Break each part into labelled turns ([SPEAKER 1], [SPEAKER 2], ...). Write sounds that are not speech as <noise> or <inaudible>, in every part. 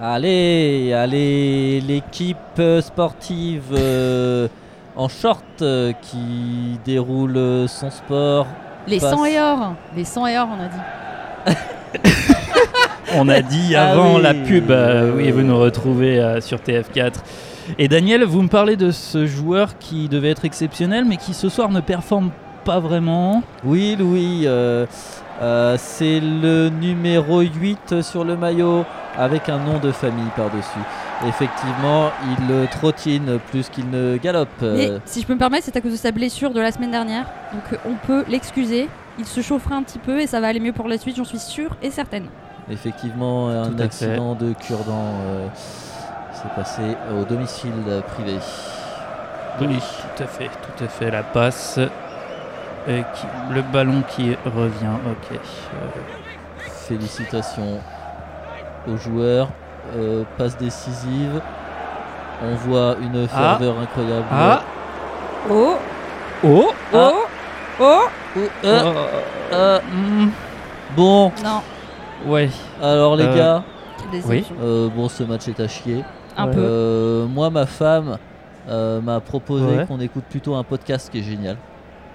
[SPEAKER 1] Allez, allez, l'équipe sportive euh, en short euh, qui déroule euh, son sport.
[SPEAKER 2] Les
[SPEAKER 1] Passe.
[SPEAKER 2] 100 et or. Les 100 et or, on a dit.
[SPEAKER 3] On a dit
[SPEAKER 1] Ah
[SPEAKER 3] avant
[SPEAKER 1] oui.
[SPEAKER 3] la pub, euh, oui,
[SPEAKER 1] Euh.
[SPEAKER 3] vous nous retrouvez euh, sur TF4. Et Daniel, vous me parlez de ce joueur qui devait être exceptionnel, mais qui ce soir ne performe pas vraiment.
[SPEAKER 1] Oui, Louis, euh, euh, c'est le numéro 8 sur le maillot avec un nom de famille par-dessus. Effectivement, il euh, trottine plus qu'il ne galope.
[SPEAKER 2] Mais
[SPEAKER 1] euh,
[SPEAKER 2] si je peux me permettre, c'est à cause de sa blessure de la semaine dernière. Donc euh, on peut l'excuser. Il se chauffera un petit peu et ça va aller mieux pour la suite, j'en suis sûre et certaine.
[SPEAKER 1] Effectivement, un
[SPEAKER 3] à fait.
[SPEAKER 1] accident de cure-dent euh, s'est passé au domicile privé.
[SPEAKER 3] Oui, tout à fait, tout à fait. La passe, et qui- le ballon qui revient. Ok. Euh,
[SPEAKER 1] Félicitations aux joueurs. Euh, passe décisive. On voit une
[SPEAKER 3] Ah.
[SPEAKER 1] ferveur incroyable.
[SPEAKER 3] Ah,
[SPEAKER 2] Oh,
[SPEAKER 3] oh,
[SPEAKER 1] Ah.
[SPEAKER 2] oh, oh
[SPEAKER 1] Ou- euh,
[SPEAKER 3] euh,
[SPEAKER 1] euh,
[SPEAKER 3] hmm,
[SPEAKER 1] Bon,
[SPEAKER 2] Non,
[SPEAKER 3] ouais.
[SPEAKER 1] alors les
[SPEAKER 3] Euh,
[SPEAKER 1] gars,
[SPEAKER 2] quelle déception.
[SPEAKER 1] euh, bon ce match est à chier.
[SPEAKER 2] Un
[SPEAKER 3] Ouais.
[SPEAKER 2] peu.
[SPEAKER 1] Euh, moi, ma femme euh, m'a proposé
[SPEAKER 3] Ouais.
[SPEAKER 1] qu'on écoute plutôt un podcast qui est génial.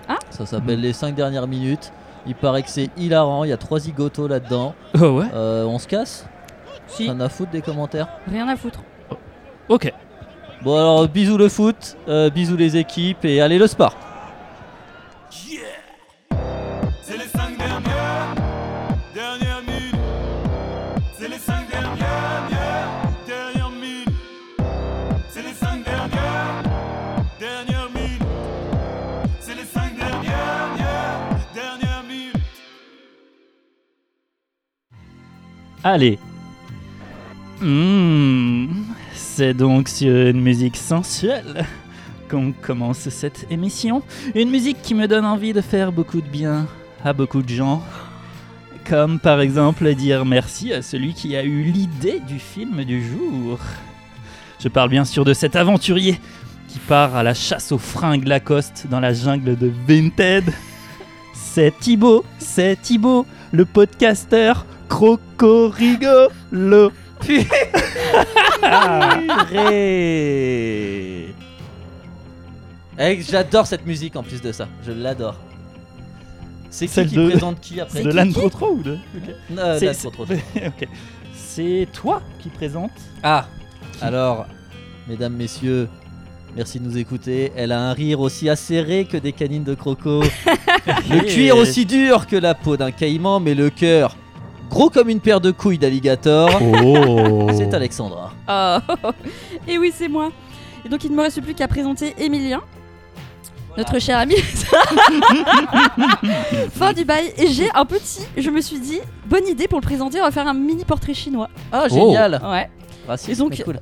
[SPEAKER 2] Ah.
[SPEAKER 1] Ça s'appelle Les 5 dernières minutes. Il paraît que c'est hilarant, il y a trois zigotos là-dedans.
[SPEAKER 3] Oh ouais.
[SPEAKER 1] Euh, on se casse
[SPEAKER 2] Si.
[SPEAKER 1] On a foutre des commentaires
[SPEAKER 2] Rien à foutre.
[SPEAKER 3] Ok.
[SPEAKER 1] Bon alors bisous le foot, euh, bisous les équipes et allez le sport.
[SPEAKER 4] C'est les cinq dernières, dernières minutes. C'est les cinq dernières, dernières, dernières minutes. C'est les cinq dernières, dernières minutes. C'est les cinq dernières, dernières, dernières minutes.
[SPEAKER 3] Allez. Hmm, C'est donc sur une musique sensuelle qu'on commence cette émission. Une musique qui me donne envie de faire beaucoup de bien à beaucoup de gens. Comme par exemple dire merci à celui qui a eu l'idée du film du jour. Je parle bien sûr de cet aventurier qui part à la chasse aux fringues Lacoste dans la jungle de Vinted. C'est Thibaut, c'est Thibaut, le podcasteur
[SPEAKER 1] <laughs>
[SPEAKER 3] crocorigolo.
[SPEAKER 1] Hurré Eh, J'adore cette musique en plus de ça, je l'adore. C'est qui
[SPEAKER 3] Celle
[SPEAKER 1] qui
[SPEAKER 3] de-
[SPEAKER 1] présente qui après
[SPEAKER 3] De l'âne trop trop ou de...
[SPEAKER 1] Euh,
[SPEAKER 3] C'est-
[SPEAKER 1] là,
[SPEAKER 3] c'est-
[SPEAKER 1] trop, trop, trop.
[SPEAKER 3] <laughs> Ok. C'est toi qui présente.
[SPEAKER 1] Ah Alors, mesdames, messieurs, merci de nous écouter. Elle a un rire aussi acéré que des canines de croco.
[SPEAKER 3] <laughs>
[SPEAKER 1] le cuir aussi dur que la peau d'un caïman, mais le cœur gros comme une paire de couilles d'alligator. Ah,
[SPEAKER 3] Oh.
[SPEAKER 1] C'est Alexandra.
[SPEAKER 2] Oh. <laughs> et oui, c'est moi. Et donc il ne me reste plus qu'à présenter Emilien, notre cher
[SPEAKER 1] <laughs>
[SPEAKER 2] ami. fin du bail. Et j'ai un petit, je me suis dit, bonne idée pour le présenter, on va faire un mini portrait chinois.
[SPEAKER 1] Ah,
[SPEAKER 3] Oh.
[SPEAKER 1] génial
[SPEAKER 2] Ouais.
[SPEAKER 1] Raciste,
[SPEAKER 2] Et donc-
[SPEAKER 1] mais cool.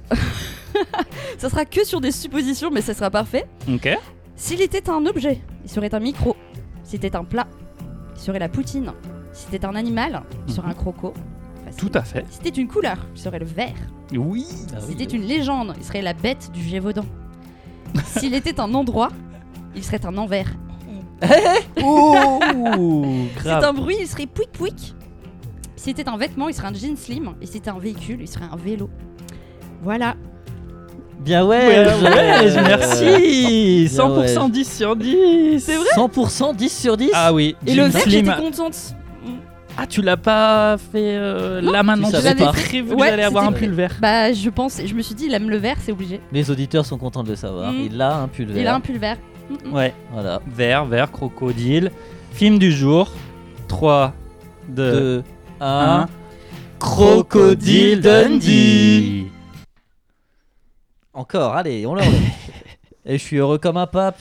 [SPEAKER 2] Ça sera que sur des suppositions, mais ça sera parfait.
[SPEAKER 3] Ok.
[SPEAKER 2] S'il était un objet, il serait un micro. S'il était un plat, il serait la poutine. Si c'était un animal, il
[SPEAKER 1] Mhm.
[SPEAKER 2] serait un croco. Facile.
[SPEAKER 3] Tout à fait.
[SPEAKER 2] Si c'était une couleur, il serait le vert.
[SPEAKER 3] Oui.
[SPEAKER 1] Ah oui,
[SPEAKER 2] Si c'était une légende, il serait la bête du Gévaudan. S'il était un endroit, il serait un envers.
[SPEAKER 1] <laughs>
[SPEAKER 3] Oh.
[SPEAKER 2] Si c'était un bruit, il serait pouic pouic. Si c'était un vêtement, il serait un jean slim. Et si c'était un véhicule, il serait un vélo. Voilà.
[SPEAKER 1] Bien ouais,
[SPEAKER 3] Ouais,
[SPEAKER 1] je-
[SPEAKER 3] ouais,
[SPEAKER 1] euh,
[SPEAKER 3] merci.
[SPEAKER 1] Bien ouais.
[SPEAKER 3] 100% 10 sur 10.
[SPEAKER 2] C'est
[SPEAKER 1] 100% 10 sur 10
[SPEAKER 3] Ah oui.
[SPEAKER 2] Et
[SPEAKER 3] Jim
[SPEAKER 2] le vert,
[SPEAKER 3] Slim.
[SPEAKER 2] j'étais contente.
[SPEAKER 3] Ah, tu l'as pas fait euh, là maintenant.
[SPEAKER 1] Tu
[SPEAKER 3] parce
[SPEAKER 1] savais
[SPEAKER 3] que
[SPEAKER 1] pas.
[SPEAKER 3] t'es prévu que
[SPEAKER 2] Ouais,
[SPEAKER 3] j'allais avoir un
[SPEAKER 2] c'était
[SPEAKER 3] pull vert.
[SPEAKER 2] Bah, je pense, je me suis dit, il aime le vert, c'est obligé.
[SPEAKER 1] Les auditeurs sont contents de le savoir.
[SPEAKER 2] Mm.
[SPEAKER 1] Il a un pull vert.
[SPEAKER 2] Il a un pull vert.
[SPEAKER 3] Ouais.
[SPEAKER 1] Voilà.
[SPEAKER 3] Vert, vert, crocodile. Film du jour. 3, 2,
[SPEAKER 1] 2, 1.
[SPEAKER 3] Un Crocodile Dundee
[SPEAKER 1] Encore, allez, on le relève. Et je suis heureux comme un pape.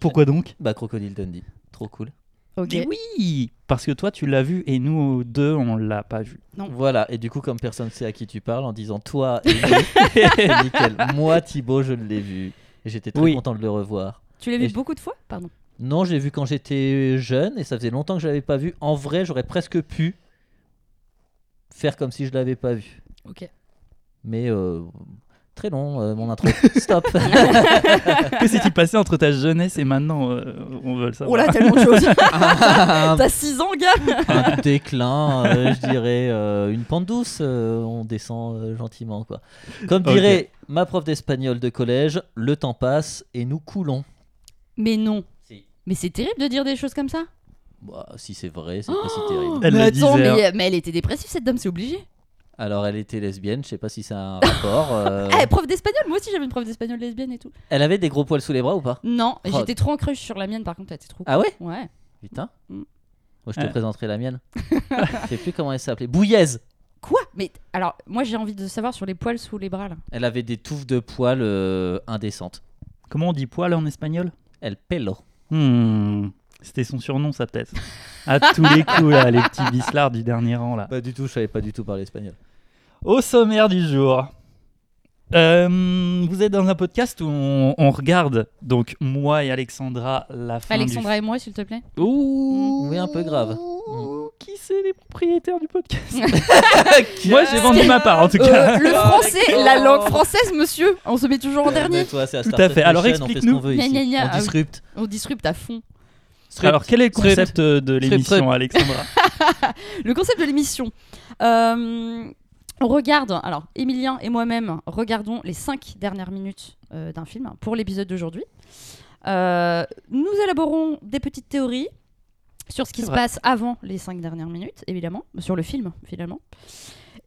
[SPEAKER 3] Pourquoi donc
[SPEAKER 1] Bah, Crocodile Dundee. Trop cool.
[SPEAKER 2] Ok.
[SPEAKER 3] Mais oui Parce que toi tu l'as vu et nous deux on l'a pas <laughs> vu.
[SPEAKER 1] Voilà, et du coup, comme personne sait à qui tu parles, en disant toi, et lui, c'est nickel. Moi, Thibaut, je l'ai vu. Et j'étais très
[SPEAKER 3] Oui.
[SPEAKER 1] content de le revoir.
[SPEAKER 2] Tu l'as
[SPEAKER 1] Et
[SPEAKER 2] vu
[SPEAKER 1] je-
[SPEAKER 2] beaucoup de fois Pardon.
[SPEAKER 1] Non, j'ai vu quand j'étais jeune et ça faisait longtemps que je l'avais pas vu. En vrai, j'aurais presque pu faire comme si je l'avais pas vu.
[SPEAKER 2] Ok.
[SPEAKER 1] Mais euh, très long, euh, mon intro. Stop.
[SPEAKER 3] Que s'est-il passé entre ta jeunesse et maintenant euh, On veut le savoir.
[SPEAKER 2] Oh là, tellement
[SPEAKER 1] <laughs>
[SPEAKER 2] de choses.
[SPEAKER 1] un,
[SPEAKER 2] <laughs> T'as 6 ans, gars
[SPEAKER 1] un <laughs> déclin, euh, je dirais euh, une pente douce. euh, on descend euh, gentiment, quoi. Comme
[SPEAKER 3] Ok.
[SPEAKER 1] dirait ma prof d'espagnol de collège, le temps passe et nous coulons.
[SPEAKER 2] Mais non. Mais c'est terrible de dire des choses comme ça.
[SPEAKER 1] Bah, si c'est vrai, c'est pas
[SPEAKER 2] Oh
[SPEAKER 1] si terrible.
[SPEAKER 3] Elle
[SPEAKER 2] mais
[SPEAKER 3] le
[SPEAKER 2] attends,
[SPEAKER 3] disait,
[SPEAKER 1] hein.
[SPEAKER 2] mais, mais elle était dépressive, cette dame, c'est obligé.
[SPEAKER 1] Alors, elle était lesbienne, je sais pas si c'est un rapport.
[SPEAKER 2] <laughs>
[SPEAKER 1] euh,
[SPEAKER 2] Ah, prof d'espagnol, moi aussi j'avais une prof d'espagnol lesbienne et tout.
[SPEAKER 1] Elle avait des gros poils sous les bras ou pas
[SPEAKER 2] Non,
[SPEAKER 1] Oh.
[SPEAKER 2] j'étais trop en crush sur la mienne par contre, elle était trop.
[SPEAKER 1] Ah ouais
[SPEAKER 2] Ouais.
[SPEAKER 1] Putain.
[SPEAKER 2] Mm.
[SPEAKER 1] Moi, je te
[SPEAKER 3] Ouais.
[SPEAKER 1] présenterai la mienne. je sais plus comment elle s'appelait. Bouillaise
[SPEAKER 2] Quoi Mais alors, moi j'ai envie de savoir sur les poils sous les bras là.
[SPEAKER 1] Elle avait des touffes de poils euh, indécentes.
[SPEAKER 3] Comment on dit poil en espagnol
[SPEAKER 1] El pelo.
[SPEAKER 3] Hmm, C'était son surnom, ça peut-être. À tous les coups, là, les petits bislards du dernier rang, là.
[SPEAKER 1] Pas du tout, je savais pas du tout parler espagnol.
[SPEAKER 3] Au sommaire du jour. Euh, vous êtes dans un podcast où on, on regarde, donc moi et Alexandra, la fin
[SPEAKER 2] Alexandra et moi, s'il te
[SPEAKER 1] <laughs>
[SPEAKER 2] plaît.
[SPEAKER 3] du... Ouh,
[SPEAKER 1] Oui, un peu grave.
[SPEAKER 3] Ouh, Qui c'est les propriétaires
[SPEAKER 1] <laughs>
[SPEAKER 3] du podcast <laughs> Moi,
[SPEAKER 1] Moi,
[SPEAKER 3] j'ai vendu ma part, en tout cas.
[SPEAKER 2] Euh, le
[SPEAKER 1] Ah,
[SPEAKER 2] français,
[SPEAKER 1] d'accord.
[SPEAKER 2] la langue française, monsieur. On se met toujours en dernier.
[SPEAKER 1] Toi, c'est la
[SPEAKER 3] Tout à
[SPEAKER 1] Startup
[SPEAKER 3] fait. Alors,
[SPEAKER 1] Nation, on fait ce
[SPEAKER 3] explique-nous.
[SPEAKER 1] qu'on veut
[SPEAKER 2] Gna,
[SPEAKER 1] ici.
[SPEAKER 2] gna,
[SPEAKER 1] On
[SPEAKER 2] gna. Ah oui.
[SPEAKER 1] disrupte.
[SPEAKER 2] On disrupte à fond.
[SPEAKER 3] <laughs> Alors, quel est le
[SPEAKER 1] Script.
[SPEAKER 3] concept euh, de
[SPEAKER 1] Script. <laughs>
[SPEAKER 3] l'émission, Alexandra
[SPEAKER 2] Le concept de l'émission. Euh, on regarde, alors Emilien et moi-même regardons les cinq dernières minutes euh, d'un film pour l'épisode d'aujourd'hui. Euh, nous élaborons des petites théories sur ce qui
[SPEAKER 3] C'est
[SPEAKER 2] se
[SPEAKER 3] vrai.
[SPEAKER 2] passe avant les cinq dernières minutes, évidemment, sur le film finalement.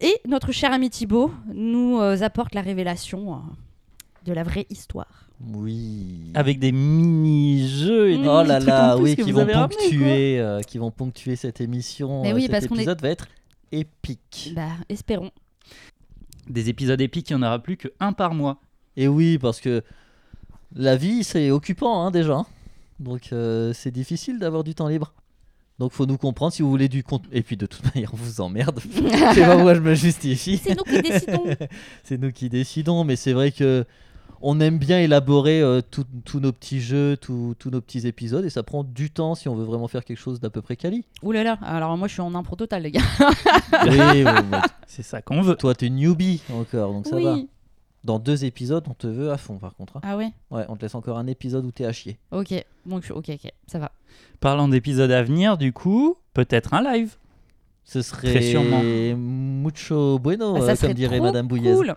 [SPEAKER 2] Et notre cher ami Thibaut nous euh, apporte la révélation euh, de la vraie histoire.
[SPEAKER 1] Oui.
[SPEAKER 3] Avec des mini-jeux et des
[SPEAKER 1] Oh
[SPEAKER 3] petits
[SPEAKER 1] là
[SPEAKER 3] trucs en
[SPEAKER 1] là,
[SPEAKER 3] plus
[SPEAKER 1] oui,
[SPEAKER 3] que
[SPEAKER 1] qui
[SPEAKER 3] vous
[SPEAKER 1] vont
[SPEAKER 3] avez ramenés, quoi.
[SPEAKER 1] ponctuer, euh, qui vont ponctuer cette émission.
[SPEAKER 2] Mais
[SPEAKER 1] euh,
[SPEAKER 2] oui,
[SPEAKER 1] cet
[SPEAKER 2] parce qu'on est-
[SPEAKER 1] épisode va être épique.
[SPEAKER 2] Bah, <laughs> espérons.
[SPEAKER 3] Des épisodes épiques, il n'y en aura plus qu'un par mois.
[SPEAKER 1] Et oui, parce que la vie, c'est occupant hein, déjà. hein. Donc euh, c'est difficile d'avoir du temps libre. Donc faut nous comprendre si vous voulez du contenu. Et puis de toute <laughs> manière, on vous
[SPEAKER 2] <laughs>
[SPEAKER 1] emmerde. je sais pas pourquoi je me justifie.
[SPEAKER 2] C'est nous qui décidons.
[SPEAKER 1] <laughs> c'est nous qui décidons, mais c'est vrai que on aime bien élaborer euh, tout- tous nos petits jeux, tous tous nos petits épisodes, et ça prend du temps si on veut vraiment faire quelque chose d'à peu près
[SPEAKER 2] <laughs>
[SPEAKER 1] quali.
[SPEAKER 2] Ouh là là, alors moi je suis en impro total, les gars.
[SPEAKER 1] oui, oui, bah,
[SPEAKER 3] C'est ça qu'on veut.
[SPEAKER 1] toi t'es newbie encore, donc ça va.
[SPEAKER 2] oui.
[SPEAKER 1] Dans deux épisodes, on te veut à fond par contre. hein.
[SPEAKER 2] Ah ouais.
[SPEAKER 1] Ouais, on te laisse encore un épisode où t'es à chier.
[SPEAKER 2] Ok, donc ok, ok, ça va.
[SPEAKER 3] Parlant d'épisodes à venir, du coup, peut-être un live.
[SPEAKER 1] Ce serait
[SPEAKER 3] Très sûrement.
[SPEAKER 1] mucho bueno,
[SPEAKER 2] Ah,
[SPEAKER 1] euh,
[SPEAKER 2] ça
[SPEAKER 1] comme
[SPEAKER 2] serait
[SPEAKER 1] dirait
[SPEAKER 2] trop
[SPEAKER 1] Madame Bouillez.
[SPEAKER 2] cool.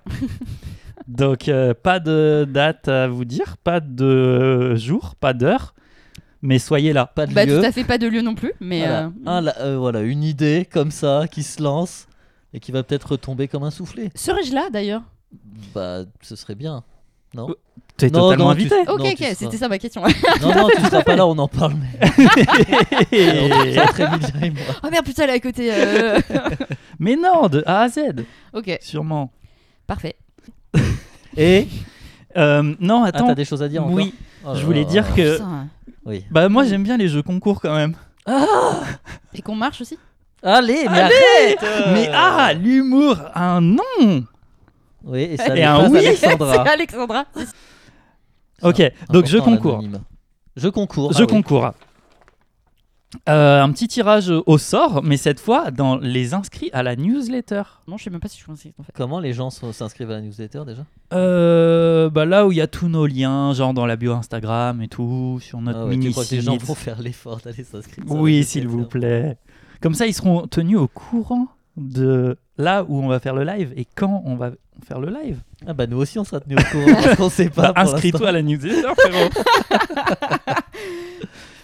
[SPEAKER 3] Donc, euh, pas de date à vous dire, pas de jour, pas d'heure, mais soyez là.
[SPEAKER 1] Pas de
[SPEAKER 2] Bah
[SPEAKER 1] lieu.
[SPEAKER 2] tout à fait pas de lieu non plus, mais
[SPEAKER 1] Voilà.
[SPEAKER 2] euh,
[SPEAKER 1] Un la- euh, voilà, une idée comme ça qui se lance et qui va peut-être retomber comme un soufflé.
[SPEAKER 2] serais-je là d'ailleurs
[SPEAKER 1] Bah, ce serait bien. Non.
[SPEAKER 3] T'es
[SPEAKER 1] Non,
[SPEAKER 3] totalement
[SPEAKER 1] non, tu-
[SPEAKER 3] invité. <laughs>
[SPEAKER 2] Ok,
[SPEAKER 1] Non,
[SPEAKER 2] ok,
[SPEAKER 1] tu seras-
[SPEAKER 2] c'était ça ma question. <laughs>
[SPEAKER 1] Non, non, tu seras pas là, on en parle. Mais... on entre Emilia et moi.
[SPEAKER 2] oh merde, putain, elle est à côté. euh.
[SPEAKER 3] Mais non, de A à Z,
[SPEAKER 2] ok,
[SPEAKER 3] sûrement.
[SPEAKER 2] parfait.
[SPEAKER 1] Et
[SPEAKER 3] Euh, non,
[SPEAKER 1] ah,
[SPEAKER 3] attends.
[SPEAKER 1] t'as des choses à dire encore
[SPEAKER 3] oui,
[SPEAKER 1] Oh là
[SPEAKER 3] je voulais
[SPEAKER 1] là.
[SPEAKER 3] dire que.
[SPEAKER 2] Putain.
[SPEAKER 1] Oui.
[SPEAKER 3] Bah, moi, j'aime bien les jeux concours quand même.
[SPEAKER 2] Et qu'on marche aussi
[SPEAKER 1] Allez, Eh, mais arrête euh.
[SPEAKER 3] Mais ah, l'humour, ah, un nom
[SPEAKER 1] Oui, et ça
[SPEAKER 3] Et
[SPEAKER 1] n'est pas
[SPEAKER 3] un oui.
[SPEAKER 2] <laughs>
[SPEAKER 3] <laughs>
[SPEAKER 1] Alexandra.
[SPEAKER 2] C'est Alexandra.
[SPEAKER 3] Ok, donc je
[SPEAKER 1] Important,
[SPEAKER 3] concours.
[SPEAKER 1] l'anonyme. Je concours.
[SPEAKER 3] Je
[SPEAKER 1] ah oui.
[SPEAKER 3] concours. Euh, un petit tirage au sort, mais cette fois dans les inscrits à la newsletter.
[SPEAKER 2] Non, je sais même pas si je suis inscrite en fait.
[SPEAKER 1] Comment les gens sont- s'inscrivent à la newsletter déjà
[SPEAKER 3] Euh, bah là où il y a tous nos liens, genre dans la bio Instagram et tout, sur notre
[SPEAKER 1] Ah ouais,
[SPEAKER 3] mini
[SPEAKER 1] Tu crois que les gens
[SPEAKER 3] site.
[SPEAKER 1] vont faire l'effort d'aller s'inscrire sur la
[SPEAKER 3] Oui,
[SPEAKER 1] newsletter
[SPEAKER 3] s'il vous plaît. Comme ça, ils seront tenus au courant de là où on va faire le live et quand on va faire le live.
[SPEAKER 1] Ah bah nous aussi on sera tenus au courant parce qu'on sait <laughs> pas.
[SPEAKER 3] Bah,
[SPEAKER 1] pour
[SPEAKER 3] Inscris-toi à la newsletter,
[SPEAKER 1] <laughs>
[SPEAKER 3] frérot.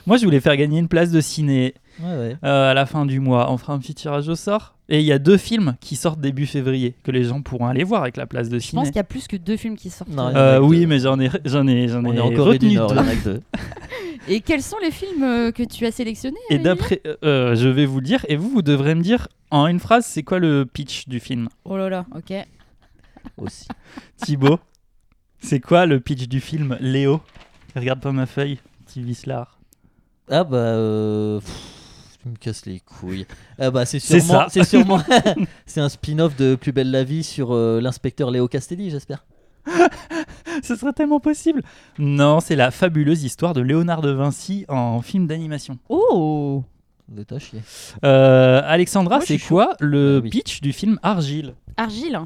[SPEAKER 3] Moi, je voulais faire gagner une place de ciné
[SPEAKER 1] l'instant. Ouais, ouais.
[SPEAKER 3] euh, à la fin du mois. On fera un petit tirage au sort. Et il y a deux films qui sortent début février que les gens pourront aller voir avec la place de
[SPEAKER 2] Je pense
[SPEAKER 3] ciné.
[SPEAKER 2] qu'il y a plus que deux films qui sortent.
[SPEAKER 1] Non, il y en a
[SPEAKER 3] Euh,
[SPEAKER 1] que
[SPEAKER 3] oui,
[SPEAKER 1] deux.
[SPEAKER 3] mais j'en ai, j'en ai, j'en
[SPEAKER 1] On
[SPEAKER 3] ai
[SPEAKER 1] est en Corée
[SPEAKER 3] retenu
[SPEAKER 1] du Nord,
[SPEAKER 3] deux.
[SPEAKER 1] il y en a que deux.
[SPEAKER 2] Et quels sont les films euh, que tu as sélectionnés
[SPEAKER 3] Et
[SPEAKER 2] Emilien
[SPEAKER 3] d'après, euh, euh, je vais vous le dire, et vous, vous devrez me dire en une phrase, c'est quoi le pitch du film
[SPEAKER 2] Oh là là, ok.
[SPEAKER 1] Aussi. <laughs>
[SPEAKER 3] Thibaut, c'est quoi le pitch du film Léo Regarde pas ma feuille, petit vislard.
[SPEAKER 1] Ah bah euh... pff, tu me casses les couilles. Ah bah c'est
[SPEAKER 3] C'est
[SPEAKER 1] sûrement
[SPEAKER 3] ça.
[SPEAKER 1] c'est
[SPEAKER 3] <laughs>
[SPEAKER 1] sûrement <laughs> c'est un spin-off de Plus belle la vie sur euh, l'inspecteur Léo Castelli, j'espère.
[SPEAKER 3] Ce serait tellement possible Non, c'est la fabuleuse histoire de Léonard de Vinci en film d'animation.
[SPEAKER 2] Oh
[SPEAKER 1] De ta chier.
[SPEAKER 3] Euh, Alexandra,
[SPEAKER 2] Moi, je
[SPEAKER 3] c'est
[SPEAKER 2] suis
[SPEAKER 3] quoi le
[SPEAKER 1] Bah oui.
[SPEAKER 3] pitch du film Argile
[SPEAKER 2] Argile.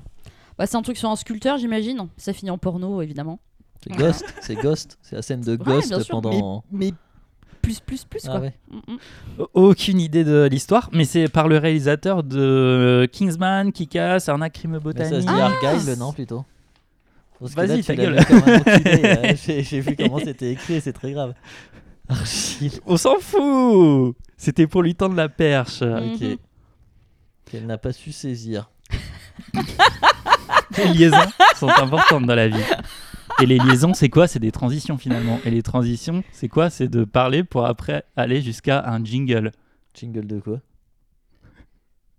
[SPEAKER 2] Bah, c'est un truc sur un sculpteur, j'imagine. Ça finit en porno, évidemment.
[SPEAKER 1] C'est Ghost, c'est Ghost, c'est la scène de
[SPEAKER 2] Ah. Ouais,
[SPEAKER 1] Ghost
[SPEAKER 2] bien sûr,
[SPEAKER 1] pendant.
[SPEAKER 2] Mais plus, plus, plus,
[SPEAKER 1] Ah
[SPEAKER 2] quoi.
[SPEAKER 1] ouais.
[SPEAKER 2] Mm, mm.
[SPEAKER 3] Aucune idée de l'histoire, mais c'est par le réalisateur de euh, Kingsman, Kick-Ass, Arnaque crime
[SPEAKER 1] Mais ça se
[SPEAKER 2] Ah.
[SPEAKER 3] botanique.
[SPEAKER 1] dit Argyle, non plutôt Parce que là,
[SPEAKER 3] Vas-y,
[SPEAKER 1] tu
[SPEAKER 3] ta
[SPEAKER 1] l'as
[SPEAKER 3] gueule.
[SPEAKER 1] mis comme un enculé, euh, <laughs> J'ai j'ai vu comment c'était écrit et c'est très grave. Argyle,
[SPEAKER 3] On s'en fout C'était pour lui tendre la perche.
[SPEAKER 1] ok.
[SPEAKER 2] Mhm.
[SPEAKER 1] Qu'elle n'a pas su saisir.
[SPEAKER 3] Les liaisons sont importantes dans la vie. Et les liaisons, c'est quoi C'est des transitions finalement. Et les transitions, c'est quoi C'est de parler pour après aller jusqu'à un jingle.
[SPEAKER 1] Jingle de
[SPEAKER 2] Euh.
[SPEAKER 1] quoi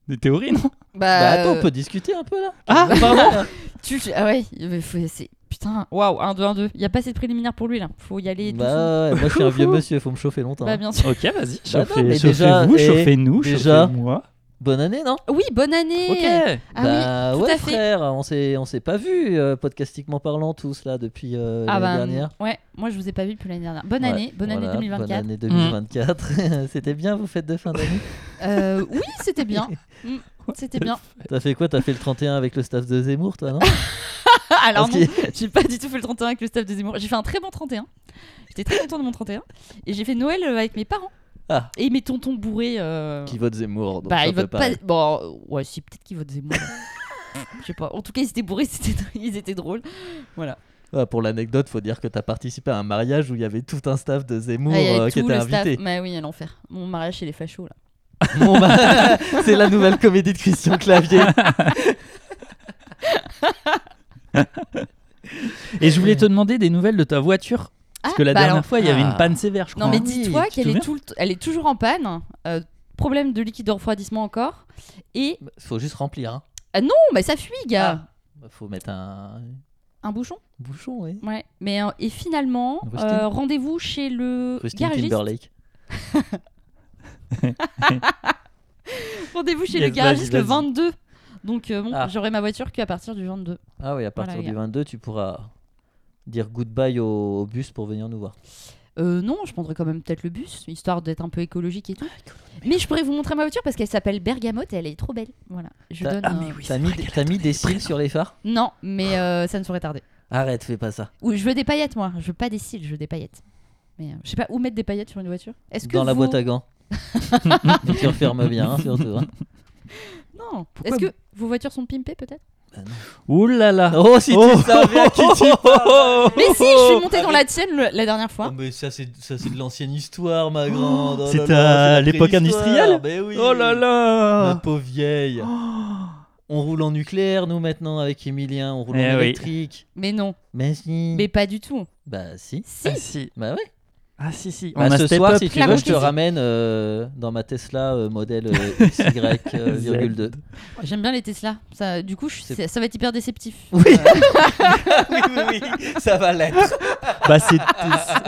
[SPEAKER 3] Des théories, non
[SPEAKER 1] Bah
[SPEAKER 2] Bah,
[SPEAKER 1] attends, on
[SPEAKER 2] euh,
[SPEAKER 1] peut discuter un peu là
[SPEAKER 3] Ah, pardon
[SPEAKER 2] tu... Ah ouais, mais faut- c'est- Putain, waouh, 1, 2, 1, 2. Il n'y a pas assez de préliminaire pour lui, là. Faut y aller. doucement.
[SPEAKER 1] Bah, ouais, moi je suis un
[SPEAKER 2] <laughs>
[SPEAKER 1] vieux monsieur, faut me chauffer longtemps. hein.
[SPEAKER 2] Bah, bien sûr.
[SPEAKER 3] Ok, vas-y.
[SPEAKER 1] Bah non, mais
[SPEAKER 3] Chauffez-
[SPEAKER 1] déjà,
[SPEAKER 3] Chauffez-vous,
[SPEAKER 1] et
[SPEAKER 3] chauffez-nous,
[SPEAKER 1] déjà-
[SPEAKER 3] chauffez-moi.
[SPEAKER 1] Bonne année, non
[SPEAKER 2] Oui, bonne année
[SPEAKER 3] Ok
[SPEAKER 2] Ah oui.
[SPEAKER 1] Bah
[SPEAKER 2] tout
[SPEAKER 1] ouais,
[SPEAKER 2] à fait.
[SPEAKER 1] frère, on s'est on s'est pas vu euh, podcastiquement parlant tous là depuis euh,
[SPEAKER 2] Ah
[SPEAKER 1] l'année
[SPEAKER 2] bah,
[SPEAKER 1] dernière.
[SPEAKER 2] ouais, moi je vous ai pas vu depuis l'année dernière. Bonne
[SPEAKER 1] Ouais,
[SPEAKER 2] année, bonne
[SPEAKER 1] voilà,
[SPEAKER 2] année 2024.
[SPEAKER 1] Bonne année 2024. <laughs> C'était bien vos fêtes de fin <laughs> d'année.
[SPEAKER 2] Euh, oui,
[SPEAKER 1] <laughs>
[SPEAKER 2] c'était bien. Mm, c'était bien.
[SPEAKER 1] T'as fait quoi T'as fait le 31 avec le staff de Zemmour, toi, non
[SPEAKER 2] <laughs>
[SPEAKER 1] <laughs>
[SPEAKER 2] Alors
[SPEAKER 1] Parce
[SPEAKER 2] non,
[SPEAKER 1] que-
[SPEAKER 2] j'ai pas du tout fait le 31 avec le staff de Zemmour. J'ai fait un très bon 31. J'étais très content de mon 31. Et j'ai fait Noël euh, avec mes parents.
[SPEAKER 1] Ah.
[SPEAKER 2] Et mes tontons bourrés. euh,
[SPEAKER 1] Qui vote Zemmour. Donc
[SPEAKER 2] bah,
[SPEAKER 1] ça
[SPEAKER 2] ils
[SPEAKER 1] fait
[SPEAKER 2] votent pas.
[SPEAKER 1] pareil.
[SPEAKER 2] Bon, euh, ouais, si, peut-être qu'ils votent Zemmour. <laughs> Je sais pas. En tout cas, ils étaient bourrés, <laughs> c'était- ils étaient drôles. Voilà.
[SPEAKER 1] Ouais, pour l'anecdote, faut dire que t'as participé à un mariage où il y avait tout un staff de Zemmour
[SPEAKER 2] Ah, il y avait
[SPEAKER 1] euh, qui
[SPEAKER 2] tout
[SPEAKER 1] était
[SPEAKER 2] le staff.
[SPEAKER 1] invité.
[SPEAKER 2] Bah oui, à l'enfer. Mon mariage chez les fachos, là.
[SPEAKER 1] Bon,
[SPEAKER 2] <laughs>
[SPEAKER 1] bah, <laughs> C'est la nouvelle comédie de Christian Clavier.
[SPEAKER 3] Et je voulais te demander des nouvelles de ta voiture. Parce
[SPEAKER 2] Ah,
[SPEAKER 3] que la
[SPEAKER 2] bah
[SPEAKER 3] dernière
[SPEAKER 2] alors.
[SPEAKER 3] fois, il y avait
[SPEAKER 1] Ah.
[SPEAKER 3] une panne sévère, je crois.
[SPEAKER 2] Non, mais
[SPEAKER 1] Ah
[SPEAKER 3] hein.
[SPEAKER 1] oui,
[SPEAKER 2] dis-toi
[SPEAKER 1] tu te
[SPEAKER 2] qu'elle est,
[SPEAKER 3] souviens
[SPEAKER 2] tout le t- elle est toujours en panne. Euh, problème de liquide de refroidissement encore. Et
[SPEAKER 1] faut juste remplir. Hein.
[SPEAKER 2] bon, bah ça fuit, gars.
[SPEAKER 1] Bah, Faut mettre un
[SPEAKER 3] Ah.
[SPEAKER 2] Un bouchon.
[SPEAKER 1] bouchon, oui.
[SPEAKER 2] Ouais. Mais euh, et finalement,
[SPEAKER 1] Rustin.
[SPEAKER 2] euh, rendez-vous chez le
[SPEAKER 1] Christine
[SPEAKER 2] garagiste.
[SPEAKER 1] Timberlake.
[SPEAKER 2] <laughs> Rendez-vous chez
[SPEAKER 3] Yes,
[SPEAKER 2] le garagiste
[SPEAKER 3] vas-y,
[SPEAKER 2] le
[SPEAKER 3] vas-y.
[SPEAKER 2] 22. Donc euh, bon,
[SPEAKER 1] Ah.
[SPEAKER 2] j'aurai ma voiture qu'à partir du 22.
[SPEAKER 1] Ah oui, à partir
[SPEAKER 2] Voilà,
[SPEAKER 1] du 22, tu pourras dire goodbye au, au bus pour venir nous voir.
[SPEAKER 2] Euh, non, je prendrai quand même peut-être le bus, histoire d'être un peu écologique et tout.
[SPEAKER 3] Ah,
[SPEAKER 2] mais je pourrais vous montrer ma voiture parce qu'elle s'appelle Bergamote et elle est trop belle. Voilà. Je
[SPEAKER 1] T'as-
[SPEAKER 2] donne.
[SPEAKER 3] Ah,
[SPEAKER 2] euh,
[SPEAKER 3] mais oui,
[SPEAKER 1] T'as
[SPEAKER 3] c'est
[SPEAKER 1] mis,
[SPEAKER 3] vrai qu'elle a
[SPEAKER 1] t'as mis
[SPEAKER 3] donné
[SPEAKER 1] des
[SPEAKER 3] des
[SPEAKER 1] cils sur les phares
[SPEAKER 2] Non, mais euh, ça ne saurait tarder.
[SPEAKER 1] Arrête, fais pas ça.
[SPEAKER 2] Ou je veux des paillettes, moi. Je veux pas des cils, je veux des paillettes. Mais euh, je sais pas où mettre des paillettes sur une voiture. Est-ce que
[SPEAKER 1] Dans la
[SPEAKER 2] vous-
[SPEAKER 1] boîte à gants. Et tu refermes bien, hein, surtout. hein.
[SPEAKER 2] Non.
[SPEAKER 3] Pourquoi
[SPEAKER 2] Est-ce que vos voitures sont pimpées peut-être
[SPEAKER 3] Ouh là là Oh,
[SPEAKER 1] Oh, si tu savais à qui <laughs> tu parles
[SPEAKER 2] Mais si, je suis
[SPEAKER 1] ah
[SPEAKER 2] montée dans la tienne le- la dernière
[SPEAKER 1] Oh,
[SPEAKER 2] fois.
[SPEAKER 1] mais ça c'est ça, c'est de l'ancienne histoire ma grande. Oh
[SPEAKER 3] c'est
[SPEAKER 1] là là,
[SPEAKER 3] à
[SPEAKER 1] c'est la
[SPEAKER 3] l'époque
[SPEAKER 1] préhistoire.
[SPEAKER 3] industrielle
[SPEAKER 1] Mais oui.
[SPEAKER 3] Oh là
[SPEAKER 1] Ma
[SPEAKER 3] là Oh.
[SPEAKER 1] pauvre vieille. On roule en nucléaire nous maintenant avec Emilien, on roule
[SPEAKER 3] Eh
[SPEAKER 1] en
[SPEAKER 3] oui.
[SPEAKER 1] électrique.
[SPEAKER 2] Mais non,
[SPEAKER 1] Mais si.
[SPEAKER 2] mais pas du tout.
[SPEAKER 1] Bah si.
[SPEAKER 2] Si.
[SPEAKER 3] si.
[SPEAKER 1] Bah oui.
[SPEAKER 3] Ah si si.
[SPEAKER 1] Bah, ce
[SPEAKER 3] step
[SPEAKER 1] soir
[SPEAKER 3] up.
[SPEAKER 1] si tu
[SPEAKER 2] Clairement,
[SPEAKER 1] veux je te
[SPEAKER 2] je te dis.
[SPEAKER 1] ramène euh, dans ma Tesla euh, modèle euh, <laughs> XY,2.
[SPEAKER 2] Oh, J'aime bien les Tesla. Ça, du coup, je-
[SPEAKER 1] C'est-
[SPEAKER 2] ça, ça va être hyper déceptif.
[SPEAKER 1] Oui. <laughs> oui oui oui, ça va l'être.
[SPEAKER 3] Bah c'est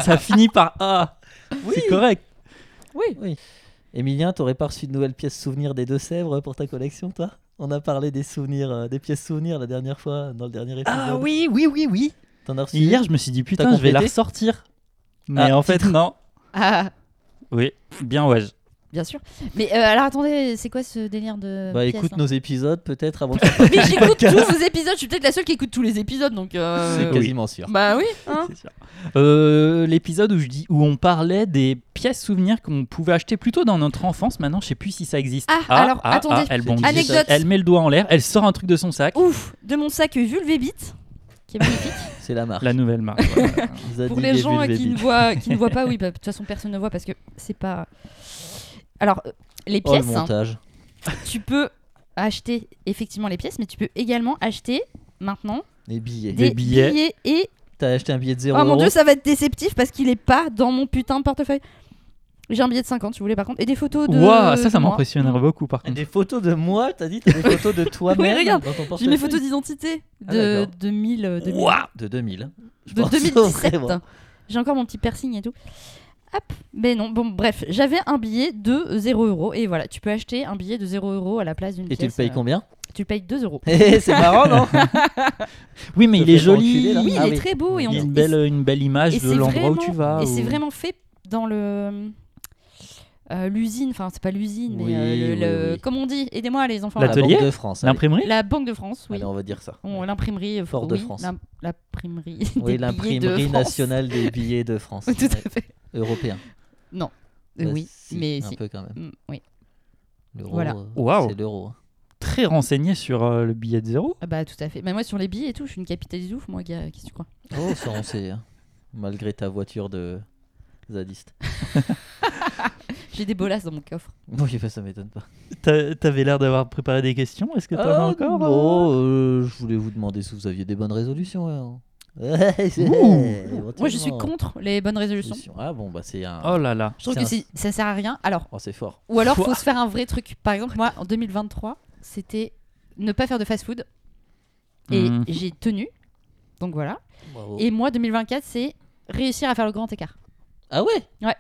[SPEAKER 3] ça finit par A. C'est correct.
[SPEAKER 2] Oui.
[SPEAKER 1] Emilien, t'aurais pas reçu de nouvelles pièces souvenirs des Deux-Sèvres pour ta collection, toi On a parlé des souvenirs, euh, des pièces souvenirs la dernière fois, dans le dernier
[SPEAKER 2] Ah
[SPEAKER 1] épisode.
[SPEAKER 3] oui oui oui oui.
[SPEAKER 1] T'en as reçu
[SPEAKER 3] Hier je me suis dit putain je vais la
[SPEAKER 1] complété
[SPEAKER 3] ressortir. Mais
[SPEAKER 1] Ah,
[SPEAKER 3] en fait non.
[SPEAKER 2] Ah,
[SPEAKER 3] Oui. Bien ouais.
[SPEAKER 2] bien sûr. Mais euh, alors attendez, c'est quoi ce délire de.
[SPEAKER 1] Bah
[SPEAKER 2] pièces,
[SPEAKER 1] écoute
[SPEAKER 2] là
[SPEAKER 1] nos épisodes peut-être avant de
[SPEAKER 2] Mais j'écoute tous vos épisodes. Je suis peut-être la seule qui écoute tous les épisodes, donc. euh,
[SPEAKER 1] C'est
[SPEAKER 3] oui.
[SPEAKER 1] quasiment sûr.
[SPEAKER 2] Bah oui. hein.
[SPEAKER 3] C'est sûr. Euh, L'épisode où je dis où on parlait des pièces souvenirs qu'on pouvait acheter plutôt dans notre enfance. Maintenant je sais plus si ça existe.
[SPEAKER 2] Ah, alors, attendez.
[SPEAKER 3] elle bondit.
[SPEAKER 2] Anecdote.
[SPEAKER 3] Elle met le doigt en l'air. Elle sort un truc de son sac.
[SPEAKER 2] Ouf, de mon sac Vulvébit, qui est magnifique.
[SPEAKER 1] <laughs> C'est la marque.
[SPEAKER 3] La nouvelle marque. voilà.
[SPEAKER 2] Pour les gens euh, qui ne voient, qui ne voient pas, oui, bah, de toute façon personne ne voit parce que c'est pas. Alors euh, les
[SPEAKER 1] Oh le
[SPEAKER 2] pièces, hein,
[SPEAKER 1] montage.
[SPEAKER 2] tu peux acheter effectivement les pièces, mais tu peux également acheter maintenant
[SPEAKER 1] Les billets.
[SPEAKER 2] des,
[SPEAKER 3] Des billets.
[SPEAKER 2] et
[SPEAKER 1] T'as acheté un billet de 0
[SPEAKER 2] oh mon dieu, ça va être déceptif parce qu'il est pas dans mon putain de portefeuille. J'ai un billet de 50, si vous voulez par contre, et des photos de.
[SPEAKER 3] Ouah, ça, ça
[SPEAKER 2] de moi.
[SPEAKER 3] m'impressionnerait beaucoup par contre.
[SPEAKER 1] Des photos de moi, t'as dit T'as des photos de toi-même
[SPEAKER 2] <laughs> Oui, regarde,
[SPEAKER 1] dans ton
[SPEAKER 2] J'ai
[SPEAKER 1] portefeuille
[SPEAKER 2] mes photos d'identité
[SPEAKER 1] Ah,
[SPEAKER 2] de
[SPEAKER 1] d'accord.
[SPEAKER 2] 2000, euh, 2000,
[SPEAKER 1] Ouah, Ah, de 2000. Je
[SPEAKER 2] de
[SPEAKER 1] pense <laughs>
[SPEAKER 2] 2017.
[SPEAKER 1] vraiment.
[SPEAKER 2] J'ai encore mon petit piercing et tout. Hop, mais non, bon, bref, j'avais un billet de 0 euros et voilà, tu peux acheter un billet de 0 euros à la place d'une
[SPEAKER 1] Et
[SPEAKER 2] pièce.
[SPEAKER 1] tu le payes
[SPEAKER 2] euh,
[SPEAKER 1] combien <laughs>
[SPEAKER 2] Tu le payes 2 euros.
[SPEAKER 1] Eh, C'est marrant, non
[SPEAKER 3] Oui, mais
[SPEAKER 1] Te
[SPEAKER 3] il est
[SPEAKER 1] fais pas enculer,
[SPEAKER 3] joli.
[SPEAKER 1] là.
[SPEAKER 2] Oui,
[SPEAKER 1] Ah
[SPEAKER 2] il est
[SPEAKER 1] oui.
[SPEAKER 2] très beau et on
[SPEAKER 3] Il y a
[SPEAKER 2] et
[SPEAKER 3] une belle, une belle image
[SPEAKER 2] et
[SPEAKER 3] de
[SPEAKER 2] c'est
[SPEAKER 3] l'endroit où
[SPEAKER 2] vraiment-
[SPEAKER 3] tu vas.
[SPEAKER 2] Et c'est
[SPEAKER 3] ou-
[SPEAKER 2] vraiment fait dans le. euh, l'usine, enfin c'est pas l'usine, mais
[SPEAKER 1] Oui,
[SPEAKER 2] euh, le-
[SPEAKER 1] oui,
[SPEAKER 2] le-
[SPEAKER 1] oui.
[SPEAKER 2] comme on dit, aidez-moi les enfants.
[SPEAKER 1] La
[SPEAKER 2] là.
[SPEAKER 3] <laughs> L'atelier
[SPEAKER 1] Banque de France. allez.
[SPEAKER 3] L'imprimerie
[SPEAKER 2] La Banque de France, oui.
[SPEAKER 1] Allez, on va dire ça.
[SPEAKER 2] On- L'imprimerie, euh,
[SPEAKER 1] Fort de
[SPEAKER 2] oui,
[SPEAKER 1] France.
[SPEAKER 2] l'im- L'imprimerie.
[SPEAKER 1] Oui,
[SPEAKER 2] des billets de
[SPEAKER 1] l'imprimerie
[SPEAKER 2] France. <laughs>
[SPEAKER 1] nationale des billets de France.
[SPEAKER 2] Tout
[SPEAKER 1] Ouais.
[SPEAKER 2] à fait.
[SPEAKER 1] Européen.
[SPEAKER 2] Euh,
[SPEAKER 1] Bah,
[SPEAKER 2] oui,
[SPEAKER 1] si,
[SPEAKER 2] mais
[SPEAKER 1] un
[SPEAKER 2] si.
[SPEAKER 1] peu quand même.
[SPEAKER 2] Mm, oui.
[SPEAKER 1] L'euro,
[SPEAKER 2] Voilà.
[SPEAKER 1] euh,
[SPEAKER 3] Waouh.
[SPEAKER 1] c'est l'euro. hein.
[SPEAKER 3] Très renseigné sur euh, le billet de zéro.
[SPEAKER 2] Ah bah tout à fait. Mais moi sur les billets et tout, je suis une capitaliste ouf, moi, gars. Qu'est-ce que tu crois
[SPEAKER 1] Oh, ça on sait. hein. Malgré ta voiture de zadiste. <laughs>
[SPEAKER 2] J'ai des bolasses dans mon coffre.
[SPEAKER 1] Oui, bah, ça m'étonne pas. Ah,
[SPEAKER 3] T'a- T'avais l'air d'avoir préparé des questions. Est-ce que t'en as encore euh
[SPEAKER 1] Non, euh, je voulais vous demander si vous aviez des bonnes résolutions. hein. <laughs> Ouais, c'est-
[SPEAKER 2] Moi, je suis
[SPEAKER 1] éventuellement.
[SPEAKER 2] contre les bonnes résolutions.
[SPEAKER 1] Ah bon, bah c'est un.
[SPEAKER 3] Oh là là.
[SPEAKER 2] Je trouve
[SPEAKER 1] C'est
[SPEAKER 2] que
[SPEAKER 1] un-
[SPEAKER 2] c'est- ça sert à rien. Alors,
[SPEAKER 1] Oh, c'est fort.
[SPEAKER 2] ou alors
[SPEAKER 3] Quoi
[SPEAKER 2] faut se faire un vrai truc. Par exemple, moi, en 2023, c'était ne pas faire de fast-food et
[SPEAKER 3] Mhm.
[SPEAKER 2] j'ai tenu. Donc voilà.
[SPEAKER 1] Bravo.
[SPEAKER 2] Et moi, 2024, c'est réussir à faire le grand écart.
[SPEAKER 1] Ah ouais
[SPEAKER 2] Ouais.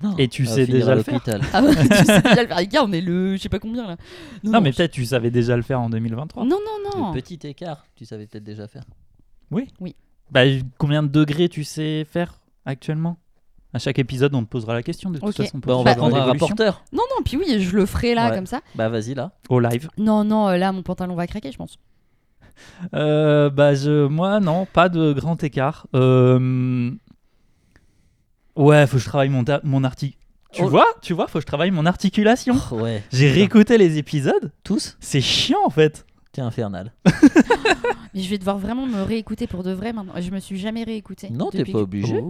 [SPEAKER 1] Non.
[SPEAKER 3] Et tu
[SPEAKER 1] À
[SPEAKER 3] sais
[SPEAKER 1] finir
[SPEAKER 3] déjà
[SPEAKER 1] à
[SPEAKER 3] le faire.
[SPEAKER 1] l'hôpital.
[SPEAKER 2] Ah ouais, <laughs> tu sais déjà le faire. Les gars, on est le, je sais pas combien là.
[SPEAKER 3] Non, mais peut-être tu savais déjà le faire en 2023.
[SPEAKER 2] Non, non, non.
[SPEAKER 1] Le petit écart, tu savais peut-être déjà faire.
[SPEAKER 3] Bah, combien de degrés tu sais faire actuellement À chaque épisode, on te posera la question de toute
[SPEAKER 2] Ok.
[SPEAKER 3] façon.
[SPEAKER 1] Bah, on
[SPEAKER 2] Bah,
[SPEAKER 1] va prendre un
[SPEAKER 3] L'évolution.
[SPEAKER 1] rapporteur.
[SPEAKER 2] Non, non, puis oui, je le ferai là
[SPEAKER 1] Ouais.
[SPEAKER 2] comme ça.
[SPEAKER 1] Bah vas-y là.
[SPEAKER 3] au live.
[SPEAKER 2] Non, non, euh, là, mon pantalon va craquer, je pense.
[SPEAKER 3] Euh, bah, je- moi, non, pas de grand écart. Euh, Ouais, faut que je travaille mon, ta- mon article. Tu
[SPEAKER 1] Oh.
[SPEAKER 3] vois, tu vois, faut que je travaille mon articulation.
[SPEAKER 1] <laughs> Ouais.
[SPEAKER 3] J'ai réécouté les épisodes.
[SPEAKER 1] Tous
[SPEAKER 3] C'est chiant en fait.
[SPEAKER 1] T'es infernal.
[SPEAKER 2] Mais je vais devoir vraiment me réécouter pour de vrai maintenant. Je me suis jamais réécoutée.
[SPEAKER 1] Non, t'es
[SPEAKER 2] depuis
[SPEAKER 1] pas
[SPEAKER 2] que-
[SPEAKER 1] obligé.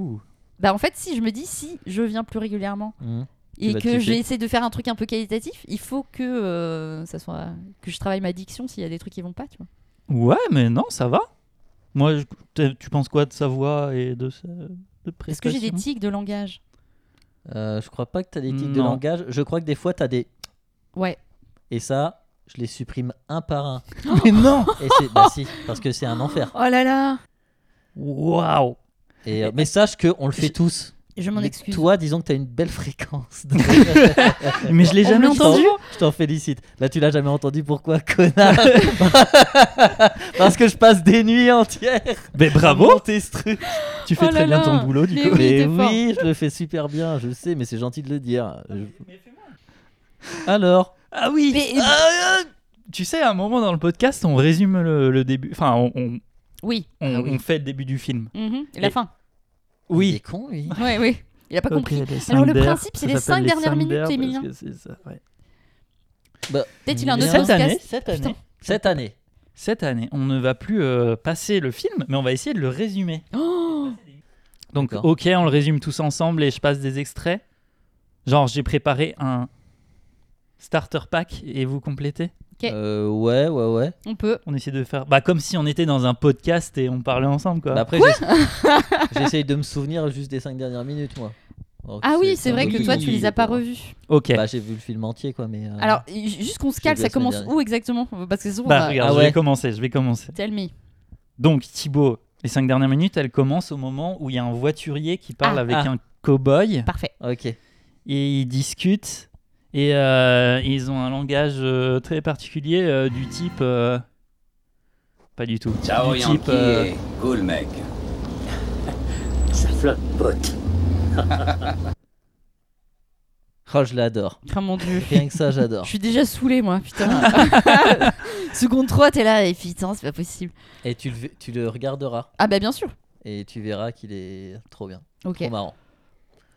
[SPEAKER 2] Bah, en fait, si je me dis, si je viens plus régulièrement.
[SPEAKER 1] Mhm.
[SPEAKER 2] et
[SPEAKER 1] vas te
[SPEAKER 2] que
[SPEAKER 1] kiffer.
[SPEAKER 2] je vais essayer de faire un truc un peu qualitatif, il faut que euh, ça soit que je travaille ma diction s'il y a des trucs qui vont pas, tu vois.
[SPEAKER 3] Ouais, mais non, ça va. Moi, je- t'es- tu penses quoi de sa voix et de sa de
[SPEAKER 2] Est-ce que j'ai des
[SPEAKER 3] prestation
[SPEAKER 2] tics de langage
[SPEAKER 1] Euh, je crois pas que t'as des tics de
[SPEAKER 3] Non.
[SPEAKER 1] langage. Je crois que des fois t'as des.
[SPEAKER 2] Ouais.
[SPEAKER 1] Et ça, je les supprime un par
[SPEAKER 2] <laughs>
[SPEAKER 1] un.
[SPEAKER 3] Mais non
[SPEAKER 1] Et c'est. bah si, parce que c'est un enfer.
[SPEAKER 2] Oh là là
[SPEAKER 3] Waouh
[SPEAKER 1] Et, euh, mais sache qu'on le fait
[SPEAKER 2] Je-
[SPEAKER 1] tous.
[SPEAKER 2] Je m'en
[SPEAKER 1] Mais
[SPEAKER 2] excuse.
[SPEAKER 1] Toi, disons que t'as une belle fréquence. <laughs> de-
[SPEAKER 3] Mais je l'ai
[SPEAKER 2] On
[SPEAKER 3] jamais
[SPEAKER 2] me le
[SPEAKER 3] entendu
[SPEAKER 2] <laughs>
[SPEAKER 1] Je t'en félicite. Là, tu l'as jamais entendu. Pourquoi,
[SPEAKER 3] <laughs>
[SPEAKER 1] connard <laughs> Parce que je passe des nuits entières.
[SPEAKER 3] Mais bravo
[SPEAKER 1] Monter ce truc.
[SPEAKER 3] Tu fais
[SPEAKER 2] Oh
[SPEAKER 3] très
[SPEAKER 2] là
[SPEAKER 3] bien
[SPEAKER 2] là.
[SPEAKER 3] ton boulot du
[SPEAKER 2] Mais
[SPEAKER 3] coup.
[SPEAKER 2] oui,
[SPEAKER 1] Mais
[SPEAKER 2] t'es fort.
[SPEAKER 1] Eh oui, je le fais super bien. Je le sais, mais c'est gentil de le dire. Je- Alors
[SPEAKER 3] Ah oui
[SPEAKER 2] Mais-
[SPEAKER 3] Ah, ah Tu sais, à un moment dans le podcast, on résume le, le début. Enfin, on, on,
[SPEAKER 2] Oui.
[SPEAKER 3] on-
[SPEAKER 1] Ah oui.
[SPEAKER 3] on fait le début du film.
[SPEAKER 2] Mhm. Et la
[SPEAKER 3] Et-
[SPEAKER 2] fin.
[SPEAKER 1] Il est con, lui.
[SPEAKER 2] Ouais, oui. Il a pas compris.
[SPEAKER 3] Ok, les
[SPEAKER 2] Alors, le
[SPEAKER 3] cinq der-
[SPEAKER 2] principe, c'est
[SPEAKER 3] ça
[SPEAKER 2] les
[SPEAKER 3] s'appelle
[SPEAKER 2] cinq dernières
[SPEAKER 3] cinq
[SPEAKER 2] minutes,
[SPEAKER 3] der, parce
[SPEAKER 2] Emilien.
[SPEAKER 3] que c'est ça, ouais.
[SPEAKER 1] Bah,
[SPEAKER 2] Peut-être il a un
[SPEAKER 1] Mais
[SPEAKER 2] autre
[SPEAKER 1] cette
[SPEAKER 2] podcast.
[SPEAKER 3] année-
[SPEAKER 1] Cette
[SPEAKER 2] Putain.
[SPEAKER 1] année. Cette année.
[SPEAKER 3] Cette année, on ne va plus euh, passer le film, mais on va essayer de le résumer.
[SPEAKER 2] Oh
[SPEAKER 3] Donc,
[SPEAKER 1] D'accord.
[SPEAKER 3] ok, on le résume tous ensemble et je passe des extraits. Genre, j'ai préparé un starter pack et vous complétez.
[SPEAKER 2] Ok.
[SPEAKER 1] Euh, ouais, ouais, ouais.
[SPEAKER 2] on peut.
[SPEAKER 3] On essaie de faire. Bah, comme si on était dans un podcast et on parlait ensemble, quoi.
[SPEAKER 1] Bah après,
[SPEAKER 2] <laughs>
[SPEAKER 1] j'essa- j'essaye de me souvenir juste des cinq dernières minutes, moi. Alors
[SPEAKER 2] Ah oui,
[SPEAKER 1] Oh, c'est
[SPEAKER 2] c'est
[SPEAKER 1] un
[SPEAKER 2] vrai que toi
[SPEAKER 1] document.
[SPEAKER 2] tu les as pas revus.
[SPEAKER 3] ok.
[SPEAKER 1] Bah, j'ai vu le film entier, quoi, mais. euh,
[SPEAKER 2] Alors ju- juste qu'on se
[SPEAKER 1] je l'ai
[SPEAKER 2] cale,
[SPEAKER 1] vu
[SPEAKER 2] ça
[SPEAKER 1] la semaine
[SPEAKER 2] commence
[SPEAKER 1] dernière.
[SPEAKER 2] où exactement Parce que souvent. on
[SPEAKER 3] Bah,
[SPEAKER 2] a-
[SPEAKER 3] regarde,
[SPEAKER 1] Ah
[SPEAKER 3] je vais
[SPEAKER 1] ouais.
[SPEAKER 3] commencer, je vais commencer.
[SPEAKER 2] Tell me.
[SPEAKER 3] Donc, Thibaut, les cinq dernières minutes, elles commencent au moment où il y a un voiturier qui parle
[SPEAKER 2] Ah.
[SPEAKER 3] avec
[SPEAKER 1] Ah.
[SPEAKER 3] un cow-boy
[SPEAKER 2] Parfait.
[SPEAKER 1] Ok.
[SPEAKER 3] et ils discutent. Et euh, ils ont un langage euh, très particulier euh, du type. euh, Pas du tout.
[SPEAKER 5] Ciao
[SPEAKER 3] du
[SPEAKER 5] Yankee,
[SPEAKER 3] type. euh,
[SPEAKER 5] cool mec.
[SPEAKER 6] Ça flotte, pote.
[SPEAKER 1] Oh, je l'adore.
[SPEAKER 2] Oh
[SPEAKER 1] <laughs>
[SPEAKER 2] mon dieu.
[SPEAKER 1] Rien que ça,
[SPEAKER 2] Je <laughs>
[SPEAKER 1] j'adore.
[SPEAKER 2] suis déjà saoulée moi,
[SPEAKER 1] <laughs>
[SPEAKER 2] putain. <laughs> Seconde 3, t'es là et putain, c'est pas possible.
[SPEAKER 1] Et tu le, v- tu le regarderas
[SPEAKER 2] Ah bah bien sûr.
[SPEAKER 1] et tu verras qu'il est trop bien,
[SPEAKER 2] Ok.
[SPEAKER 1] trop marrant.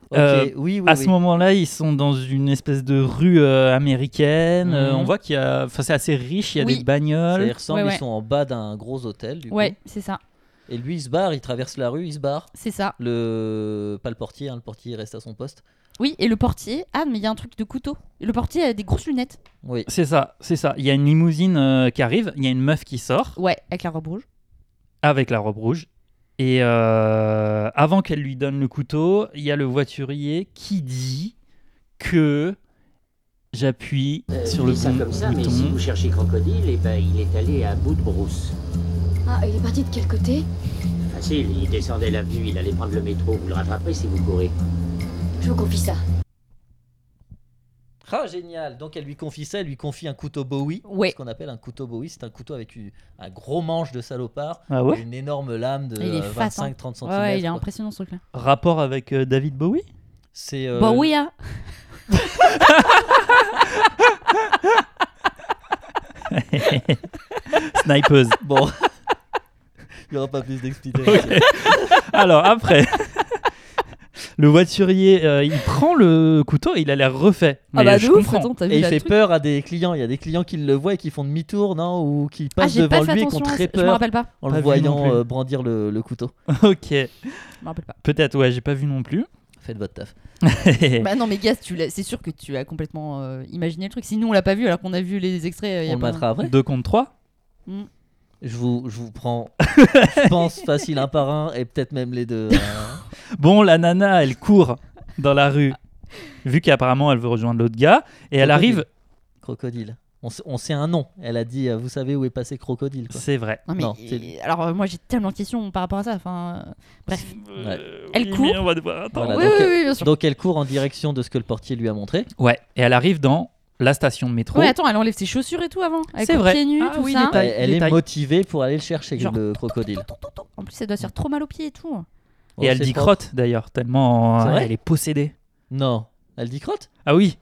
[SPEAKER 1] Ok,
[SPEAKER 3] Euh,
[SPEAKER 1] oui, oui.
[SPEAKER 3] à
[SPEAKER 1] oui.
[SPEAKER 3] ce moment-là, ils sont dans une espèce de rue euh, américaine. Euh,
[SPEAKER 1] Mhm.
[SPEAKER 3] on voit qu'il y a. Enfin, c'est assez riche, il y a
[SPEAKER 2] Oui.
[SPEAKER 3] des
[SPEAKER 1] Ça y
[SPEAKER 3] bagnoles.
[SPEAKER 1] ressemble,
[SPEAKER 2] Ouais, ouais.
[SPEAKER 1] ils sont en bas d'un gros hôtel. Du
[SPEAKER 2] Ouais,
[SPEAKER 1] coup.
[SPEAKER 2] c'est ça.
[SPEAKER 1] Et lui, il se barre, il traverse la rue, il se barre.
[SPEAKER 2] C'est ça.
[SPEAKER 1] Le... Pas le portier, hein, le portier il reste à son poste.
[SPEAKER 2] Oui, et le portier. Ah, mais il y a un truc de couteau. Le portier a des grosses lunettes.
[SPEAKER 1] Oui.
[SPEAKER 3] C'est ça, c'est ça. Il y a une limousine euh, qui arrive, il y a une meuf qui sort
[SPEAKER 2] Ouais, avec la robe rouge.
[SPEAKER 3] avec la robe rouge. Et euh, avant qu'elle lui donne le couteau, il y a le voiturier qui dit que j'appuie
[SPEAKER 7] Euh,
[SPEAKER 3] sur le
[SPEAKER 6] Euh, dis ça
[SPEAKER 3] bon
[SPEAKER 6] comme ça, mais si
[SPEAKER 3] bouton.
[SPEAKER 6] vous cherchez crocodile, eh ben, il est allé à bout de brousse.
[SPEAKER 8] Ah, il est parti de quel côté
[SPEAKER 6] Facile, il descendait l'avenue, il allait prendre le métro, vous le rattraperez si vous courez.
[SPEAKER 8] Je vous confie ça.
[SPEAKER 1] Ah, génial. Donc elle lui confie ça, elle lui confie un couteau Bowie.
[SPEAKER 2] Ouais.
[SPEAKER 1] Ce qu'on appelle un couteau Bowie, c'est un couteau avec une- un gros manche de salopard,
[SPEAKER 3] Ah ouais
[SPEAKER 1] une énorme lame de
[SPEAKER 2] Il est fat, hein.
[SPEAKER 1] 25-30 cm.
[SPEAKER 2] Ouais, ouais, il est impressionnant ce truc-là.
[SPEAKER 3] <laughs> Rapport avec euh, David Bowie
[SPEAKER 1] C'est euh,
[SPEAKER 2] Bon, Bah oui, hein.
[SPEAKER 3] Snipeuse.
[SPEAKER 1] Bon. Il n'y aura pas plus
[SPEAKER 2] <laughs>
[SPEAKER 1] d'explications.
[SPEAKER 3] Ok. Alors après, <laughs> le voiturier, euh, il prend le couteau et il a l'air refait.
[SPEAKER 2] Ah
[SPEAKER 3] Mais
[SPEAKER 2] bah
[SPEAKER 3] je
[SPEAKER 2] de ouf,
[SPEAKER 3] comprends.
[SPEAKER 2] attends, t'as vu
[SPEAKER 1] Et il
[SPEAKER 2] la
[SPEAKER 1] fait
[SPEAKER 2] truc
[SPEAKER 1] peur à des clients. Il y a des clients qui le voient et qui font demi-tour, non Ou qui
[SPEAKER 2] Ah,
[SPEAKER 1] passent
[SPEAKER 2] j'ai pas
[SPEAKER 1] devant
[SPEAKER 2] fait
[SPEAKER 1] lui et qui ont
[SPEAKER 2] attention, à
[SPEAKER 1] très
[SPEAKER 2] ça, je me
[SPEAKER 1] peur
[SPEAKER 2] rappelle pas.
[SPEAKER 1] en le
[SPEAKER 3] Pas vu non
[SPEAKER 1] voyant
[SPEAKER 3] plus.
[SPEAKER 1] euh, brandir le, le couteau.
[SPEAKER 3] <laughs> Ok,
[SPEAKER 2] Je me rappelle pas.
[SPEAKER 3] peut-être, ouais, j'ai pas vu non plus.
[SPEAKER 1] Faites votre taf.
[SPEAKER 2] Bah non, mais Gaz, tu l'as- c'est sûr que tu as complètement euh, imaginé le truc. Sinon, on l'a pas vu alors qu'on a vu les extraits. euh, il y a
[SPEAKER 1] On le
[SPEAKER 2] pas-
[SPEAKER 1] matera après.
[SPEAKER 3] <laughs> Deux contre trois.
[SPEAKER 1] Je vous, je vous prends,
[SPEAKER 3] <laughs>
[SPEAKER 1] je pense, facile un par un et peut-être même les deux. hein.
[SPEAKER 3] Bon, la nana, elle court dans la
[SPEAKER 2] Ah.
[SPEAKER 3] rue, vu qu'apparemment elle veut rejoindre l'autre gars, et elle
[SPEAKER 1] Crocodile.
[SPEAKER 3] arrive.
[SPEAKER 1] Crocodile. On, s- on sait un nom. Elle a dit, euh, vous savez où est passé Crocodile. quoi.
[SPEAKER 3] C'est vrai.
[SPEAKER 2] Non, mais
[SPEAKER 1] Non,
[SPEAKER 2] euh,
[SPEAKER 1] c'est-
[SPEAKER 2] alors euh, moi j'ai tellement de questions par rapport à ça. Enfin, euh, bref.
[SPEAKER 3] Euh,
[SPEAKER 2] Elle
[SPEAKER 3] oui,
[SPEAKER 2] court.
[SPEAKER 3] mais on va devoir attendre.
[SPEAKER 1] Voilà,
[SPEAKER 2] oui,
[SPEAKER 1] donc,
[SPEAKER 2] oui,
[SPEAKER 1] euh,
[SPEAKER 2] oui, bien sûr.
[SPEAKER 1] Donc elle court en direction de ce que le portier lui a montré.
[SPEAKER 3] Ouais, et elle arrive dans la station de métro.
[SPEAKER 2] Ouais, attends, elle enlève ses chaussures et tout avant. Avec
[SPEAKER 3] C'est
[SPEAKER 2] les
[SPEAKER 3] vrai.
[SPEAKER 2] pieds nus,
[SPEAKER 3] Ah
[SPEAKER 2] tout
[SPEAKER 3] oui,
[SPEAKER 2] ça.
[SPEAKER 3] détail.
[SPEAKER 1] Elle, elle est
[SPEAKER 3] détail.
[SPEAKER 1] motivée pour aller le chercher,
[SPEAKER 2] Genre,
[SPEAKER 1] le crocodile.
[SPEAKER 2] En plus, elle doit se faire trop mal aux pieds et tout.
[SPEAKER 1] Oh,
[SPEAKER 3] Et elle
[SPEAKER 1] c'est
[SPEAKER 3] dit
[SPEAKER 1] propre.
[SPEAKER 3] crotte d'ailleurs, tellement
[SPEAKER 1] C'est
[SPEAKER 3] euh,
[SPEAKER 1] vrai
[SPEAKER 3] elle est possédée.
[SPEAKER 1] Non. Elle dit crotte
[SPEAKER 3] Ah oui,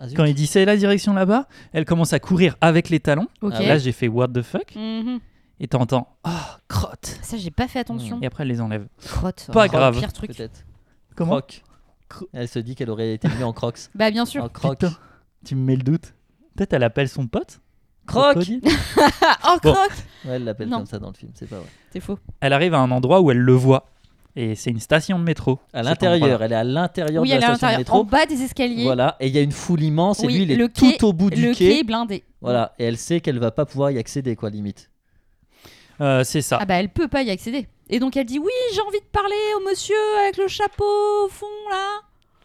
[SPEAKER 1] Ah, zut.
[SPEAKER 3] quand il dit c'est la direction là-bas, elle commence à courir avec les talons.
[SPEAKER 2] Ok.
[SPEAKER 1] Ah
[SPEAKER 3] Là, j'ai fait what the fuck,
[SPEAKER 2] Mhm.
[SPEAKER 3] et t'entends ah crotte.
[SPEAKER 2] Ça, j'ai pas fait attention.
[SPEAKER 3] Et après, elle les enlève.
[SPEAKER 2] Crotte.
[SPEAKER 3] Pas
[SPEAKER 2] oh,
[SPEAKER 3] grave.
[SPEAKER 2] Pire truc.
[SPEAKER 1] Peut-être.
[SPEAKER 3] Comment
[SPEAKER 1] Croc. Elle se dit qu'elle aurait été mieux en
[SPEAKER 3] <laughs>
[SPEAKER 1] crocs.
[SPEAKER 2] Bah bien sûr.
[SPEAKER 1] En croc.
[SPEAKER 3] Putain, tu me mets le doute. Peut-être elle appelle son pote.
[SPEAKER 1] Croc
[SPEAKER 2] <laughs>
[SPEAKER 3] Crocodile.
[SPEAKER 2] Ah, oh
[SPEAKER 3] Bon.
[SPEAKER 2] croc.
[SPEAKER 1] Ouais, Elle l'appelle
[SPEAKER 2] Non.
[SPEAKER 1] comme ça dans le film, c'est pas vrai.
[SPEAKER 2] C'est faux.
[SPEAKER 3] <laughs> Elle arrive à un endroit où elle le voit. Et c'est une station de métro.
[SPEAKER 1] À
[SPEAKER 3] Cet
[SPEAKER 1] l'intérieur,
[SPEAKER 3] endroit-là.
[SPEAKER 1] elle est à l'intérieur
[SPEAKER 2] Oui,
[SPEAKER 1] de
[SPEAKER 2] elle est à
[SPEAKER 1] la station de
[SPEAKER 2] l'intérieur. En
[SPEAKER 1] métro.
[SPEAKER 2] bas des escaliers.
[SPEAKER 1] Voilà, et il y a une foule immense,
[SPEAKER 2] Oui,
[SPEAKER 1] et lui il est
[SPEAKER 2] le
[SPEAKER 1] tout
[SPEAKER 2] quai-
[SPEAKER 1] au bout du
[SPEAKER 2] Le
[SPEAKER 1] quai.
[SPEAKER 2] quai est blindé.
[SPEAKER 1] Voilà, et elle sait qu'elle va pas pouvoir y accéder, quoi, limite.
[SPEAKER 3] Euh, c'est ça.
[SPEAKER 2] Ah bah elle peut pas y accéder. Et donc elle dit oui, j'ai envie de parler au monsieur avec le chapeau au fond là.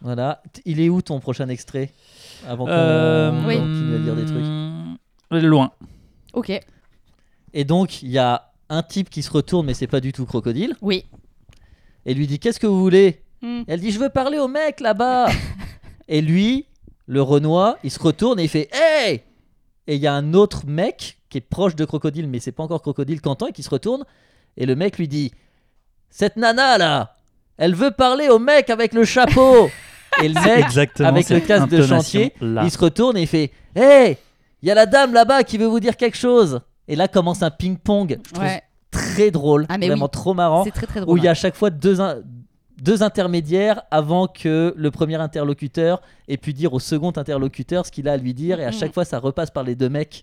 [SPEAKER 1] Voilà. T- Il est où ton prochain extrait Avant qu'on
[SPEAKER 3] Euh,
[SPEAKER 1] qu'on
[SPEAKER 2] Oui.
[SPEAKER 1] continue à dire des trucs.
[SPEAKER 3] Loin.
[SPEAKER 2] Ok.
[SPEAKER 1] Et donc, il y a un type qui se retourne, mais c'est pas du tout Crocodile,
[SPEAKER 2] Oui.
[SPEAKER 1] et lui dit Qu'est-ce que vous voulez
[SPEAKER 2] Hmm.
[SPEAKER 1] Elle dit Je veux parler au mec là-bas Et lui, le Renoir, il se retourne et il fait Hey Et il y a un autre mec qui est proche de Crocodile, mais c'est pas encore Crocodile Quentin, et qui se retourne. Et le mec lui dit Cette nana là, elle veut parler au mec avec le chapeau Et le mec,
[SPEAKER 3] Exactement.
[SPEAKER 1] avec le
[SPEAKER 3] cette
[SPEAKER 1] casque de chantier,
[SPEAKER 3] intonation-là.
[SPEAKER 1] il se retourne et il fait Hey Il y a la dame là-bas qui veut vous dire quelque chose Et là commence un ping-pong. Je trouve
[SPEAKER 2] Ouais.
[SPEAKER 1] très drôle,
[SPEAKER 2] Ah, mais
[SPEAKER 1] vraiment
[SPEAKER 2] oui.
[SPEAKER 1] trop marrant
[SPEAKER 2] C'est très très
[SPEAKER 1] où
[SPEAKER 2] drôle.
[SPEAKER 1] il y a à chaque fois deux, in- deux intermédiaires avant que le premier interlocuteur ait pu dire au second interlocuteur ce qu'il a à lui dire, et à
[SPEAKER 2] Mhm.
[SPEAKER 1] chaque fois ça repasse par les deux mecs.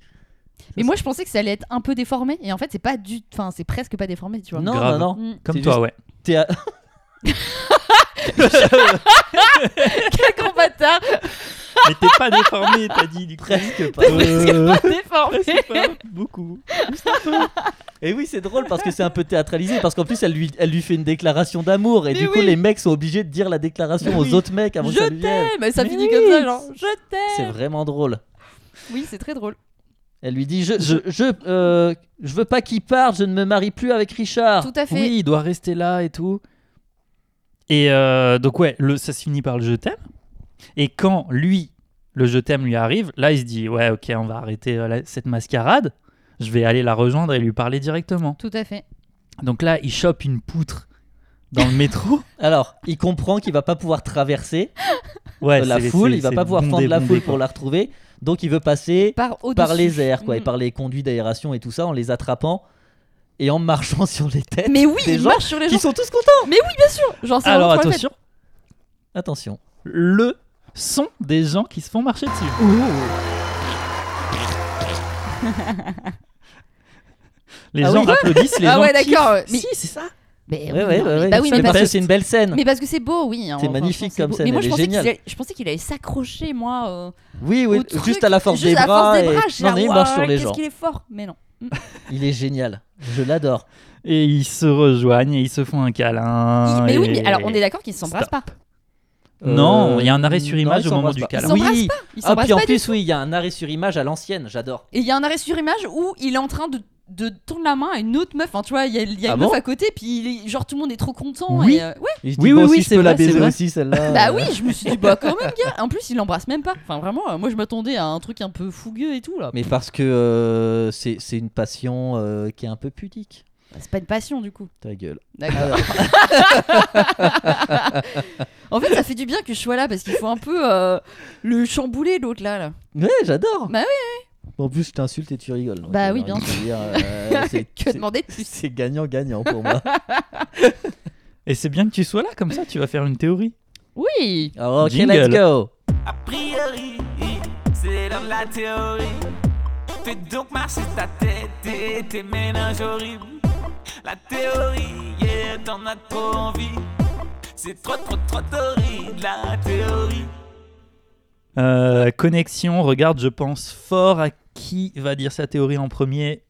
[SPEAKER 2] Mais moi je pensais que ça allait être un peu déformé et en fait c'est pas du, enfin c'est presque pas déformé tu vois.
[SPEAKER 1] Non,
[SPEAKER 3] Grave.
[SPEAKER 1] non, non.
[SPEAKER 2] Mm.
[SPEAKER 3] Comme
[SPEAKER 1] C'est
[SPEAKER 3] toi,
[SPEAKER 1] juste-
[SPEAKER 3] ouais.
[SPEAKER 1] T'es
[SPEAKER 3] <laughs>
[SPEAKER 1] à-
[SPEAKER 2] <laughs> Quel grand bâtard
[SPEAKER 3] Mais t'es
[SPEAKER 1] <laughs>
[SPEAKER 3] pas déformé, t'as dit du coup.
[SPEAKER 1] presque pas.
[SPEAKER 3] Euh,
[SPEAKER 1] Ah,
[SPEAKER 2] déformé.
[SPEAKER 3] c'est <laughs> pas beaucoup.
[SPEAKER 1] Et oui, c'est drôle parce que c'est un peu théâtralisé, parce qu'en plus elle lui, elle lui fait une déclaration d'amour, et
[SPEAKER 2] Mais
[SPEAKER 1] du coup
[SPEAKER 2] oui.
[SPEAKER 1] les mecs sont obligés de dire la déclaration aux autres mecs avant que ça
[SPEAKER 2] Je
[SPEAKER 1] lui vienne.
[SPEAKER 2] t'aime. Ça
[SPEAKER 3] Mais
[SPEAKER 2] finit
[SPEAKER 3] oui.
[SPEAKER 2] comme ça genre je
[SPEAKER 1] C'est
[SPEAKER 2] t'aime.
[SPEAKER 1] vraiment drôle.
[SPEAKER 2] Oui c'est très drôle.
[SPEAKER 1] Elle lui dit Je, je, je, euh, je veux pas qu'il parte, je ne me marie plus avec Richard.
[SPEAKER 2] Tout à fait.
[SPEAKER 3] Oui, il doit rester là et tout. Et euh, donc, ouais, le, ça se finit par le je t'aime. Et quand lui, le je t'aime lui arrive, là, il se dit Ouais, ok, on va arrêter euh, la- cette mascarade. Je vais aller la rejoindre et lui parler directement.
[SPEAKER 2] Tout à fait.
[SPEAKER 3] Donc là, il chope une poutre dans le
[SPEAKER 1] <laughs>
[SPEAKER 3] métro.
[SPEAKER 1] Alors, il comprend qu'il va pas pouvoir traverser,
[SPEAKER 3] Ouais,
[SPEAKER 1] de la
[SPEAKER 3] c'est-
[SPEAKER 1] foule,
[SPEAKER 3] c'est-
[SPEAKER 1] il va
[SPEAKER 3] c'est
[SPEAKER 1] pas pouvoir
[SPEAKER 3] bondé,
[SPEAKER 1] prendre la
[SPEAKER 3] bondé,
[SPEAKER 1] foule
[SPEAKER 3] quoi.
[SPEAKER 1] pour la retrouver, donc il veut passer
[SPEAKER 2] Par Mm. au
[SPEAKER 1] par les airs quoi, et par les conduits d'aération et tout ça en les attrapant et en marchant <laughs> sur les têtes.
[SPEAKER 2] Mais oui
[SPEAKER 1] Des
[SPEAKER 2] il
[SPEAKER 1] gens
[SPEAKER 2] marche sur les gens.
[SPEAKER 1] Qui sont tous contents.
[SPEAKER 2] Genre c'est
[SPEAKER 3] Alors
[SPEAKER 2] vraiment trop la
[SPEAKER 3] attention,
[SPEAKER 1] Attention.
[SPEAKER 3] le son des gens qui se font marcher dessus. Les
[SPEAKER 1] Ah
[SPEAKER 3] gens
[SPEAKER 1] oui.
[SPEAKER 3] applaudissent, les
[SPEAKER 2] Ah
[SPEAKER 3] gens
[SPEAKER 2] ouais,
[SPEAKER 3] kiffent.
[SPEAKER 2] d'accord, mais-
[SPEAKER 3] Si, c'est ça.
[SPEAKER 2] fête. Mais
[SPEAKER 1] Ouais,
[SPEAKER 2] oui,
[SPEAKER 1] ouais,
[SPEAKER 2] non,
[SPEAKER 1] ouais,
[SPEAKER 2] mais
[SPEAKER 1] ouais.
[SPEAKER 2] Bah oui
[SPEAKER 1] mais
[SPEAKER 2] mais
[SPEAKER 1] parce que
[SPEAKER 2] parce
[SPEAKER 1] c'est une belle scène.
[SPEAKER 2] Mais parce que c'est beau, oui. hein,
[SPEAKER 1] C'est
[SPEAKER 2] enfin,
[SPEAKER 1] magnifique
[SPEAKER 2] franchement,
[SPEAKER 1] comme
[SPEAKER 2] c'est beau.
[SPEAKER 1] scène,
[SPEAKER 2] Mais moi,
[SPEAKER 1] elle
[SPEAKER 2] je
[SPEAKER 1] est
[SPEAKER 2] pensais, qu'il
[SPEAKER 1] géniale.
[SPEAKER 2] allait, je pensais qu'il allait s'accrocher, moi. euh,
[SPEAKER 1] Oui, oui,
[SPEAKER 2] au truc,
[SPEAKER 1] juste à la force
[SPEAKER 2] juste
[SPEAKER 1] des
[SPEAKER 2] à la
[SPEAKER 1] bras.
[SPEAKER 2] force des
[SPEAKER 1] et-
[SPEAKER 2] bras, j'ai
[SPEAKER 1] Non,
[SPEAKER 2] la-
[SPEAKER 1] mais il
[SPEAKER 2] Ouah,
[SPEAKER 1] marche sur les
[SPEAKER 2] Qu'est-ce
[SPEAKER 1] gens.
[SPEAKER 2] qu'il est fort Mais non.
[SPEAKER 1] Il est génial. Je l'adore.
[SPEAKER 3] Et ils se rejoignent et ils se font un câlin.
[SPEAKER 2] Il- mais oui,
[SPEAKER 3] Ah, et-
[SPEAKER 2] mais alors on est d'accord qu'ils ne s'embrassent pas.
[SPEAKER 1] Ah,
[SPEAKER 3] Non,
[SPEAKER 1] Euh,
[SPEAKER 3] il y a un arrêt sur
[SPEAKER 1] non,
[SPEAKER 3] image
[SPEAKER 1] ils
[SPEAKER 3] au moment
[SPEAKER 1] s'embrassent
[SPEAKER 3] du
[SPEAKER 1] pas.
[SPEAKER 3] câlin.
[SPEAKER 2] Ils s'embrassent
[SPEAKER 1] Oui.
[SPEAKER 2] Ils
[SPEAKER 1] Ah,
[SPEAKER 2] s'embrassent
[SPEAKER 1] puis en
[SPEAKER 2] pas. du-
[SPEAKER 1] plus, oui, il y a un arrêt sur image à l'ancienne. J'adore.
[SPEAKER 2] Et il y a un arrêt sur image où il est en train de de tendre la main à une autre meuf. Enfin, tu vois, il y a, il y a
[SPEAKER 1] Ah
[SPEAKER 2] une
[SPEAKER 1] bon
[SPEAKER 2] meuf à côté, puis il est- genre tout le monde est trop content.
[SPEAKER 3] Oui.
[SPEAKER 2] et, euh, ouais.
[SPEAKER 1] Et je dis,
[SPEAKER 3] Oui,
[SPEAKER 1] bon,
[SPEAKER 3] oui,
[SPEAKER 1] si
[SPEAKER 3] oui,
[SPEAKER 1] je
[SPEAKER 3] c'est
[SPEAKER 1] peux la
[SPEAKER 3] vrai, c'est
[SPEAKER 1] baiser
[SPEAKER 3] vrai.
[SPEAKER 1] aussi celle-là.
[SPEAKER 2] Bah
[SPEAKER 1] euh,
[SPEAKER 2] oui, je me suis dit, bah quand même, gars. En plus, il l'embrasse même pas. Enfin, vraiment, euh, moi, je m'attendais à un truc un peu fougueux et tout là.
[SPEAKER 1] Mais parce que euh, c'est c'est une passion euh, qui est un peu pudique.
[SPEAKER 2] Bah, C'est pas une passion du coup.
[SPEAKER 1] Ta gueule.
[SPEAKER 2] D'accord.
[SPEAKER 1] Ah
[SPEAKER 2] <laughs> en fait, ça fait du bien que je sois là parce qu'il faut un peu euh, le chambouler l'autre là.
[SPEAKER 1] <laughs>
[SPEAKER 2] là.
[SPEAKER 1] Ouais, j'adore.
[SPEAKER 2] Bah
[SPEAKER 1] En plus, je t'insulte et tu rigoles. donc,
[SPEAKER 2] Bah
[SPEAKER 1] euh,
[SPEAKER 2] oui,
[SPEAKER 1] j'ai
[SPEAKER 2] bien
[SPEAKER 1] envie de dire, euh, <laughs> c'est-
[SPEAKER 2] Que
[SPEAKER 1] c'est-
[SPEAKER 2] demander de plus
[SPEAKER 1] C'est gagnant-gagnant pour moi.
[SPEAKER 3] Et c'est bien que tu sois là, comme ça tu vas faire une théorie.
[SPEAKER 2] Oui.
[SPEAKER 1] Alors, ok,
[SPEAKER 3] Jingle.
[SPEAKER 1] let's go.
[SPEAKER 4] A priori, c'est l'heure de la théorie. Fais donc marcher ta tête et tes ménages horribles. La théorie, yeah, t'en as trop envie. C'est trop, trop, trop torride, la théorie.
[SPEAKER 3] Euh, connexion, regarde, je pense fort à qui va dire sa théorie en premier.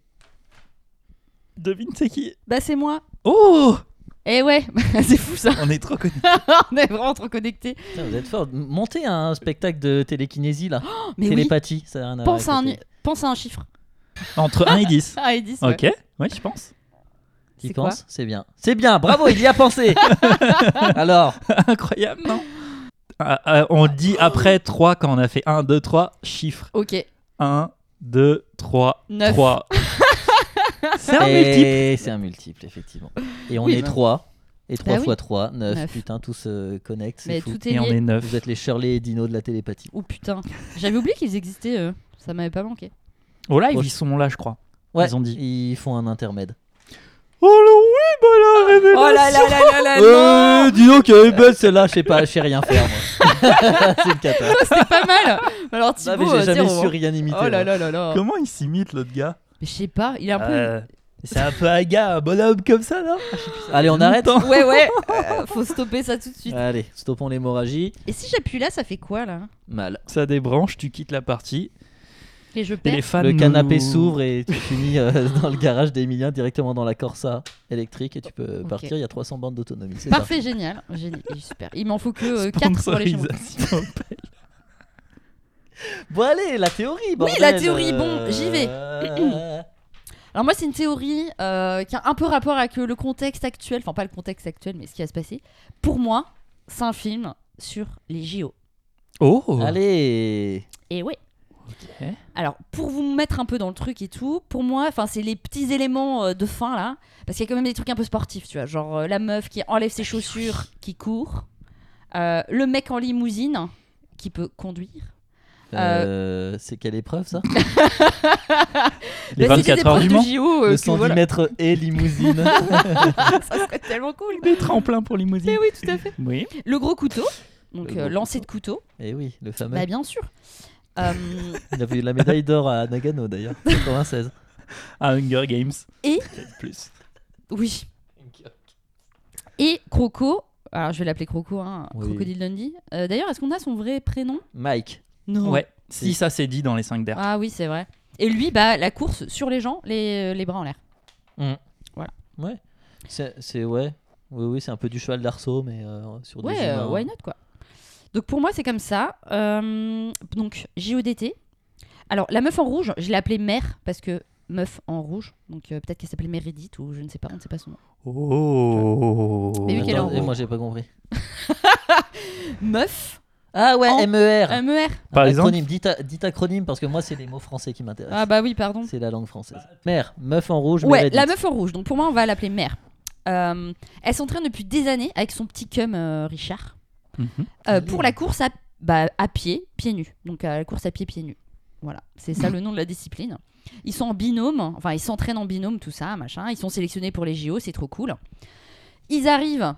[SPEAKER 3] Devine c'est qui
[SPEAKER 2] Bah c'est moi.
[SPEAKER 3] Oh
[SPEAKER 2] Eh ouais, <laughs> c'est fou ça.
[SPEAKER 3] On est trop connus.
[SPEAKER 2] On est vraiment trop connectés.
[SPEAKER 1] Putain, vous êtes fort. Montez un spectacle de télékinésie là.
[SPEAKER 2] Mais oui,
[SPEAKER 1] Télépathie, ça n'a rien à voir
[SPEAKER 2] pense à,
[SPEAKER 1] avec
[SPEAKER 2] un,
[SPEAKER 1] le
[SPEAKER 2] nu-
[SPEAKER 1] télé.
[SPEAKER 2] pense à un chiffre.
[SPEAKER 3] Entre 1 et 10.
[SPEAKER 2] <laughs> Ah, et 10. ouais.
[SPEAKER 3] Ok, ouais, je pense. <laughs>
[SPEAKER 1] Qui
[SPEAKER 2] C'est quoi
[SPEAKER 1] pense C'est bien. C'est bien, bravo, il y a pensé. Alors,
[SPEAKER 3] Incroyable, non Ah, ah, On dit
[SPEAKER 2] oh.
[SPEAKER 3] après 3 quand on a fait 1, 2, 3, chiffre.
[SPEAKER 2] Ok.
[SPEAKER 3] 1, 2, 3,
[SPEAKER 2] Neuf. <laughs>
[SPEAKER 3] 3. C'est un multiple.
[SPEAKER 1] et c'est un multiple, effectivement. Et on
[SPEAKER 2] Oui. Bah
[SPEAKER 1] est 3. Et 3
[SPEAKER 2] oui.
[SPEAKER 1] fois 3, 9.
[SPEAKER 2] Neuf.
[SPEAKER 1] Putain, tout se connecte, c'est
[SPEAKER 2] Mais
[SPEAKER 1] fou.
[SPEAKER 2] tout est
[SPEAKER 3] Et on
[SPEAKER 2] lié.
[SPEAKER 3] est 9.
[SPEAKER 1] Vous êtes les Shirley et Dino de la télépathie.
[SPEAKER 2] Oh putain. J'avais oublié qu'ils existaient. euh. Ça m'avait pas manqué.
[SPEAKER 3] Au live,
[SPEAKER 1] Proche.
[SPEAKER 3] ils sont là, je crois.
[SPEAKER 1] Ouais,
[SPEAKER 3] Ils ont dit.
[SPEAKER 1] Ils font un intermède.
[SPEAKER 3] Oh oui, bah la révélation
[SPEAKER 2] Oh là là là
[SPEAKER 1] Euh, dis donc, elle est belle celle-là, je sais pas, je sais rien faire.
[SPEAKER 2] <laughs>
[SPEAKER 1] moi. c'est une cata.
[SPEAKER 2] C'est pas mal. Alors
[SPEAKER 1] Non,
[SPEAKER 2] Thibaut,
[SPEAKER 1] mais j'ai
[SPEAKER 2] euh,
[SPEAKER 1] jamais
[SPEAKER 2] zéro,
[SPEAKER 1] su
[SPEAKER 2] hein.
[SPEAKER 1] rien imiter.
[SPEAKER 2] Oh là
[SPEAKER 1] moi.
[SPEAKER 2] là là là.
[SPEAKER 3] Comment il s'imite, l'autre gars
[SPEAKER 2] Mais je sais pas, il est un peu.
[SPEAKER 3] Euh, C'est un peu un gars, un bonhomme comme ça, là
[SPEAKER 1] Ah, Allez, on arrête.
[SPEAKER 2] <laughs> Ouais ouais. euh, faut stopper ça tout de suite.
[SPEAKER 1] Allez, stoppons l'hémorragie.
[SPEAKER 2] Et si j'appuie là, ça fait quoi là
[SPEAKER 1] Mal.
[SPEAKER 3] Ça débranche, tu quittes la partie.
[SPEAKER 2] Et je
[SPEAKER 3] Et
[SPEAKER 2] perds.
[SPEAKER 3] les fans
[SPEAKER 1] Le
[SPEAKER 3] nous-
[SPEAKER 1] canapé s'ouvre et tu finis euh, <laughs> dans le garage d'Emilien directement dans la Corsa électrique et tu peux
[SPEAKER 2] Ok.
[SPEAKER 1] partir. Il y a 300 bandes d'autonomie. c'est
[SPEAKER 2] Parfait, génial. Génie- Super. Il m'en faut que 4 pour les chambres.
[SPEAKER 3] Sponsorisation.
[SPEAKER 1] parti. Bon, allez, la théorie. Bordel.
[SPEAKER 2] la théorie, bon,
[SPEAKER 1] Euh,
[SPEAKER 2] j'y vais. Alors moi, c'est une théorie euh, qui a un peu rapport avec le contexte actuel, enfin pas le contexte actuel, mais ce qui va se passer. Pour moi, c'est un film sur les JO.
[SPEAKER 3] Oh
[SPEAKER 1] Allez.
[SPEAKER 2] Et ouais.
[SPEAKER 3] Ok.
[SPEAKER 2] Alors, pour vous mettre un peu dans le truc et tout, pour moi, enfin, c'est les petits éléments euh, de fin là, parce qu'il y a quand même des trucs un peu sportifs, tu vois, genre euh, la meuf qui enlève
[SPEAKER 3] Ah,
[SPEAKER 2] ses chaussures, qui court, euh, le mec en limousine qui peut conduire. <laughs>
[SPEAKER 1] Euh, c'est quelle épreuve ça
[SPEAKER 3] Les
[SPEAKER 2] Bah, c'est des
[SPEAKER 3] 24 heures du
[SPEAKER 2] épreuves
[SPEAKER 3] Mans
[SPEAKER 2] de JO, euh,
[SPEAKER 1] Le
[SPEAKER 2] que
[SPEAKER 1] 110
[SPEAKER 2] voilà.
[SPEAKER 1] mètres et
[SPEAKER 2] <laughs>
[SPEAKER 1] limousine.
[SPEAKER 2] ça serait tellement
[SPEAKER 3] <laughs>
[SPEAKER 2] cool.
[SPEAKER 3] Des tremplins pour limousine.
[SPEAKER 2] Mais oui, tout à fait.
[SPEAKER 3] Eh Oui.
[SPEAKER 2] Le gros couteau, donc
[SPEAKER 1] Le gros
[SPEAKER 2] euh, lancer de couteau,
[SPEAKER 1] et Eh oui, le fameux.
[SPEAKER 2] bah bien
[SPEAKER 3] <laughs>
[SPEAKER 2] sûr. Euh,
[SPEAKER 1] Il avait eu la médaille d'or à Nagano d'ailleurs,
[SPEAKER 2] <laughs>
[SPEAKER 1] 96.
[SPEAKER 3] À Hunger Games.
[SPEAKER 2] Et
[SPEAKER 3] Peut-être plus.
[SPEAKER 2] Oui. Et Croco, alors je vais l'appeler Croco, hein,
[SPEAKER 1] Oui.
[SPEAKER 2] Crocodile Dundee. Euh, D'ailleurs, est-ce qu'on a son vrai prénom
[SPEAKER 1] Mike.
[SPEAKER 2] Non.
[SPEAKER 3] Ouais. Si ça c'est dit dans les 5 d'air.
[SPEAKER 2] Ah oui, c'est vrai. Et lui, bah, la course sur les gens, les, les bras en l'air.
[SPEAKER 1] C'est c'est- ouais. Oui, oui, c'est un peu du cheval d'arceau, mais euh, sur des
[SPEAKER 2] Ouais,
[SPEAKER 1] humains.
[SPEAKER 2] euh, why not quoi. Donc pour moi, c'est comme ça. Euh, donc JODT. Alors la meuf en rouge, je l'ai appelée mère parce que meuf en rouge. Donc euh, peut-être qu'elle s'appelait Meredith ou je ne sais pas, on ne sait pas son nom.
[SPEAKER 3] Oh.
[SPEAKER 2] Mais vu qu'elle est en
[SPEAKER 1] Attends, et
[SPEAKER 2] rouge.
[SPEAKER 1] moi j'ai pas compris.
[SPEAKER 2] Meuf,
[SPEAKER 1] Ah ouais,
[SPEAKER 2] En- E
[SPEAKER 1] MER.
[SPEAKER 2] MER.
[SPEAKER 3] Par exemple
[SPEAKER 1] acronyme, dites, a- dites acronyme parce que moi c'est les mots français qui m'intéressent.
[SPEAKER 2] Ah bah oui, pardon.
[SPEAKER 1] C'est la langue française. Mère, meuf en rouge,
[SPEAKER 2] Ouais,
[SPEAKER 1] Meredith.
[SPEAKER 2] la meuf en rouge. Donc pour moi, on va l'appeler mère. Euh, elle s'entraîne depuis des années avec son petit cum euh, Richard
[SPEAKER 3] Mhm.
[SPEAKER 2] euh, pour la course à, bah, à pied, pieds nus. Donc euh, la course à pied, pieds nus. Voilà, c'est ça le nom de la discipline. Ils sont en binôme, enfin ils s'entraînent en binôme, tout ça, machin. Ils sont sélectionnés pour les JO, c'est trop cool. Ils arrivent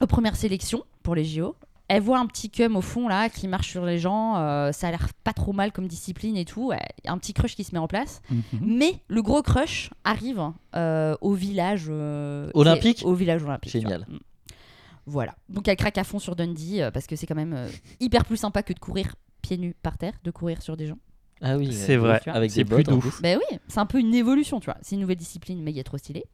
[SPEAKER 2] aux premières sélections pour les JO. Elle voit un petit cum au fond là qui marche sur les gens. euh, ça a l'air pas trop mal comme discipline et tout. Ouais, Un petit crush qui se met en place.
[SPEAKER 3] Mhm.
[SPEAKER 1] Hmm.
[SPEAKER 2] Mais le gros crush arrive euh, au village euh,
[SPEAKER 1] Olympique
[SPEAKER 2] qui est- Au village olympique. tu vois.
[SPEAKER 1] Génial.
[SPEAKER 2] Mm. Voilà. Donc elle craque à fond sur Dundee euh, parce que c'est quand même euh, hyper plus sympa que de courir pieds nus par terre, de courir sur des gens.
[SPEAKER 1] Ah oui,
[SPEAKER 3] C'est
[SPEAKER 1] euh,
[SPEAKER 3] vrai.
[SPEAKER 1] Avec
[SPEAKER 3] C'est
[SPEAKER 1] des
[SPEAKER 3] plus
[SPEAKER 1] bottes. en
[SPEAKER 3] doux.
[SPEAKER 1] plus.
[SPEAKER 2] Ben oui, c'est un peu une évolution, tu vois. C'est une nouvelle discipline, mais il est trop stylé.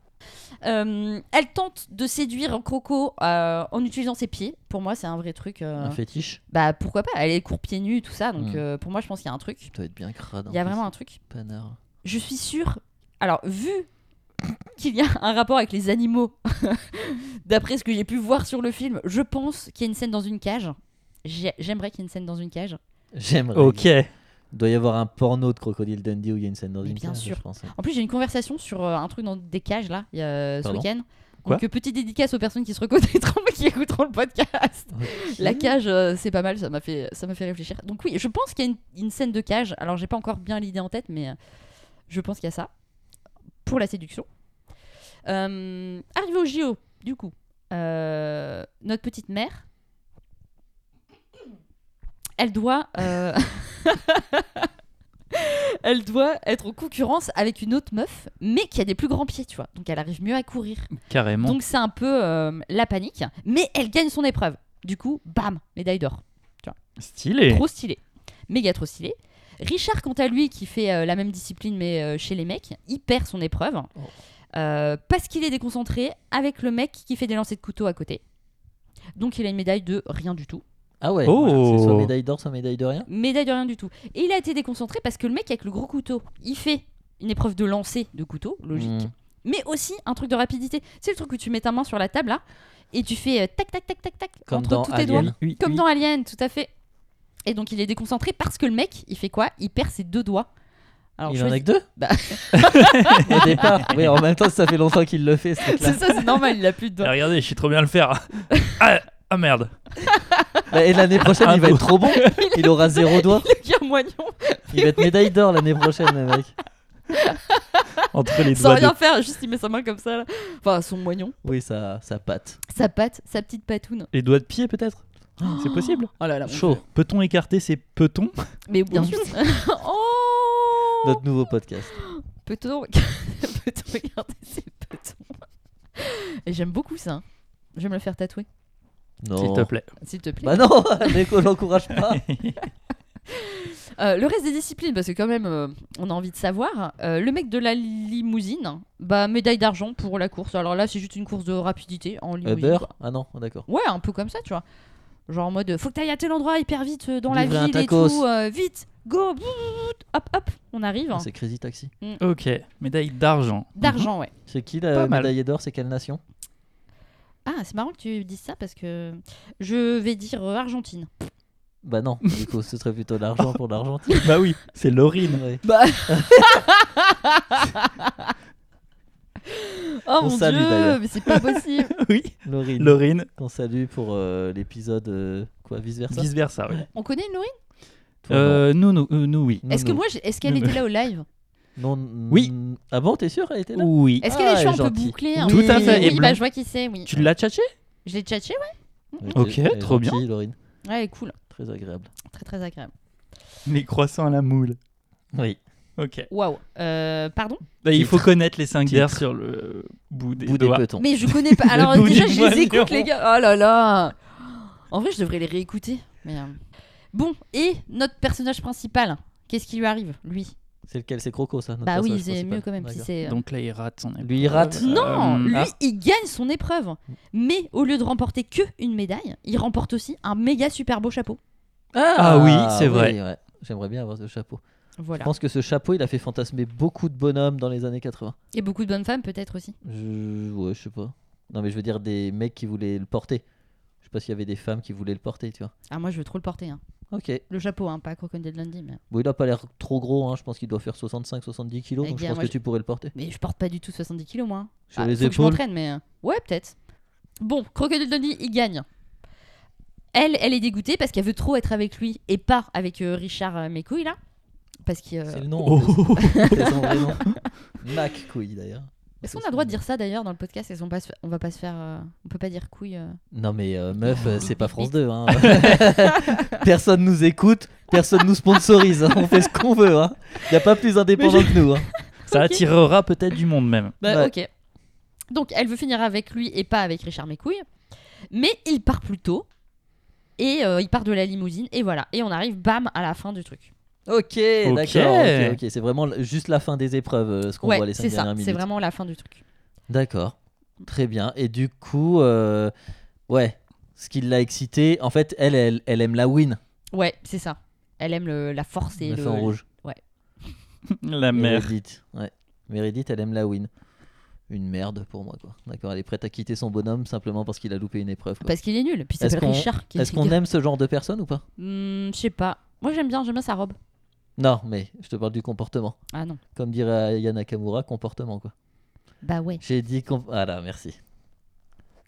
[SPEAKER 2] Euh, elle tente de séduire Croco euh, en utilisant ses pieds. Pour moi, c'est un vrai truc. euh,
[SPEAKER 1] Un fétiche.
[SPEAKER 2] bah pourquoi pas Elle est court pieds nus, tout ça. Donc
[SPEAKER 1] Mm.
[SPEAKER 2] euh, pour moi, je pense qu'il y a un truc.
[SPEAKER 1] Tu dois être bien crade.
[SPEAKER 2] Il y a vraiment un truc.
[SPEAKER 1] Panard.
[SPEAKER 2] je suis sûre. Alors, vu qu'il y a un rapport avec les animaux, <laughs> d'après ce que j'ai pu voir sur le film, je pense qu'il y a une scène dans une cage. J'ai- J'aimerais qu'il y ait une scène dans une cage.
[SPEAKER 1] J'aimerais.
[SPEAKER 3] Ok.
[SPEAKER 1] Il doit y avoir un porno de Crocodile Dundee où il y a une scène dans
[SPEAKER 2] Mais
[SPEAKER 1] une
[SPEAKER 2] bien
[SPEAKER 1] cage,
[SPEAKER 2] sûr.
[SPEAKER 1] je pense. hein.
[SPEAKER 2] En plus, j'ai eu une conversation sur euh, un truc dans des cages là, il y a, euh, ce
[SPEAKER 1] Pardon
[SPEAKER 2] week-end.
[SPEAKER 3] Quoi
[SPEAKER 2] Donc, euh, petite dédicace aux personnes qui se reconnaîtront <laughs> et qui écouteront le podcast. La cage, euh, c'est pas mal, ça m'a fait, ça m'a fait réfléchir. Donc, oui, je pense qu'il y a une, une scène de cage. Alors, j'ai pas encore bien l'idée en tête, mais euh, je pense qu'il y a ça. Pour la séduction. Euh, arrivé au JO, du coup, euh, notre petite mère, elle doit. euh, Elle doit être en concurrence avec une autre meuf, mais qui a des plus grands pieds, tu vois. Donc elle arrive mieux à courir.
[SPEAKER 3] Carrément.
[SPEAKER 2] Donc c'est un peu euh, la panique, mais elle gagne son épreuve. Du coup, bam, médaille d'or.
[SPEAKER 3] Stylé.
[SPEAKER 2] Trop stylé. Méga trop stylé. Richard, quant à lui, qui fait euh, la même discipline mais euh, chez les mecs, il perd son épreuve. Euh, parce qu'il est déconcentré avec le mec qui fait des lancers de couteau à côté. Donc il a une médaille de rien du tout.
[SPEAKER 1] Ah ouais,
[SPEAKER 3] Oh.
[SPEAKER 1] voilà, c'est soit médaille d'or, soit médaille de rien.
[SPEAKER 2] Médaille de rien du tout. Et il a été déconcentré parce que le mec avec le gros couteau, il fait une épreuve de lancer de couteau, logique.
[SPEAKER 1] Mm.
[SPEAKER 2] Mais aussi un truc de rapidité. C'est le truc où tu mets ta main sur la table là et tu fais euh, tac tac tac tac tac
[SPEAKER 1] Comme
[SPEAKER 2] entre
[SPEAKER 1] dans
[SPEAKER 2] tous tes doigts.
[SPEAKER 1] Alien. Oui,
[SPEAKER 2] Comme
[SPEAKER 1] oui.
[SPEAKER 2] dans Alien, tout à fait. Et donc il est déconcentré parce que le mec, il fait quoi Il perd ses deux doigts. Alors,
[SPEAKER 1] Il en
[SPEAKER 2] choisis-
[SPEAKER 1] a que deux
[SPEAKER 2] Bah. <laughs>
[SPEAKER 1] Au départ, oui, en même temps, ça fait longtemps qu'il le fait, ce truc-là.
[SPEAKER 2] C'est ça, c'est normal, il a plus de
[SPEAKER 3] Ah,
[SPEAKER 2] doigts.
[SPEAKER 3] regardez, je sais trop bien le <laughs> faire. ah, ah, merde.
[SPEAKER 1] Bah, Et l'année prochaine, il va être
[SPEAKER 2] <laughs>
[SPEAKER 1] trop bon. Il aura zéro doigt.
[SPEAKER 2] Le gars moignon,
[SPEAKER 1] Il
[SPEAKER 2] <laughs>
[SPEAKER 1] va être médaille d'or l'année prochaine, le mec.
[SPEAKER 3] Entre les
[SPEAKER 2] sans
[SPEAKER 3] doigts. de-
[SPEAKER 2] rien faire, juste il met sa main comme ça. là. Enfin, son moignon,
[SPEAKER 1] Oui, ça, ça patte.
[SPEAKER 2] sa patte, sa petite patoune.
[SPEAKER 3] Les doigts de pied, peut-être C'est possible
[SPEAKER 2] Oh là là, mon
[SPEAKER 1] Chaud.
[SPEAKER 3] Peut-on écarter ses petons
[SPEAKER 2] Mais bien <laughs> sûr. oh
[SPEAKER 1] Notre nouveau podcast.
[SPEAKER 2] Peut-on <laughs> peut-on regarder ces petons Et j'aime beaucoup ça. Je vais me le faire tatouer,
[SPEAKER 1] Non.
[SPEAKER 2] Oh.
[SPEAKER 3] S'il te plaît.
[SPEAKER 2] s'il te plaît.
[SPEAKER 1] Bah non, <laughs> mais qu'on l'encourage pas.
[SPEAKER 2] Ah. Euh, le reste des disciplines, parce que quand même, euh, on a envie de savoir. Euh, le mec de la limousine, bah médaille d'argent pour la course. Alors là, c'est juste une course de rapidité en limousine.
[SPEAKER 1] Uber
[SPEAKER 2] quoi.
[SPEAKER 1] Ah non, d'accord.
[SPEAKER 2] Ouais, un peu comme ça, tu vois. Genre en mode, faut que t'ailles à tel endroit hyper vite euh, dans
[SPEAKER 1] Livrer un
[SPEAKER 2] la ville et
[SPEAKER 1] tacos.
[SPEAKER 2] tout. euh, vite, go, bout, bout, bout, hop, hop, on arrive. hein.
[SPEAKER 1] C'est Crazy Taxi.
[SPEAKER 3] <laughs> ok, médaille d'argent.
[SPEAKER 2] D'argent, ouais.
[SPEAKER 1] C'est qui
[SPEAKER 3] Pas
[SPEAKER 1] la
[SPEAKER 3] mal.
[SPEAKER 1] médaillée d'or C'est quelle nation
[SPEAKER 2] Ah, c'est marrant que tu dises ça parce que je vais dire euh, Argentine.
[SPEAKER 1] Bah non, du coup, ce serait plutôt l'argent pour l'Argentine.
[SPEAKER 3] <laughs> bah oui, c'est Laurine.
[SPEAKER 1] Ouais.
[SPEAKER 2] Oh
[SPEAKER 1] On
[SPEAKER 2] mon
[SPEAKER 1] salue,
[SPEAKER 2] dieu,
[SPEAKER 1] d'ailleurs.
[SPEAKER 2] mais c'est pas
[SPEAKER 1] <laughs>
[SPEAKER 2] possible.
[SPEAKER 3] <laughs> oui,
[SPEAKER 1] Laurine.
[SPEAKER 3] Laurine,
[SPEAKER 1] Qu'on salue pour euh, l'épisode. euh, quoi, vice-versa
[SPEAKER 3] vice versa. Oui.
[SPEAKER 2] On connaît une Laurine
[SPEAKER 1] Toi,
[SPEAKER 3] Euh, nous, nous, euh, nous, oui.
[SPEAKER 1] non.
[SPEAKER 2] Est-ce que
[SPEAKER 1] Non,
[SPEAKER 2] moi, j'ai- est-ce qu'elle
[SPEAKER 3] Non,
[SPEAKER 2] était là au live
[SPEAKER 1] non. Non,
[SPEAKER 3] Oui.
[SPEAKER 1] mm, Ah bon, t'es sûr Elle était là
[SPEAKER 3] Oui.
[SPEAKER 2] Est-ce qu'elle a les
[SPEAKER 1] Ah,
[SPEAKER 2] cheveux
[SPEAKER 1] elle est
[SPEAKER 2] un peu
[SPEAKER 1] gentille.
[SPEAKER 2] bouclés
[SPEAKER 1] Tout
[SPEAKER 2] oui,
[SPEAKER 1] à fait,
[SPEAKER 2] Oui,
[SPEAKER 1] et
[SPEAKER 2] oui, bah,
[SPEAKER 3] blonde.
[SPEAKER 2] je vois qui c'est, oui.
[SPEAKER 3] Tu l'as tchatché
[SPEAKER 2] Je l'ai tchatché, ouais.
[SPEAKER 3] Oh. Ok,
[SPEAKER 1] elle est
[SPEAKER 3] trop
[SPEAKER 1] gentille, Laurine.
[SPEAKER 2] Ouais, elle est cool.
[SPEAKER 1] Très agréable.
[SPEAKER 2] Très, très agréable.
[SPEAKER 3] Les croissants à la moule.
[SPEAKER 1] Oui.
[SPEAKER 3] Ok.
[SPEAKER 2] Waouh. Euh, Pardon
[SPEAKER 3] Bah, il
[SPEAKER 1] Titre.
[SPEAKER 3] faut connaître les 5
[SPEAKER 1] Titre.
[SPEAKER 3] d'air sur le bout des
[SPEAKER 1] Bout des
[SPEAKER 3] doigts.
[SPEAKER 1] petons.
[SPEAKER 2] Mais je connais pas. Alors,
[SPEAKER 3] bout
[SPEAKER 2] déjà,
[SPEAKER 3] du
[SPEAKER 2] je les
[SPEAKER 3] moignon.
[SPEAKER 2] écoute, les gars. Oh là là. En vrai, je devrais les réécouter. Mais, euh, Bon, et notre personnage principal Qu'est-ce qui lui arrive, lui
[SPEAKER 1] C'est lequel C'est Croco, ça notre
[SPEAKER 2] Bah oui,
[SPEAKER 1] personnage
[SPEAKER 2] c'est
[SPEAKER 1] principal.
[SPEAKER 2] mieux quand même si
[SPEAKER 1] D'accord.
[SPEAKER 2] c'est. euh,
[SPEAKER 3] Donc là, il rate son épreuve.
[SPEAKER 1] Lui, il rate.
[SPEAKER 2] Non,
[SPEAKER 3] Euh,
[SPEAKER 2] lui,
[SPEAKER 3] ah.
[SPEAKER 2] il gagne son épreuve. Mais au lieu de remporter que une médaille, il remporte aussi un méga super beau chapeau.
[SPEAKER 3] Ah oui, c'est vrai.
[SPEAKER 1] ouais. J'aimerais bien avoir ce chapeau. Je
[SPEAKER 2] Voilà.
[SPEAKER 1] pense que ce chapeau, il a fait fantasmer beaucoup de bonhommes dans les années 80.
[SPEAKER 2] Et beaucoup de bonnes femmes peut-être aussi.
[SPEAKER 1] Je... Ouais, je sais pas. Non, mais je veux dire des mecs qui voulaient le porter. Je sais pas s'il y avait des femmes qui voulaient le porter, tu vois.
[SPEAKER 2] Ah moi je veux trop le porter. hein.
[SPEAKER 1] Ok.
[SPEAKER 2] Le chapeau, hein, pas Crocodile Dundee. Mais...
[SPEAKER 1] Bon, il a pas l'air trop gros, hein. je pense qu'il doit faire 65-70 kilos,
[SPEAKER 2] Eh
[SPEAKER 1] donc je
[SPEAKER 2] bien,
[SPEAKER 1] pense
[SPEAKER 2] moi,
[SPEAKER 1] que
[SPEAKER 2] je-
[SPEAKER 1] tu pourrais le porter.
[SPEAKER 2] mais je porte pas du tout 70 kilos moi.
[SPEAKER 1] Sur
[SPEAKER 2] Ah,
[SPEAKER 1] les
[SPEAKER 2] faut que je
[SPEAKER 1] épaules.
[SPEAKER 2] m'entraîne mais... euh, Ouais peut-être. Bon, Crocodile Dundee, il gagne. Elle, elle est dégoûtée parce qu'elle veut trop être avec lui et pas avec euh, Richard euh, Mekouille là. Parce que... euh,
[SPEAKER 1] C'est le nom. en
[SPEAKER 3] Oh,
[SPEAKER 1] plus. <laughs>
[SPEAKER 3] oh, oh, oh.
[SPEAKER 1] C'est son vrai nom. Mac Couille, d'ailleurs.
[SPEAKER 2] Est-ce qu'on a le droit de dire ça d'ailleurs dans le podcast Est-ce qu'on passe- on va pas se faire... euh, On peut pas dire couille euh,
[SPEAKER 1] Non, mais euh, meuf, euh, c'est pas France 2. Hein. <laughs> personne nous écoute, personne nous sponsorise. hein. On fait ce qu'on veut. Il a pas plus indépendant que nous. hein.
[SPEAKER 3] <laughs> Ça attirera peut-être du monde même.
[SPEAKER 2] Bah,
[SPEAKER 1] Ouais.
[SPEAKER 2] ok. Donc elle veut finir avec lui et pas avec Richard Mécouille. Mais il part plus tôt. Et euh, il part de la limousine. Et voilà. Et on arrive, bam, à la fin du truc.
[SPEAKER 1] Ok, d'accord. ok, ok. C'est vraiment l- juste la fin des épreuves, euh, ce qu'on voit
[SPEAKER 2] ouais,
[SPEAKER 1] les cinq
[SPEAKER 2] c'est ça.
[SPEAKER 1] dernières minutes.
[SPEAKER 2] C'est vraiment la fin du truc.
[SPEAKER 1] D'accord. Très bien. Et du coup, euh, ouais, ce qui l'a excité, en fait, elle, elle, elle aime la win,
[SPEAKER 2] Ouais, c'est ça. Elle aime le- la force et
[SPEAKER 1] la
[SPEAKER 2] le.
[SPEAKER 1] fin rouge.
[SPEAKER 3] La mère.
[SPEAKER 1] Meredith. Ouais. Meredith, elle aime la win. Une merde pour moi, quoi. D'accord, elle est prête à quitter son bonhomme simplement parce qu'il a loupé une épreuve. quoi.
[SPEAKER 2] Ah, Parce qu'il est nul. Puis
[SPEAKER 1] Est-ce
[SPEAKER 2] c'est
[SPEAKER 1] qu'on-
[SPEAKER 2] Richard qui
[SPEAKER 1] Est-ce qu'on aime ce genre de personne ou pas
[SPEAKER 2] Hmm, Je sais pas. Moi j'aime bien, j'aime bien sa robe.
[SPEAKER 1] Non, mais je te parle du comportement.
[SPEAKER 2] Ah non.
[SPEAKER 1] Comme dirait Aya Nakamura, comportement quoi.
[SPEAKER 2] Bah ouais.
[SPEAKER 1] J'ai dit com... voilà, merci.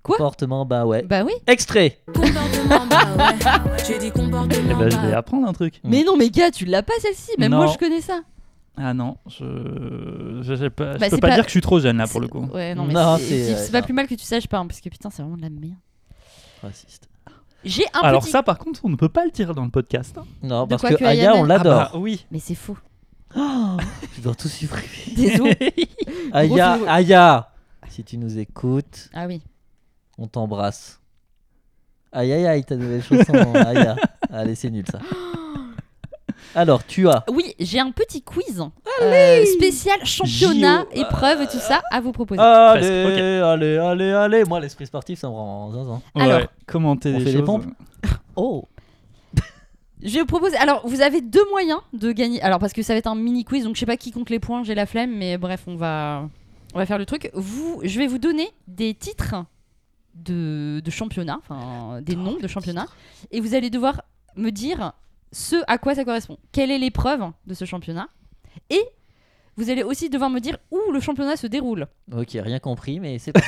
[SPEAKER 2] Quoi
[SPEAKER 1] Comportement, bah ouais.
[SPEAKER 2] Bah oui.
[SPEAKER 1] Extrait.
[SPEAKER 5] Comportement, bah ouais. J'ai dit comportement.
[SPEAKER 3] Eh ben, je
[SPEAKER 5] bah
[SPEAKER 3] vais apprendre un truc.
[SPEAKER 1] Hmm.
[SPEAKER 2] Mais non, mais gars, tu l'as pas celle-ci. Même moi,
[SPEAKER 3] Non.
[SPEAKER 2] je connais ça.
[SPEAKER 3] Ah non, je, je, sais pas, je
[SPEAKER 2] Bah,
[SPEAKER 3] peux
[SPEAKER 2] c'est
[SPEAKER 3] pas,
[SPEAKER 2] pas-
[SPEAKER 3] dire que je suis trop jeune là pour
[SPEAKER 2] C'est-
[SPEAKER 3] le coup.
[SPEAKER 2] Ouais, non, mais
[SPEAKER 1] Non,
[SPEAKER 2] c'est
[SPEAKER 1] c'est,
[SPEAKER 2] c'est-
[SPEAKER 1] euh,
[SPEAKER 2] c'est pas
[SPEAKER 1] non.
[SPEAKER 2] plus mal que tu saches pas, hein, parce que putain, c'est vraiment de la merde.
[SPEAKER 1] Raciste.
[SPEAKER 2] J'ai un
[SPEAKER 3] Alors
[SPEAKER 2] petit.
[SPEAKER 3] ça par contre on ne peut pas le dire dans le podcast. hein.
[SPEAKER 1] Non,
[SPEAKER 2] De
[SPEAKER 1] parce
[SPEAKER 2] quoi
[SPEAKER 1] que,
[SPEAKER 2] que
[SPEAKER 1] Aya,
[SPEAKER 2] Aya
[SPEAKER 1] on
[SPEAKER 2] n'a-
[SPEAKER 1] l'adore.
[SPEAKER 3] Ah bah oui.
[SPEAKER 2] Mais
[SPEAKER 1] <gasps>
[SPEAKER 2] c'est faux.
[SPEAKER 1] Oh, Tu dois tout supprimer. <laughs>
[SPEAKER 2] <laughs> Désolé.
[SPEAKER 1] Aya,
[SPEAKER 2] bisous.
[SPEAKER 1] Aya, si tu nous écoutes,
[SPEAKER 2] ah oui.
[SPEAKER 1] on t'embrasse. Aïe aïe aïe, ta nouvelle chanson, <laughs> Aya. Allez, c'est nul <gasps> ça. Alors, tu as.
[SPEAKER 2] Oui, j'ai un petit quiz euh, spécial championnat,
[SPEAKER 1] JO.
[SPEAKER 2] épreuve, tout ça à vous proposer.
[SPEAKER 1] Allez,
[SPEAKER 3] Presque, ok.
[SPEAKER 1] allez, allez, allez. Moi, l'esprit sportif, ça me rend zinzin.
[SPEAKER 2] Alors.
[SPEAKER 3] Ouais, commenter
[SPEAKER 1] On
[SPEAKER 3] des
[SPEAKER 1] fait les
[SPEAKER 3] choses.
[SPEAKER 1] pompes
[SPEAKER 2] Oh. Je vais vous proposer. Alors, vous avez deux moyens de gagner. Alors, parce que ça va être un mini quiz, donc je sais pas qui compte les points, j'ai la flemme, mais bref, on va, on va faire le truc. Vous, je vais vous donner des titres de, de championnat, enfin des noms de championnat, et vous allez devoir me dire ce à quoi ça correspond. Quelle est l'épreuve de ce championnat Et vous allez aussi devoir me dire où le championnat se déroule.
[SPEAKER 1] Ok, rien compris, mais <laughs> c'est pas.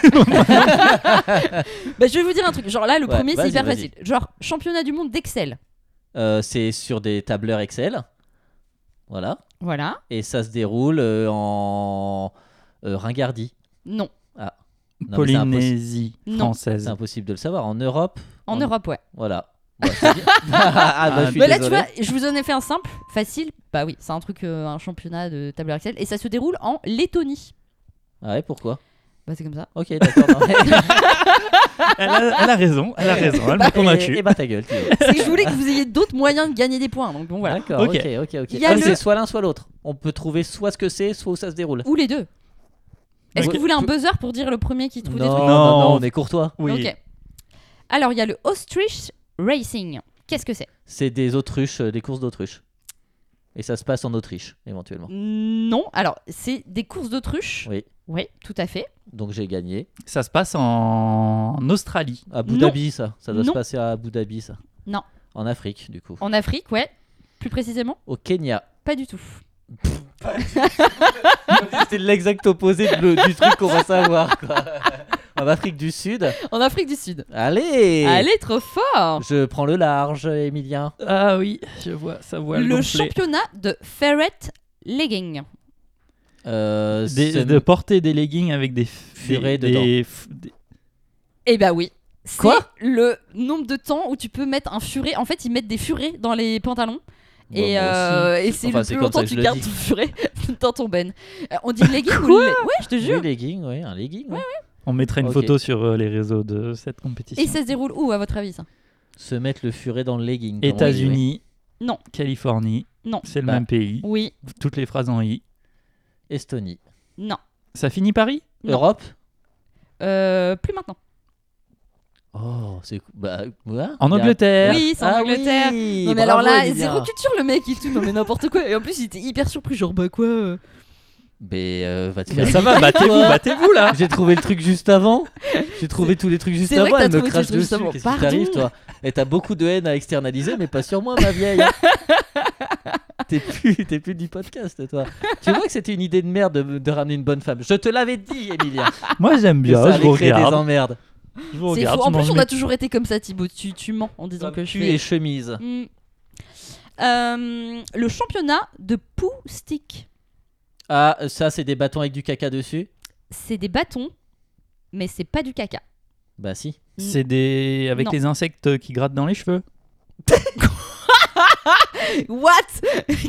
[SPEAKER 2] Bah, je vais vous dire un truc. Genre là, le
[SPEAKER 1] Ouais,
[SPEAKER 2] premier, c'est
[SPEAKER 1] vas-y,
[SPEAKER 2] hyper
[SPEAKER 1] vas-y.
[SPEAKER 2] facile. Genre championnat du monde d'Excel.
[SPEAKER 1] Euh, c'est sur des tableurs Excel. Voilà.
[SPEAKER 2] Voilà.
[SPEAKER 1] Et ça se déroule euh, en euh, Ringardie.
[SPEAKER 2] Non.
[SPEAKER 1] Non, mais c'est impossi-
[SPEAKER 3] Polynésie
[SPEAKER 2] Non.
[SPEAKER 1] C'est
[SPEAKER 3] française.
[SPEAKER 1] impossible de le savoir. En Europe,
[SPEAKER 2] En
[SPEAKER 1] En-
[SPEAKER 2] Europe, ouais.
[SPEAKER 1] voilà. Bah, c'est <laughs> bien. ah, bah, je suis
[SPEAKER 2] Bah là, tu
[SPEAKER 1] désolé.
[SPEAKER 2] vois, je vous en ai fait un simple, facile. Bah oui, c'est un truc, euh, un championnat de tableur Excel. Et ça se déroule en Lettonie.
[SPEAKER 1] Ah ouais, pourquoi
[SPEAKER 2] Bah, c'est comme <laughs> ça.
[SPEAKER 1] Ok, <laughs> d'accord. Eh non, mais-
[SPEAKER 3] elle, a, elle a raison, elle a raison, elle m'a
[SPEAKER 1] Et,
[SPEAKER 3] convaincu.
[SPEAKER 1] et bah ta gueule, tu vois.
[SPEAKER 2] C'est que je voulais que vous ayez d'autres moyens de gagner des points. Donc bon, voilà.
[SPEAKER 1] D'accord,
[SPEAKER 3] Ok.
[SPEAKER 1] ok, ok, ok.
[SPEAKER 2] Il y a
[SPEAKER 1] Ah,
[SPEAKER 2] le-
[SPEAKER 1] C'est soit l'un, soit l'autre. On peut trouver soit ce que c'est, soit où ça se déroule.
[SPEAKER 2] Ou les deux. Est-ce
[SPEAKER 1] Ok.
[SPEAKER 2] que vous voulez un buzzer pour dire le premier qui trouve
[SPEAKER 1] non,
[SPEAKER 3] Non,
[SPEAKER 1] non,
[SPEAKER 3] non.
[SPEAKER 1] on est courtois.
[SPEAKER 2] des
[SPEAKER 3] Oui.
[SPEAKER 2] trucs Ok. Alors, il y a le Ostrich Racing. Qu'est-ce que c'est
[SPEAKER 1] C'est des autruches, euh, des courses d'autruches. Et ça se passe en Autriche, éventuellement.
[SPEAKER 2] Non. Alors, c'est des courses d'autruche.
[SPEAKER 1] Oui.
[SPEAKER 2] Oui, tout à fait.
[SPEAKER 1] Donc j'ai gagné.
[SPEAKER 3] Ça se passe en Australie.
[SPEAKER 1] À Abu
[SPEAKER 2] Non.
[SPEAKER 1] Dhabi, ça. Ça doit se
[SPEAKER 2] Non.
[SPEAKER 1] passer à Abu Dhabi, ça.
[SPEAKER 2] Non.
[SPEAKER 1] En Afrique, du coup.
[SPEAKER 2] En Afrique, ouais. Plus précisément,
[SPEAKER 1] Au Kenya.
[SPEAKER 2] pas du tout.
[SPEAKER 1] C'est l'exact opposé de le- du truc qu'on va savoir,
[SPEAKER 2] <laughs>
[SPEAKER 1] quoi. En Afrique du Sud.
[SPEAKER 2] En Afrique du Sud.
[SPEAKER 1] Allez
[SPEAKER 2] Allez, trop fort
[SPEAKER 1] Je prends le large, Emilien.
[SPEAKER 3] Ah oui, je vois, ça voit
[SPEAKER 2] le championnat de ferret legging.
[SPEAKER 1] Euh,
[SPEAKER 3] Des-
[SPEAKER 1] c'est-
[SPEAKER 3] de porter des leggings avec des
[SPEAKER 1] Furets
[SPEAKER 3] des-
[SPEAKER 1] dedans.
[SPEAKER 3] des f- des-
[SPEAKER 2] Eh bah oui. C'est
[SPEAKER 1] Quoi
[SPEAKER 2] le nombre de temps où tu peux mettre un furet. En fait, ils mettent des furets dans les pantalons.
[SPEAKER 1] Bon,
[SPEAKER 2] Et,
[SPEAKER 1] Bah, moi aussi.
[SPEAKER 2] euh, et c'est
[SPEAKER 1] Enfin,
[SPEAKER 2] le
[SPEAKER 1] c'est
[SPEAKER 2] plus
[SPEAKER 1] comme
[SPEAKER 2] longtemps
[SPEAKER 1] ça que
[SPEAKER 2] que tu
[SPEAKER 1] je le
[SPEAKER 2] gardes
[SPEAKER 1] dis.
[SPEAKER 2] ton furet <laughs> dans ton ben. Euh,
[SPEAKER 1] <laughs>
[SPEAKER 2] on dit legging ou le- Ouais, je te
[SPEAKER 1] Oui,
[SPEAKER 2] jure.
[SPEAKER 1] legging, oui, un legging. oui.
[SPEAKER 3] On mettra une
[SPEAKER 1] Ok.
[SPEAKER 3] photo sur euh, les réseaux de cette compétition.
[SPEAKER 2] Et ça se déroule où, à votre avis ça
[SPEAKER 1] Se mettre le furet dans le legging. comme on dit, oui.
[SPEAKER 3] États-Unis.
[SPEAKER 2] Non.
[SPEAKER 3] Californie.
[SPEAKER 2] Non.
[SPEAKER 3] C'est le
[SPEAKER 1] Bah.
[SPEAKER 3] même pays.
[SPEAKER 2] Oui,
[SPEAKER 3] Toutes les phrases en i.
[SPEAKER 1] Estonie.
[SPEAKER 2] non.
[SPEAKER 3] Ça finit Paris
[SPEAKER 2] Non.
[SPEAKER 1] Europe
[SPEAKER 2] Euh, plus maintenant.
[SPEAKER 1] Oh, c'est. Bah, quoi
[SPEAKER 3] En
[SPEAKER 1] Y a-
[SPEAKER 3] Angleterre.
[SPEAKER 2] Oui, c'est en
[SPEAKER 1] Ah
[SPEAKER 2] Angleterre.
[SPEAKER 1] oui,
[SPEAKER 2] non mais
[SPEAKER 1] bravo,
[SPEAKER 2] alors là,
[SPEAKER 1] Emilien.
[SPEAKER 2] zéro culture le mec, il est tout. Non mais n'importe quoi. Et en plus, il était hyper surpris, genre bah quoi euh.
[SPEAKER 1] Mais euh, va te
[SPEAKER 3] Mais
[SPEAKER 1] faire-
[SPEAKER 3] ça va, battez-vous,
[SPEAKER 1] Quoi
[SPEAKER 3] battez-vous là
[SPEAKER 1] J'ai trouvé le truc juste avant. J'ai trouvé tous les trucs juste
[SPEAKER 2] c'est vrai
[SPEAKER 1] avant.
[SPEAKER 2] que t'as
[SPEAKER 1] Elle me
[SPEAKER 2] trouvé tous les
[SPEAKER 1] crache
[SPEAKER 2] trucs juste
[SPEAKER 1] dessus.
[SPEAKER 2] avant.
[SPEAKER 1] Qu'est-ce qui t'arrive,
[SPEAKER 2] Pardon.
[SPEAKER 1] toi Et t'as beaucoup de haine à externaliser, mais pas sur moi, ma
[SPEAKER 2] <laughs>
[SPEAKER 1] vieille. hein. T'es plus, t'es plus du podcast, toi. Tu vois que c'était une idée de merde de, de ramener une bonne femme. Je te l'avais dit, Emilia.
[SPEAKER 3] Moi j'aime
[SPEAKER 1] que ça
[SPEAKER 3] bien, je
[SPEAKER 1] allait
[SPEAKER 3] vous
[SPEAKER 1] créer des
[SPEAKER 3] regarde.
[SPEAKER 1] emmerdes.
[SPEAKER 3] Je
[SPEAKER 1] Oh,
[SPEAKER 3] vous
[SPEAKER 2] C'est
[SPEAKER 3] regarde.
[SPEAKER 2] faux.
[SPEAKER 3] je
[SPEAKER 2] En plus,
[SPEAKER 3] mange
[SPEAKER 2] on
[SPEAKER 3] mes-
[SPEAKER 2] a toujours été comme ça, Thibaut. Tu, tu mens en disant que je
[SPEAKER 1] Cul
[SPEAKER 2] fais.
[SPEAKER 1] et chemise.
[SPEAKER 2] Mm. Euh, le championnat de pou stick.
[SPEAKER 1] Ah, ça, c'est des bâtons avec du caca dessus
[SPEAKER 2] C'est des bâtons, mais c'est pas du caca.
[SPEAKER 1] Bah si.
[SPEAKER 3] C'est des. avec
[SPEAKER 2] Non.
[SPEAKER 3] les insectes qui grattent dans les cheveux.
[SPEAKER 1] <laughs>
[SPEAKER 2] What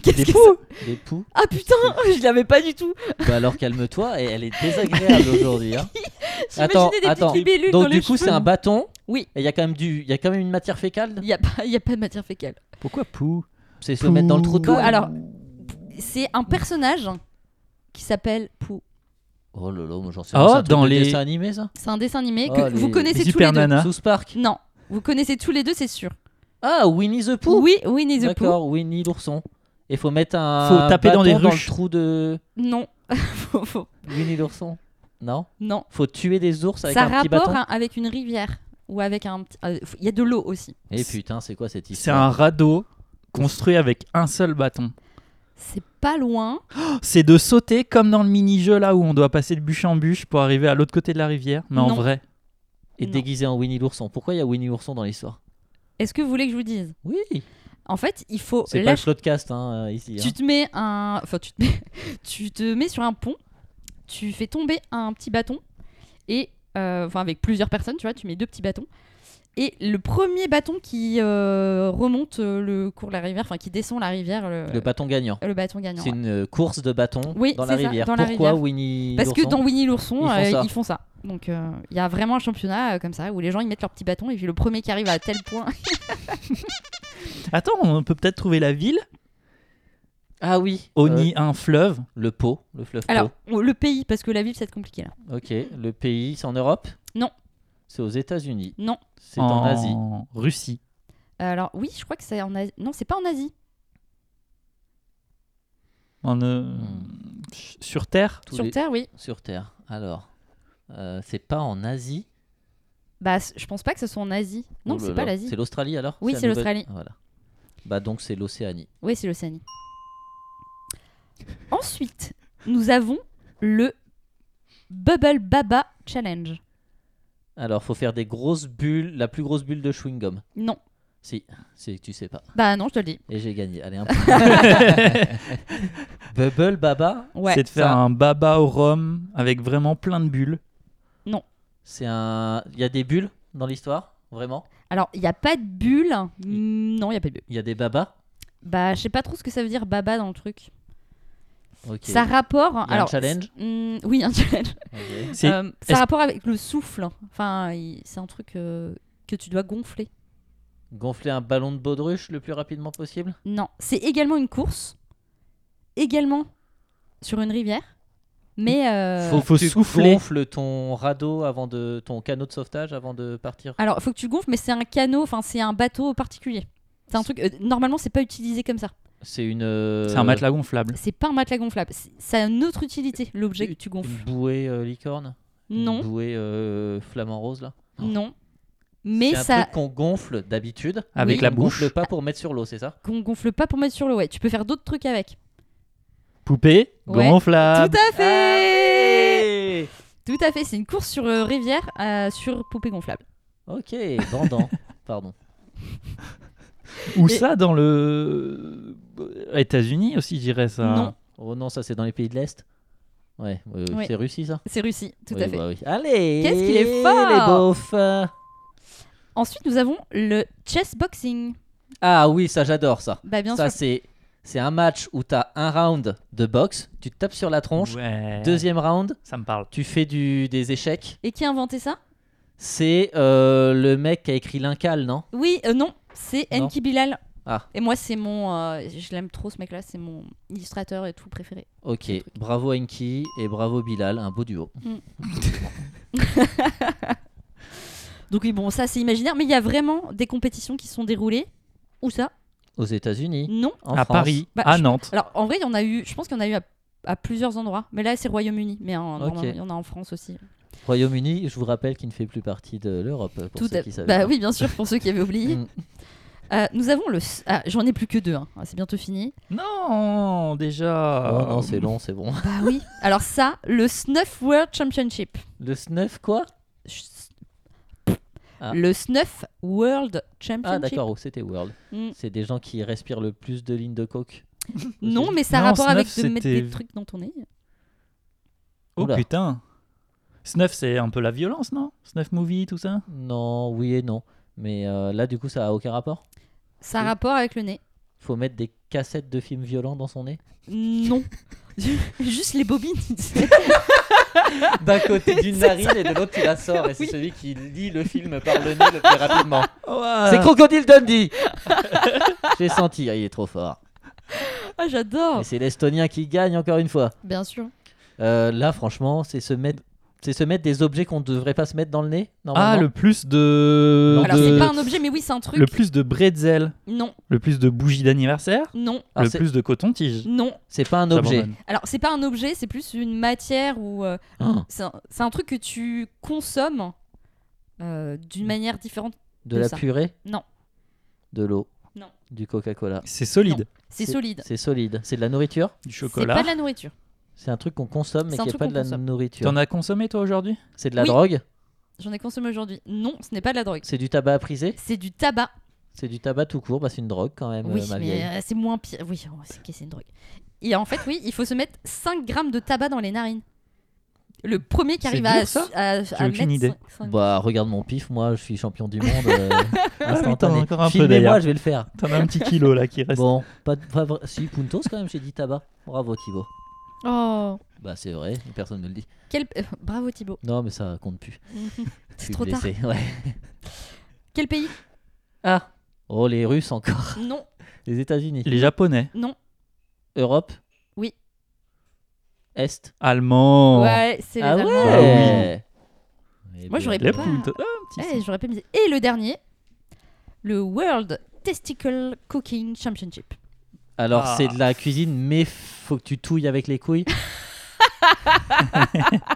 [SPEAKER 2] Qu'est-ce
[SPEAKER 3] Des
[SPEAKER 2] que
[SPEAKER 3] poux.
[SPEAKER 2] c'est
[SPEAKER 1] Des poux.
[SPEAKER 2] Ah putain, <laughs> je l'avais pas du tout.
[SPEAKER 1] Bah alors calme-toi, et elle est désagréable aujourd'hui. hein. Attends,
[SPEAKER 2] J'imaginais des
[SPEAKER 1] attends.
[SPEAKER 2] petites libellules
[SPEAKER 1] Donc
[SPEAKER 2] dans
[SPEAKER 1] du
[SPEAKER 2] les
[SPEAKER 1] coup,
[SPEAKER 2] cheveux.
[SPEAKER 1] c'est un bâton.
[SPEAKER 2] Oui.
[SPEAKER 1] Et il y a quand même du, il y a quand même une matière fécale.
[SPEAKER 2] Il y a pas, il y a pas de matière fécale.
[SPEAKER 3] Pourquoi poux
[SPEAKER 1] C'est se mettre dans le trou de
[SPEAKER 2] Pou,
[SPEAKER 1] balle.
[SPEAKER 2] alors, c'est un personnage qui s'appelle Pou.
[SPEAKER 1] Oh là là, moi j'en sais
[SPEAKER 3] Oh,
[SPEAKER 1] rien. c'est un truc
[SPEAKER 3] dans
[SPEAKER 1] de
[SPEAKER 3] les-
[SPEAKER 1] dessin animé ça.
[SPEAKER 2] C'est un dessin animé
[SPEAKER 1] Oh,
[SPEAKER 2] que
[SPEAKER 1] les-
[SPEAKER 2] vous connaissez
[SPEAKER 3] les
[SPEAKER 2] tous les
[SPEAKER 3] Super
[SPEAKER 2] deux.
[SPEAKER 3] Nana. Hein
[SPEAKER 1] Sous Park.
[SPEAKER 2] Non, vous connaissez tous les deux, c'est sûr.
[SPEAKER 1] Ah, Winnie the Pooh.
[SPEAKER 2] Oui, Winnie the Pooh.
[SPEAKER 1] D'accord, Winnie l'ourson. Et faut mettre un.
[SPEAKER 3] Faut taper
[SPEAKER 1] bâton
[SPEAKER 3] dans des
[SPEAKER 1] dans le
[SPEAKER 3] ruches.
[SPEAKER 1] trou de
[SPEAKER 2] Non. <laughs> Faut- faut-
[SPEAKER 1] Winnie l'ourson. Non.
[SPEAKER 2] non.
[SPEAKER 1] Faut tuer des ours avec
[SPEAKER 2] ça
[SPEAKER 1] un petit
[SPEAKER 2] rapporte
[SPEAKER 1] bâton.
[SPEAKER 2] avec une rivière ou avec un petit. euh, Il y a de l'eau aussi.
[SPEAKER 1] Et putain, c'est quoi cette
[SPEAKER 3] C'est
[SPEAKER 1] histoire
[SPEAKER 3] un radeau construit avec un seul bâton.
[SPEAKER 2] C'est pas loin.
[SPEAKER 3] C'est de sauter comme dans le mini-jeu là où on doit passer de bûche en bûche pour arriver à l'autre côté de la rivière, mais en
[SPEAKER 2] Non.
[SPEAKER 3] vrai.
[SPEAKER 1] Et
[SPEAKER 2] Non.
[SPEAKER 1] déguisé en Winnie l'ourson. Pourquoi il y a Winnie l'ourson dans l'histoire
[SPEAKER 2] Est-ce que vous voulez que je vous dise
[SPEAKER 1] Oui
[SPEAKER 2] En fait, il faut
[SPEAKER 1] C'est pas le
[SPEAKER 2] lâcher-
[SPEAKER 1] podcast hein, euh, ici. hein.
[SPEAKER 2] Tu te mets un, enfin tu te mets, <laughs> tu te mets sur un pont, tu fais tomber un petit bâton et, euh, enfin avec plusieurs personnes, tu vois, tu mets deux petits bâtons et le premier bâton qui euh, remonte euh, le cours de la rivière, enfin qui descend la rivière, le,
[SPEAKER 1] Le bâton gagnant.
[SPEAKER 2] le bâton gagnant.
[SPEAKER 1] C'est
[SPEAKER 2] ouais.
[SPEAKER 1] une euh, course de bâton
[SPEAKER 2] Oui,
[SPEAKER 1] dans la
[SPEAKER 2] c'est ça,
[SPEAKER 1] rivière.
[SPEAKER 2] dans la
[SPEAKER 1] Pourquoi
[SPEAKER 2] rivière.
[SPEAKER 1] Winnie
[SPEAKER 2] Parce que
[SPEAKER 1] l'ourson
[SPEAKER 2] dans Winnie l'ourson,
[SPEAKER 1] Ils font
[SPEAKER 2] euh,
[SPEAKER 1] ça.
[SPEAKER 2] ils font ça. Donc euh, il y a vraiment un championnat euh, comme ça où les gens ils mettent leur petit bâton et puis le premier qui arrive à tel
[SPEAKER 1] <laughs>
[SPEAKER 2] point.
[SPEAKER 3] Attends, on peut peut-être trouver la ville.
[SPEAKER 1] Ah oui.
[SPEAKER 3] Oni, un fleuve.
[SPEAKER 1] Euh, le Pau, le fleuve
[SPEAKER 2] Alors le pays parce que la ville c'est compliqué là.
[SPEAKER 1] Pau. Ok. Le pays, c'est en Europe
[SPEAKER 2] Non.
[SPEAKER 1] C'est aux États-Unis.
[SPEAKER 2] Non.
[SPEAKER 1] C'est
[SPEAKER 3] Oh.
[SPEAKER 1] en Asie.
[SPEAKER 3] Russie.
[SPEAKER 2] Alors oui, je crois que c'est en Asie. Non, c'est pas en Asie.
[SPEAKER 3] En, euh,
[SPEAKER 1] Hmm.
[SPEAKER 3] Sur Terre.
[SPEAKER 1] Tous
[SPEAKER 2] Sur
[SPEAKER 1] les-
[SPEAKER 2] Terre, oui.
[SPEAKER 1] Sur Terre. Alors, euh, c'est pas en Asie.
[SPEAKER 2] Bah, c- je pense pas que ce soit en Asie. Non,
[SPEAKER 1] Oh là
[SPEAKER 2] c'est
[SPEAKER 1] là.
[SPEAKER 2] pas l'Asie.
[SPEAKER 1] C'est l'Australie alors
[SPEAKER 2] Oui,
[SPEAKER 1] la
[SPEAKER 2] c'est
[SPEAKER 1] Nouvelle-
[SPEAKER 2] l'Australie.
[SPEAKER 1] Voilà. Bah donc c'est l'Océanie.
[SPEAKER 2] Oui, c'est l'Océanie. Ensuite, nous avons le Bubble Baba Challenge.
[SPEAKER 1] Alors faut faire des grosses bulles, la plus grosse bulle de chewing gum.
[SPEAKER 2] Non.
[SPEAKER 1] Si, c'est tu sais pas.
[SPEAKER 2] Bah non, je te le dis.
[SPEAKER 1] Et j'ai gagné. Allez un point.
[SPEAKER 2] <laughs>
[SPEAKER 1] Bubble Baba,
[SPEAKER 2] Ouais.
[SPEAKER 3] c'est de faire
[SPEAKER 1] ça.
[SPEAKER 3] un baba au rhum avec vraiment plein de bulles.
[SPEAKER 1] c'est un il y a des bulles dans l'histoire, vraiment
[SPEAKER 2] Alors, il n'y a pas de bulle. Mm, Non, il n'y a pas de bulle.
[SPEAKER 1] Il y a des babas
[SPEAKER 2] Bah, je sais pas trop ce que ça veut dire baba dans le truc.
[SPEAKER 1] OK.
[SPEAKER 2] Ça rapporte.
[SPEAKER 1] un
[SPEAKER 2] alors,
[SPEAKER 1] challenge
[SPEAKER 2] c'est- mm, Oui, un challenge.
[SPEAKER 1] ok.
[SPEAKER 3] C'est
[SPEAKER 2] Euh,
[SPEAKER 3] est-ce-
[SPEAKER 2] ça rapport avec le souffle. Enfin, il- c'est un truc euh, que tu dois gonfler.
[SPEAKER 1] Gonfler un ballon de baudruche le plus rapidement possible
[SPEAKER 2] Non, c'est également une course, également sur une rivière, mais euh,
[SPEAKER 3] Faut- faut
[SPEAKER 1] tu
[SPEAKER 3] souffler.
[SPEAKER 1] gonfles ton radeau avant de ton canot de sauvetage avant de partir.
[SPEAKER 2] alors faut que tu gonfles, mais c'est un canot, enfin c'est un bateau particulier. C'est un truc euh, normalement c'est pas utilisé comme ça.
[SPEAKER 1] C'est une euh,
[SPEAKER 3] c'est un matelas gonflable.
[SPEAKER 2] C'est pas un matelas gonflable, c'est- ça a une autre utilité l'objet que tu
[SPEAKER 1] Une
[SPEAKER 2] gonfles.
[SPEAKER 1] bouée euh, licorne Une
[SPEAKER 2] Non,
[SPEAKER 1] bouée euh, flamant rose là
[SPEAKER 2] non, mais
[SPEAKER 1] C'est un
[SPEAKER 2] ça
[SPEAKER 1] truc qu'on gonfle d'habitude.
[SPEAKER 3] Avec
[SPEAKER 1] mais
[SPEAKER 3] la
[SPEAKER 1] on
[SPEAKER 3] bouche.
[SPEAKER 1] gonfle pas pour mettre sur l'eau, c'est ça
[SPEAKER 2] qu'on gonfle pas pour mettre sur le ouais. Tu peux faire d'autres trucs avec.
[SPEAKER 3] Poupée
[SPEAKER 2] Ouais.
[SPEAKER 3] gonflable.
[SPEAKER 1] Ah bah,
[SPEAKER 2] Tout à fait, tout à fait. C'est une course sur euh, rivière euh, sur poupée gonflable.
[SPEAKER 1] Ok,
[SPEAKER 2] <laughs>
[SPEAKER 1] bandant. Pardon.
[SPEAKER 3] Ou
[SPEAKER 2] Et-
[SPEAKER 3] ça dans le euh, États-Unis aussi, je dirais ça. hein.
[SPEAKER 2] Non,
[SPEAKER 1] Oh non, ça c'est dans les pays de l'Est. Ouais, euh,
[SPEAKER 2] Ouais.
[SPEAKER 1] c'est Russie ça
[SPEAKER 2] c'est Russie, tout
[SPEAKER 1] Oui,
[SPEAKER 2] à fait.
[SPEAKER 1] bah oui. Allez
[SPEAKER 2] Qu'est-ce qu'il est fort
[SPEAKER 1] Les beaufs
[SPEAKER 2] Ensuite nous avons le chess boxing.
[SPEAKER 1] Ah oui, ça j'adore ça.
[SPEAKER 2] Bah bien
[SPEAKER 1] ça
[SPEAKER 2] sûr.
[SPEAKER 1] c'est c'est un match où t'as un round de boxe, tu te tapes sur la tronche.
[SPEAKER 3] Ouais.
[SPEAKER 1] Deuxième round,
[SPEAKER 3] Ça me parle.
[SPEAKER 1] tu fais du des échecs.
[SPEAKER 2] Et qui a inventé ça
[SPEAKER 1] C'est euh, le mec qui a écrit l'Incal, non
[SPEAKER 2] Oui, euh, non, c'est
[SPEAKER 1] Non.
[SPEAKER 2] Enki Bilal.
[SPEAKER 1] Ah.
[SPEAKER 2] Et moi, c'est mon. euh, je l'aime trop ce mec-là, c'est mon illustrateur et tout préféré.
[SPEAKER 1] Ok, bravo Enki et bravo Bilal, un beau duo.
[SPEAKER 2] Donc, oui, bon, ça, c'est imaginaire, mais il y a vraiment des compétitions qui sont déroulées. Où ça
[SPEAKER 1] Aux États-Unis,
[SPEAKER 2] Non.
[SPEAKER 1] en
[SPEAKER 3] à
[SPEAKER 1] France.
[SPEAKER 3] Paris,
[SPEAKER 2] Bah,
[SPEAKER 3] à
[SPEAKER 2] je-
[SPEAKER 3] Nantes.
[SPEAKER 2] Alors, en vrai, il y en a eu. Je pense qu'il y en a eu à, à plusieurs endroits. Mais là, c'est Royaume-Uni. Mais en-
[SPEAKER 1] Ok.
[SPEAKER 2] normalement, il y en a en France aussi.
[SPEAKER 1] Royaume-Uni, je vous rappelle qu'il ne fait plus partie de l'Europe. Pour
[SPEAKER 2] Tout
[SPEAKER 1] ceux
[SPEAKER 2] à-
[SPEAKER 1] qui savaient
[SPEAKER 2] Bah
[SPEAKER 1] pas.
[SPEAKER 2] oui, bien sûr, pour ceux qui avaient
[SPEAKER 1] <laughs>
[SPEAKER 2] oublié.
[SPEAKER 1] Mm.
[SPEAKER 2] Euh, nous avons le. s- Ah, j'en ai plus que deux. hein. Ah, C'est bientôt fini.
[SPEAKER 3] Non, déjà.
[SPEAKER 1] Oh non, c'est long, c'est bon.
[SPEAKER 2] Bah oui. Alors, ça, le Snuff World Championship.
[SPEAKER 1] Le snuff, quoi
[SPEAKER 2] Ch-
[SPEAKER 1] Ah.
[SPEAKER 2] Le Snuff World Championship.
[SPEAKER 1] Ah, d'accord, oh, c'était World.
[SPEAKER 2] Mm.
[SPEAKER 1] C'est des gens qui respirent le plus de lignes de coke.
[SPEAKER 2] Non, mais ça a
[SPEAKER 3] Non,
[SPEAKER 2] rapport avec
[SPEAKER 3] snuff,
[SPEAKER 2] de mettre
[SPEAKER 3] c'était-
[SPEAKER 2] des trucs dans ton nez.
[SPEAKER 3] Oh
[SPEAKER 1] Oula.
[SPEAKER 3] putain. Snuff, c'est un peu la violence, non Snuff movie, tout ça
[SPEAKER 1] Non, oui et non. Mais euh, là, du coup, ça a aucun rapport.
[SPEAKER 2] Ça a
[SPEAKER 1] Oui.
[SPEAKER 2] rapport avec le nez.
[SPEAKER 1] Faut mettre des cassettes de films violents dans son nez.
[SPEAKER 2] Non. <laughs> Juste les bobines. tu sais.
[SPEAKER 1] <laughs> D'un côté <laughs> d'une
[SPEAKER 2] C'est
[SPEAKER 1] narine et de l'autre, tu la sors. Et c'est
[SPEAKER 2] Oui.
[SPEAKER 1] celui qui lit le film par le nez le plus rapidement. <laughs> Ah. C'est
[SPEAKER 3] C'est con-
[SPEAKER 1] Crocodile Dundee <laughs> J'ai senti, ah, il est trop fort.
[SPEAKER 2] ah, j'adore.
[SPEAKER 1] Et c'est l'Estonien qui gagne encore une fois.
[SPEAKER 2] Bien sûr.
[SPEAKER 1] Euh, là, franchement, c'est se mettre, c'est se mettre des objets qu'on ne devrait pas se mettre dans le nez.
[SPEAKER 3] Ah,
[SPEAKER 1] Normalement.
[SPEAKER 3] le plus de.
[SPEAKER 1] Non,
[SPEAKER 2] Alors,
[SPEAKER 3] de-
[SPEAKER 2] c'est pas un objet, mais oui, c'est un truc.
[SPEAKER 3] Le plus de bretzel,
[SPEAKER 2] Non,
[SPEAKER 3] le plus de bougies d'anniversaire,
[SPEAKER 2] non,
[SPEAKER 1] Alors,
[SPEAKER 3] le
[SPEAKER 1] Ah, c'est-
[SPEAKER 3] plus de coton-tige.
[SPEAKER 2] non.
[SPEAKER 1] C'est pas un objet.
[SPEAKER 3] J'abandonne.
[SPEAKER 2] Alors, c'est pas un objet, c'est plus une matière ou. euh,
[SPEAKER 1] Ah,
[SPEAKER 2] c'est un, c'est un truc que tu consommes
[SPEAKER 3] Mm.
[SPEAKER 2] euh, d'une manière différente.
[SPEAKER 1] de
[SPEAKER 2] de
[SPEAKER 1] la
[SPEAKER 2] ça.
[SPEAKER 1] purée
[SPEAKER 2] Non.
[SPEAKER 1] De l'eau
[SPEAKER 2] Non.
[SPEAKER 1] Du Coca-Cola.
[SPEAKER 3] C'est solide.
[SPEAKER 2] C'est solide.
[SPEAKER 1] C'est solide. C'est de la nourriture
[SPEAKER 3] Du
[SPEAKER 2] C'est pas
[SPEAKER 3] chocolat.
[SPEAKER 2] de la nourriture.
[SPEAKER 1] C'est un truc qu'on consomme mais
[SPEAKER 2] C'est un
[SPEAKER 1] qui n'est
[SPEAKER 2] truc
[SPEAKER 1] pas
[SPEAKER 2] qu'on
[SPEAKER 1] de la
[SPEAKER 2] consomme.
[SPEAKER 1] nourriture.
[SPEAKER 3] T'en as consommé toi aujourd'hui
[SPEAKER 1] C'est de la
[SPEAKER 2] Oui.
[SPEAKER 1] drogue
[SPEAKER 2] J'en ai consommé aujourd'hui. Non, ce n'est pas de la drogue.
[SPEAKER 1] C'est du tabac à priser
[SPEAKER 2] C'est du tabac.
[SPEAKER 1] C'est du tabac tout court Bah, C'est une drogue quand même,
[SPEAKER 2] oui,
[SPEAKER 1] euh, ma
[SPEAKER 2] mais
[SPEAKER 1] vieille.
[SPEAKER 2] euh, c'est moins pire. Oui, oh, c'est ok, c'est une drogue. Et en fait, oui, il faut se mettre 5 grammes de tabac dans les narines. Le premier qui
[SPEAKER 3] C'est
[SPEAKER 2] arrive
[SPEAKER 3] dur,
[SPEAKER 2] à,
[SPEAKER 3] ça
[SPEAKER 2] à, à
[SPEAKER 3] aucune
[SPEAKER 2] mettre
[SPEAKER 3] idée.
[SPEAKER 2] cinq- cinq-
[SPEAKER 1] Bah, regarde mon pif, moi je suis champion du monde.
[SPEAKER 2] <laughs>
[SPEAKER 1] euh,
[SPEAKER 2] Ah
[SPEAKER 1] <laughs>
[SPEAKER 3] t'en as
[SPEAKER 1] instantané.
[SPEAKER 3] encore un peu,
[SPEAKER 1] Filmez-moi,
[SPEAKER 3] d'ailleurs.
[SPEAKER 1] je vais le faire.
[SPEAKER 3] T'en as un petit kilo là qui reste.
[SPEAKER 1] Bon, pas, de- pas vrai- Si, Puntos quand même, j'ai dit tabac. Bravo Thibaut.
[SPEAKER 2] Oh.
[SPEAKER 1] Bah, c'est vrai, personne ne le dit.
[SPEAKER 2] Quel... euh, Bravo Thibaut.
[SPEAKER 1] Non, mais ça compte plus. Je
[SPEAKER 2] C'est
[SPEAKER 1] suis
[SPEAKER 2] trop tard.
[SPEAKER 1] blessé, ouais.
[SPEAKER 2] Quel pays
[SPEAKER 1] Ah Oh, les Russes encore.
[SPEAKER 2] Non,
[SPEAKER 1] Les États-Unis.
[SPEAKER 3] Les Japonais,
[SPEAKER 2] non.
[SPEAKER 1] Europe
[SPEAKER 2] Oui.
[SPEAKER 1] Est
[SPEAKER 3] Allemands.
[SPEAKER 2] Ouais, c'est les
[SPEAKER 1] Ah
[SPEAKER 2] Allemands.
[SPEAKER 3] Bah
[SPEAKER 1] ouais Eh
[SPEAKER 2] Moi,
[SPEAKER 1] bien,
[SPEAKER 2] j'aurais
[SPEAKER 3] Les
[SPEAKER 2] pas-
[SPEAKER 3] poudres. Ah, un petit
[SPEAKER 2] Eh, j'aurais pas misé. Et le dernier, le World Testicle Cooking Championship.
[SPEAKER 1] Alors,
[SPEAKER 3] Ah.
[SPEAKER 1] c'est de la cuisine, mais faut que tu touilles avec les
[SPEAKER 3] <laughs>
[SPEAKER 1] couilles.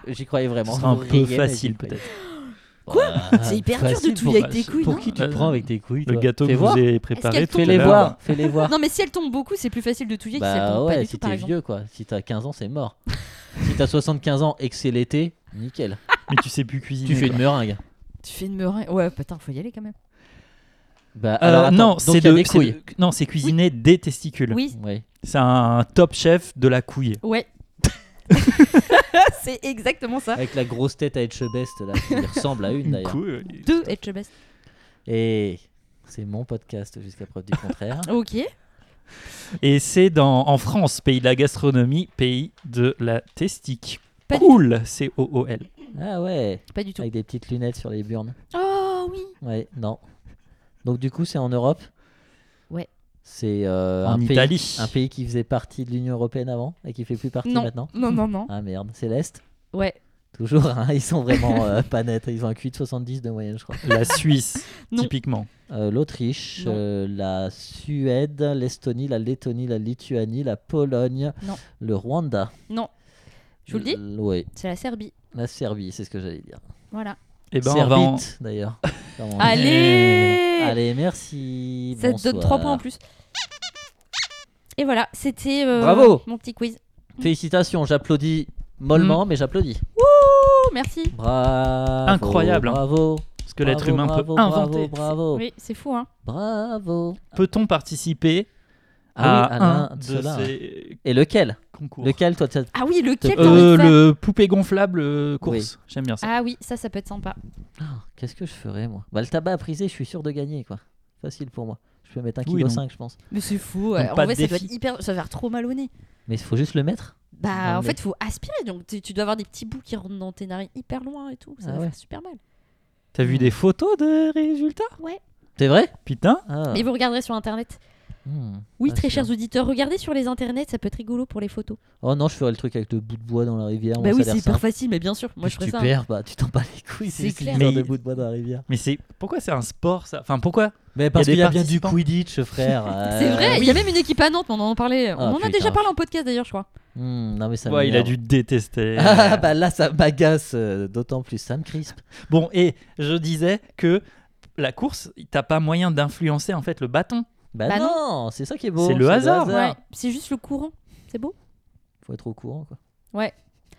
[SPEAKER 1] J'y croyais
[SPEAKER 3] Ce
[SPEAKER 1] vraiment.
[SPEAKER 3] sera un
[SPEAKER 1] Vous
[SPEAKER 3] peu
[SPEAKER 1] riez, mais
[SPEAKER 3] facile
[SPEAKER 1] j'y croyais.
[SPEAKER 3] peut-être.
[SPEAKER 1] Quoi
[SPEAKER 2] C'est hyper dur de
[SPEAKER 1] facile
[SPEAKER 2] touiller
[SPEAKER 1] pour-
[SPEAKER 2] avec tes couilles,
[SPEAKER 1] Pour
[SPEAKER 2] non
[SPEAKER 1] qui tu
[SPEAKER 3] Euh,
[SPEAKER 1] te prends avec tes couilles
[SPEAKER 3] Le
[SPEAKER 1] toi
[SPEAKER 3] gâteau
[SPEAKER 1] Fais
[SPEAKER 3] que je
[SPEAKER 1] voir.
[SPEAKER 3] vous ai
[SPEAKER 2] Est-ce
[SPEAKER 3] préparé tout à
[SPEAKER 1] Fais-les
[SPEAKER 3] l'heure.
[SPEAKER 1] voir, fais-les voir.
[SPEAKER 2] Non, mais si elle tombe beaucoup, c'est plus facile de touiller que si elle
[SPEAKER 1] Bah
[SPEAKER 2] tombe pas
[SPEAKER 1] ouais,
[SPEAKER 2] du tout,
[SPEAKER 1] si
[SPEAKER 2] par
[SPEAKER 1] t'es
[SPEAKER 2] exemple.
[SPEAKER 1] vieux quoi. Si t'as 15 ans, c'est mort. si t'as 75 ans et que c'est l'été, nickel.
[SPEAKER 3] Mais tu sais plus cuisiner.
[SPEAKER 1] Tu fais
[SPEAKER 3] quoi.
[SPEAKER 1] une meringue.
[SPEAKER 2] Tu fais une meringue. Ouais, putain, faut y aller quand même.
[SPEAKER 1] Bah
[SPEAKER 3] Euh,
[SPEAKER 1] alors attends,
[SPEAKER 3] non,
[SPEAKER 1] donc
[SPEAKER 3] c'est
[SPEAKER 1] il y a
[SPEAKER 3] de,
[SPEAKER 1] des
[SPEAKER 3] c'est de-
[SPEAKER 1] couilles.
[SPEAKER 3] non, c'est cuisiner des
[SPEAKER 1] <laughs>
[SPEAKER 3] testicules.
[SPEAKER 2] Oui,
[SPEAKER 1] Ouais.
[SPEAKER 3] C'est un top chef de la couille.
[SPEAKER 1] <laughs>
[SPEAKER 2] ouais. <laughs> c'est exactement ça.
[SPEAKER 1] Avec la grosse tête à Etchebest là, qui ressemble à une d'ailleurs.
[SPEAKER 3] couille.
[SPEAKER 2] Deux Etchebest.
[SPEAKER 1] Et c'est mon podcast jusqu'à preuve du contraire.
[SPEAKER 2] Ok.
[SPEAKER 3] Et c'est dans en France, pays de la gastronomie, pays de la testique.
[SPEAKER 2] Pas du
[SPEAKER 3] cool, c'est O O L.
[SPEAKER 1] Ah ouais,
[SPEAKER 2] Pas du tout.
[SPEAKER 1] avec des petites lunettes sur les burnes.
[SPEAKER 2] Oh oui.
[SPEAKER 1] Ouais, non. Donc du coup, c'est en Europe.
[SPEAKER 2] Ouais.
[SPEAKER 1] C'est euh,
[SPEAKER 3] En
[SPEAKER 1] un
[SPEAKER 3] Italie.
[SPEAKER 1] pays, un pays qui faisait partie de l'Union européenne avant et qui fait plus partie
[SPEAKER 2] Non.
[SPEAKER 1] maintenant.
[SPEAKER 2] Non, non, <laughs> non.
[SPEAKER 1] Ah merde, c'est l'est.
[SPEAKER 2] Ouais.
[SPEAKER 1] Toujours, hein, ils sont vraiment
[SPEAKER 2] <laughs>
[SPEAKER 1] euh, pas nets. Ils ont un QI de 70 de moyenne, je crois.
[SPEAKER 3] La Suisse,
[SPEAKER 2] Non.
[SPEAKER 3] typiquement.
[SPEAKER 1] Euh, L'Autriche,
[SPEAKER 2] Non.
[SPEAKER 1] euh, la Suède, l'Estonie, la Lettonie, la Lituanie, la Pologne,
[SPEAKER 2] Non.
[SPEAKER 1] le Rwanda.
[SPEAKER 2] Non. Je vous le dis,
[SPEAKER 1] L- ouais.
[SPEAKER 2] c'est la Serbie.
[SPEAKER 1] la Serbie, c'est ce que j'allais dire.
[SPEAKER 2] Voilà.
[SPEAKER 3] Et ben, on va en-
[SPEAKER 1] Serbite,
[SPEAKER 2] <laughs>
[SPEAKER 1] d'ailleurs. comme on dit.
[SPEAKER 2] Allez.
[SPEAKER 1] Allez, merci.
[SPEAKER 2] Ça te donne 3 points en
[SPEAKER 1] bonsoir.
[SPEAKER 2] plus. Et voilà, c'était euh,
[SPEAKER 1] Bravo.
[SPEAKER 2] mon petit quiz.
[SPEAKER 1] Félicitations, j'applaudis mollement,
[SPEAKER 3] Mm.
[SPEAKER 1] mais j'applaudis.
[SPEAKER 2] Oh, merci.
[SPEAKER 1] Bravo.
[SPEAKER 3] Incroyable, hein.
[SPEAKER 1] Bravo.
[SPEAKER 3] parce que l'être
[SPEAKER 1] bravo,
[SPEAKER 3] humain
[SPEAKER 1] bravo,
[SPEAKER 3] peut inventer.
[SPEAKER 1] Bravo, bravo.
[SPEAKER 2] Oui, c'est fou, hein.
[SPEAKER 1] Bravo.
[SPEAKER 3] Peut-on participer
[SPEAKER 1] Ah
[SPEAKER 3] à
[SPEAKER 1] oui, à l'un
[SPEAKER 3] un
[SPEAKER 1] de
[SPEAKER 3] de
[SPEAKER 1] ceux-là,
[SPEAKER 3] ces
[SPEAKER 1] Et lequel
[SPEAKER 3] concours
[SPEAKER 1] Lequel, toi, t'as-
[SPEAKER 2] Ah oui, lequel
[SPEAKER 1] Euh,
[SPEAKER 2] t'as envie de
[SPEAKER 3] Euh,
[SPEAKER 2] faire
[SPEAKER 3] Le poupée gonflable euh, course. J'aime bien ça.
[SPEAKER 2] Ah oui, ça, ça peut être sympa.
[SPEAKER 1] Ah, Qu'est-ce que je ferais moi Bah le tabac à priser, je suis sûr de gagner quoi. Facile pour moi. Je peux mettre un
[SPEAKER 3] Oui,
[SPEAKER 1] kilo
[SPEAKER 3] donc.
[SPEAKER 1] 5 je pense.
[SPEAKER 2] Mais c'est fou, ouais.
[SPEAKER 3] Donc,
[SPEAKER 2] En
[SPEAKER 3] pas de
[SPEAKER 2] vrai, ça doit
[SPEAKER 3] défi.
[SPEAKER 2] être hyper. Ça va faire trop mal au nez.
[SPEAKER 1] Mais il faut juste le mettre.
[SPEAKER 2] Bah,
[SPEAKER 1] Non,
[SPEAKER 2] en
[SPEAKER 1] mais-
[SPEAKER 2] fait, faut aspirer. Donc, tu, tu dois avoir des petits bouts qui rentrent dans tes narines hyper loin et tout. Ça
[SPEAKER 1] Ah
[SPEAKER 2] va
[SPEAKER 1] ouais.
[SPEAKER 2] faire super mal.
[SPEAKER 3] T'as vu des photos de résultats
[SPEAKER 1] C'est vrai
[SPEAKER 3] Putain.
[SPEAKER 1] Ah.
[SPEAKER 2] Mais vous regarderez sur internet.
[SPEAKER 1] Hmm.
[SPEAKER 2] Oui,
[SPEAKER 1] Ah,
[SPEAKER 2] très
[SPEAKER 1] c'est
[SPEAKER 2] chers auditeurs, regardez sur les internets, ça peut être rigolo pour les photos.
[SPEAKER 1] Oh non, je ferais le truc avec le bout de bois dans la rivière.
[SPEAKER 2] bah
[SPEAKER 1] moi,
[SPEAKER 2] oui,
[SPEAKER 1] ça a
[SPEAKER 2] c'est
[SPEAKER 1] l'air
[SPEAKER 2] hyper
[SPEAKER 1] simple.
[SPEAKER 2] facile, mais bien sûr. Moi,
[SPEAKER 1] Plus
[SPEAKER 2] je ferais
[SPEAKER 1] tu
[SPEAKER 2] ça. hein.
[SPEAKER 1] perds, bah tu t'en bats les couilles.
[SPEAKER 2] C'est
[SPEAKER 1] C'est juste une
[SPEAKER 2] clair.
[SPEAKER 1] histoire
[SPEAKER 3] Mais-
[SPEAKER 1] de bout de bois dans la rivière.
[SPEAKER 3] Mais c'est pourquoi c'est un sport ça Enfin pourquoi
[SPEAKER 1] Mais parce
[SPEAKER 3] des
[SPEAKER 1] qu'il y a bien du
[SPEAKER 3] participants.
[SPEAKER 1] Quidditch, frère.
[SPEAKER 2] C'est
[SPEAKER 1] euh,
[SPEAKER 2] vrai, il
[SPEAKER 1] oui.
[SPEAKER 2] y a même une équipe à Nantes, mais on en parlait. on
[SPEAKER 1] Ah,
[SPEAKER 2] en a déjà
[SPEAKER 1] putain.
[SPEAKER 2] parlé en podcast d'ailleurs, je crois.
[SPEAKER 1] Hmm, non mais ça.
[SPEAKER 3] Ouais, il a
[SPEAKER 1] <laughs> m'énerve.
[SPEAKER 3] dû euh, détester.
[SPEAKER 1] Ah bah là ça m'agace euh, d'autant plus. Ça me crispe.
[SPEAKER 3] Bon, et je disais que la course, t'as pas moyen d'influencer en fait le bâton.
[SPEAKER 1] Bah,
[SPEAKER 2] Bah non.
[SPEAKER 1] non, c'est ça qui est beau.
[SPEAKER 3] C'est le hasard.
[SPEAKER 2] Ouais, c'est juste le courant. C'est beau.
[SPEAKER 1] Faut être au courant quoi. <laughs>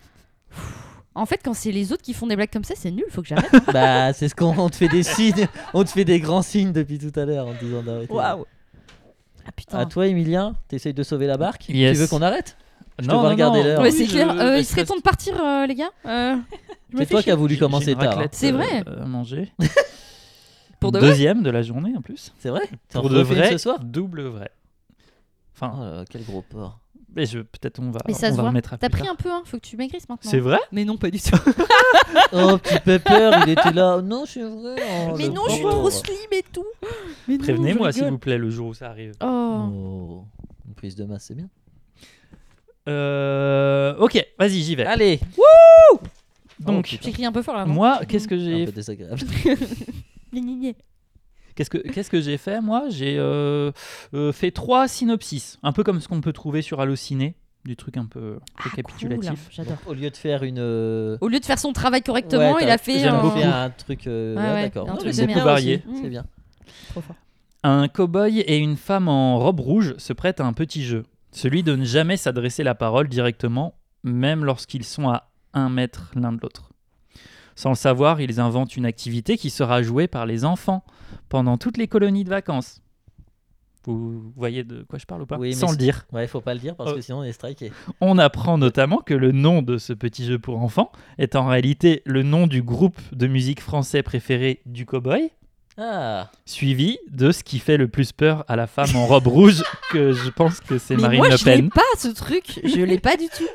[SPEAKER 2] En fait, quand c'est les autres qui font des blagues comme ça, c'est nul, faut que j'arrête.
[SPEAKER 1] bah c'est ce qu'on on te fait des signes, on te fait des grands signes depuis tout à l'heure en te disant d'arrêter.
[SPEAKER 2] Ah putain.
[SPEAKER 1] À toi, Emilien, t'essayes de sauver la barque
[SPEAKER 3] Yes.
[SPEAKER 1] Tu veux qu'on arrête
[SPEAKER 3] Je
[SPEAKER 1] te vois regarder l'heure.
[SPEAKER 2] Ouais, c'est clair. Euh, il serait temps de partir, euh, les gars. Euh, je me
[SPEAKER 1] C'est
[SPEAKER 2] fais
[SPEAKER 1] toi qui
[SPEAKER 2] chier.
[SPEAKER 1] as voulu commencer tard. hein.
[SPEAKER 2] C'est vrai.
[SPEAKER 3] euh, manger.
[SPEAKER 2] Pour de vrai
[SPEAKER 3] Deuxième de la journée en plus.
[SPEAKER 1] C'est vrai T'en
[SPEAKER 3] Pour de
[SPEAKER 1] refais une
[SPEAKER 3] vrai.
[SPEAKER 1] ce soir
[SPEAKER 3] Double vrai.
[SPEAKER 1] Oh
[SPEAKER 3] Enfin,
[SPEAKER 1] là là, Quel gros porc.
[SPEAKER 3] mais je peut-être on va.
[SPEAKER 2] Mais ça
[SPEAKER 3] on
[SPEAKER 2] se
[SPEAKER 3] va
[SPEAKER 2] voit.
[SPEAKER 3] remettre à
[SPEAKER 2] T'as
[SPEAKER 3] plus
[SPEAKER 2] pris
[SPEAKER 3] tard.
[SPEAKER 2] un peu, hein. Faut que tu maigrisses maintenant.
[SPEAKER 3] C'est vrai.
[SPEAKER 2] Mais non, pas du tout.
[SPEAKER 1] <laughs> Oh, petit Pepper, il était là. Non, c'est vrai. oh,
[SPEAKER 2] mais
[SPEAKER 1] le
[SPEAKER 2] non, je suis
[SPEAKER 1] pauvre.
[SPEAKER 2] trop slim et tout. Mais non,
[SPEAKER 3] Prévenez-moi
[SPEAKER 2] je
[SPEAKER 3] s'il
[SPEAKER 2] rigole.
[SPEAKER 3] vous plaît le jour où ça arrive.
[SPEAKER 2] Oh.
[SPEAKER 1] Oh, Une prise de masse, c'est bien.
[SPEAKER 3] Euh, ok, vas-y, j'y vais.
[SPEAKER 1] Allez,
[SPEAKER 3] Donc,
[SPEAKER 1] putain.
[SPEAKER 2] J'ai crié un peu fort là. non
[SPEAKER 3] Oh, moi, qu'est-ce que
[SPEAKER 1] un
[SPEAKER 3] j'ai
[SPEAKER 1] peu désagréable.
[SPEAKER 2] Gna, gna, gna.
[SPEAKER 3] Qu'est-ce que, qu'est-ce que j'ai fait Moi, j'ai euh, euh, fait trois synopsis, un peu comme ce qu'on peut trouver sur Allociné, du truc un peu
[SPEAKER 2] Ah, Cool,
[SPEAKER 3] récapitulatif.
[SPEAKER 2] J'adore.
[SPEAKER 1] Au lieu de faire une. euh,
[SPEAKER 2] Au lieu de faire son travail correctement,
[SPEAKER 1] ouais,
[SPEAKER 2] il a
[SPEAKER 1] t'as-
[SPEAKER 2] fait.
[SPEAKER 3] j'aime
[SPEAKER 2] un-
[SPEAKER 3] beaucoup.
[SPEAKER 1] un truc. euh,
[SPEAKER 2] Ouais,
[SPEAKER 1] ouais,
[SPEAKER 2] ouais,
[SPEAKER 1] d'accord.
[SPEAKER 2] un
[SPEAKER 1] Non,
[SPEAKER 2] truc Mm.
[SPEAKER 1] mais
[SPEAKER 2] de
[SPEAKER 1] c'est
[SPEAKER 2] merde.
[SPEAKER 1] bien aussi,
[SPEAKER 3] varié.
[SPEAKER 1] C'est bien.
[SPEAKER 2] Trop fort.
[SPEAKER 3] Un cow-boy et une femme en robe rouge se prêtent à un petit jeu, celui de ne jamais s'adresser la parole directement, même lorsqu'ils sont à un mètre l'un de l'autre. Sans le savoir, ils inventent une activité qui sera jouée par les enfants pendant toutes les colonies de vacances. Vous voyez de quoi je parle ou pas
[SPEAKER 1] Oui, mais
[SPEAKER 3] Sans le
[SPEAKER 1] c'est-
[SPEAKER 3] dire.
[SPEAKER 1] Ouais, faut pas le dire parce
[SPEAKER 3] Oh.
[SPEAKER 1] que sinon on est striké.
[SPEAKER 3] On apprend notamment que le nom de ce petit jeu pour enfants est en réalité le nom du groupe de musique français préféré du cowboy,
[SPEAKER 1] Ah,
[SPEAKER 3] suivi de ce qui fait le plus peur à la femme en
[SPEAKER 2] <laughs>
[SPEAKER 3] robe rouge, que je pense que c'est
[SPEAKER 2] Mais
[SPEAKER 3] Marine
[SPEAKER 2] moi,
[SPEAKER 3] Le
[SPEAKER 2] je l'ai
[SPEAKER 3] Pen.
[SPEAKER 2] pas ce truc, je l'ai pas du tout.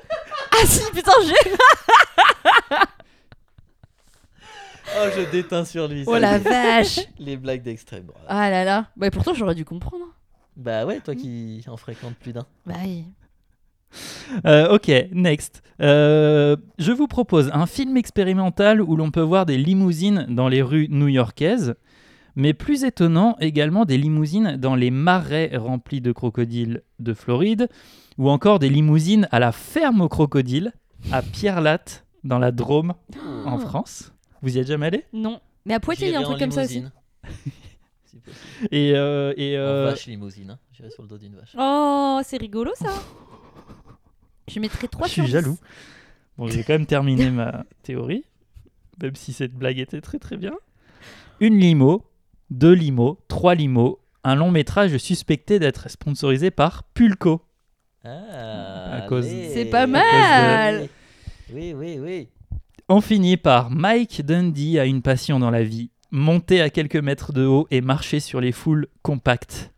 [SPEAKER 2] <laughs> Ah si, putain, j'ai.
[SPEAKER 1] oh, je déteins sur lui.
[SPEAKER 2] Oh
[SPEAKER 1] ça
[SPEAKER 2] la <laughs>
[SPEAKER 1] y est.
[SPEAKER 2] vache.
[SPEAKER 1] Les blagues d'extrême droite.
[SPEAKER 2] Ah Mm. là là. Bah pourtant j'aurais dû comprendre. hein.
[SPEAKER 1] Bah ouais, toi qui en fréquente plus d'un.
[SPEAKER 2] Bah oui.
[SPEAKER 3] Euh, ok, next. Euh, je vous propose un film expérimental où l'on peut voir des limousines dans les rues new-yorkaises, mais plus étonnant également des limousines dans les marais remplis de crocodiles de Floride, ou encore des limousines à la ferme aux crocodiles à Pierre-Latte dans la Drôme en
[SPEAKER 2] Ah.
[SPEAKER 3] France. Vous y êtes jamais allé
[SPEAKER 2] Non. Mais à Poitiers, il y a un truc comme ça aussi. <laughs>
[SPEAKER 1] C'est possible.
[SPEAKER 3] Et, euh, et,
[SPEAKER 1] En
[SPEAKER 3] euh,
[SPEAKER 1] vache limousine, hein. j'irai sur le dos d'une vache.
[SPEAKER 2] Oh, c'est rigolo ça. je mettrai 3
[SPEAKER 3] je suis jaloux. Bon, j'ai quand même terminé ma théorie, même si cette blague était très très bien. Une limo, deux limos, trois limos, un long métrage suspecté d'être sponsorisé par Pulco.
[SPEAKER 1] Ah,
[SPEAKER 3] À cause-
[SPEAKER 1] allez.
[SPEAKER 2] C'est pas mal.
[SPEAKER 1] Oui, oui, oui.
[SPEAKER 3] On finit par Mike Dundee a une passion dans la vie, monter à quelques mètres de haut et marcher sur les foules compactes.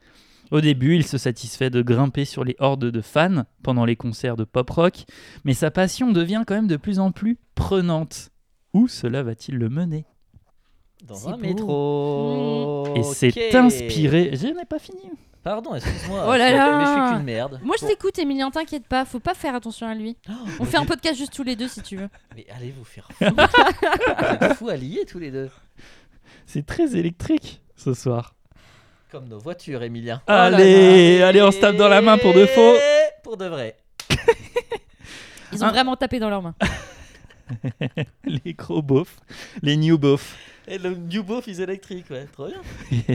[SPEAKER 3] Au début, il se satisfait de grimper sur les hordes de fans pendant les concerts de pop rock, mais sa passion devient quand même de plus en plus prenante. Où cela va-t-il le mener
[SPEAKER 1] Dans
[SPEAKER 2] C'est
[SPEAKER 1] un
[SPEAKER 2] beau. Mm.
[SPEAKER 1] métro.
[SPEAKER 3] Et
[SPEAKER 1] Ok.
[SPEAKER 3] c'est inspiré. Je n'ai pas fini.
[SPEAKER 1] Pardon, excuse-moi.
[SPEAKER 2] Oh là là.
[SPEAKER 1] Mais je suis qu'une merde. Oh.
[SPEAKER 2] Moi je t'écoute Emilien, t'inquiète pas, faut pas faire attention à lui. On fait un podcast juste tous les deux si tu veux.
[SPEAKER 1] Mais allez vous faire foutre. vous êtes fous à lier tous les deux.
[SPEAKER 3] C'est très électrique ce soir.
[SPEAKER 1] Comme nos voitures, Emilien.
[SPEAKER 3] Oh là Allez, là. allez, on se tape dans la main pour de faux.
[SPEAKER 1] Et Pour de vrai.
[SPEAKER 2] Ils ont
[SPEAKER 3] Un-
[SPEAKER 2] vraiment tapé dans leurs mains.
[SPEAKER 3] Les gros beaufs, les new beaufs. <laughs>
[SPEAKER 1] Et le New Beau is électrique, ouais. Trop bien.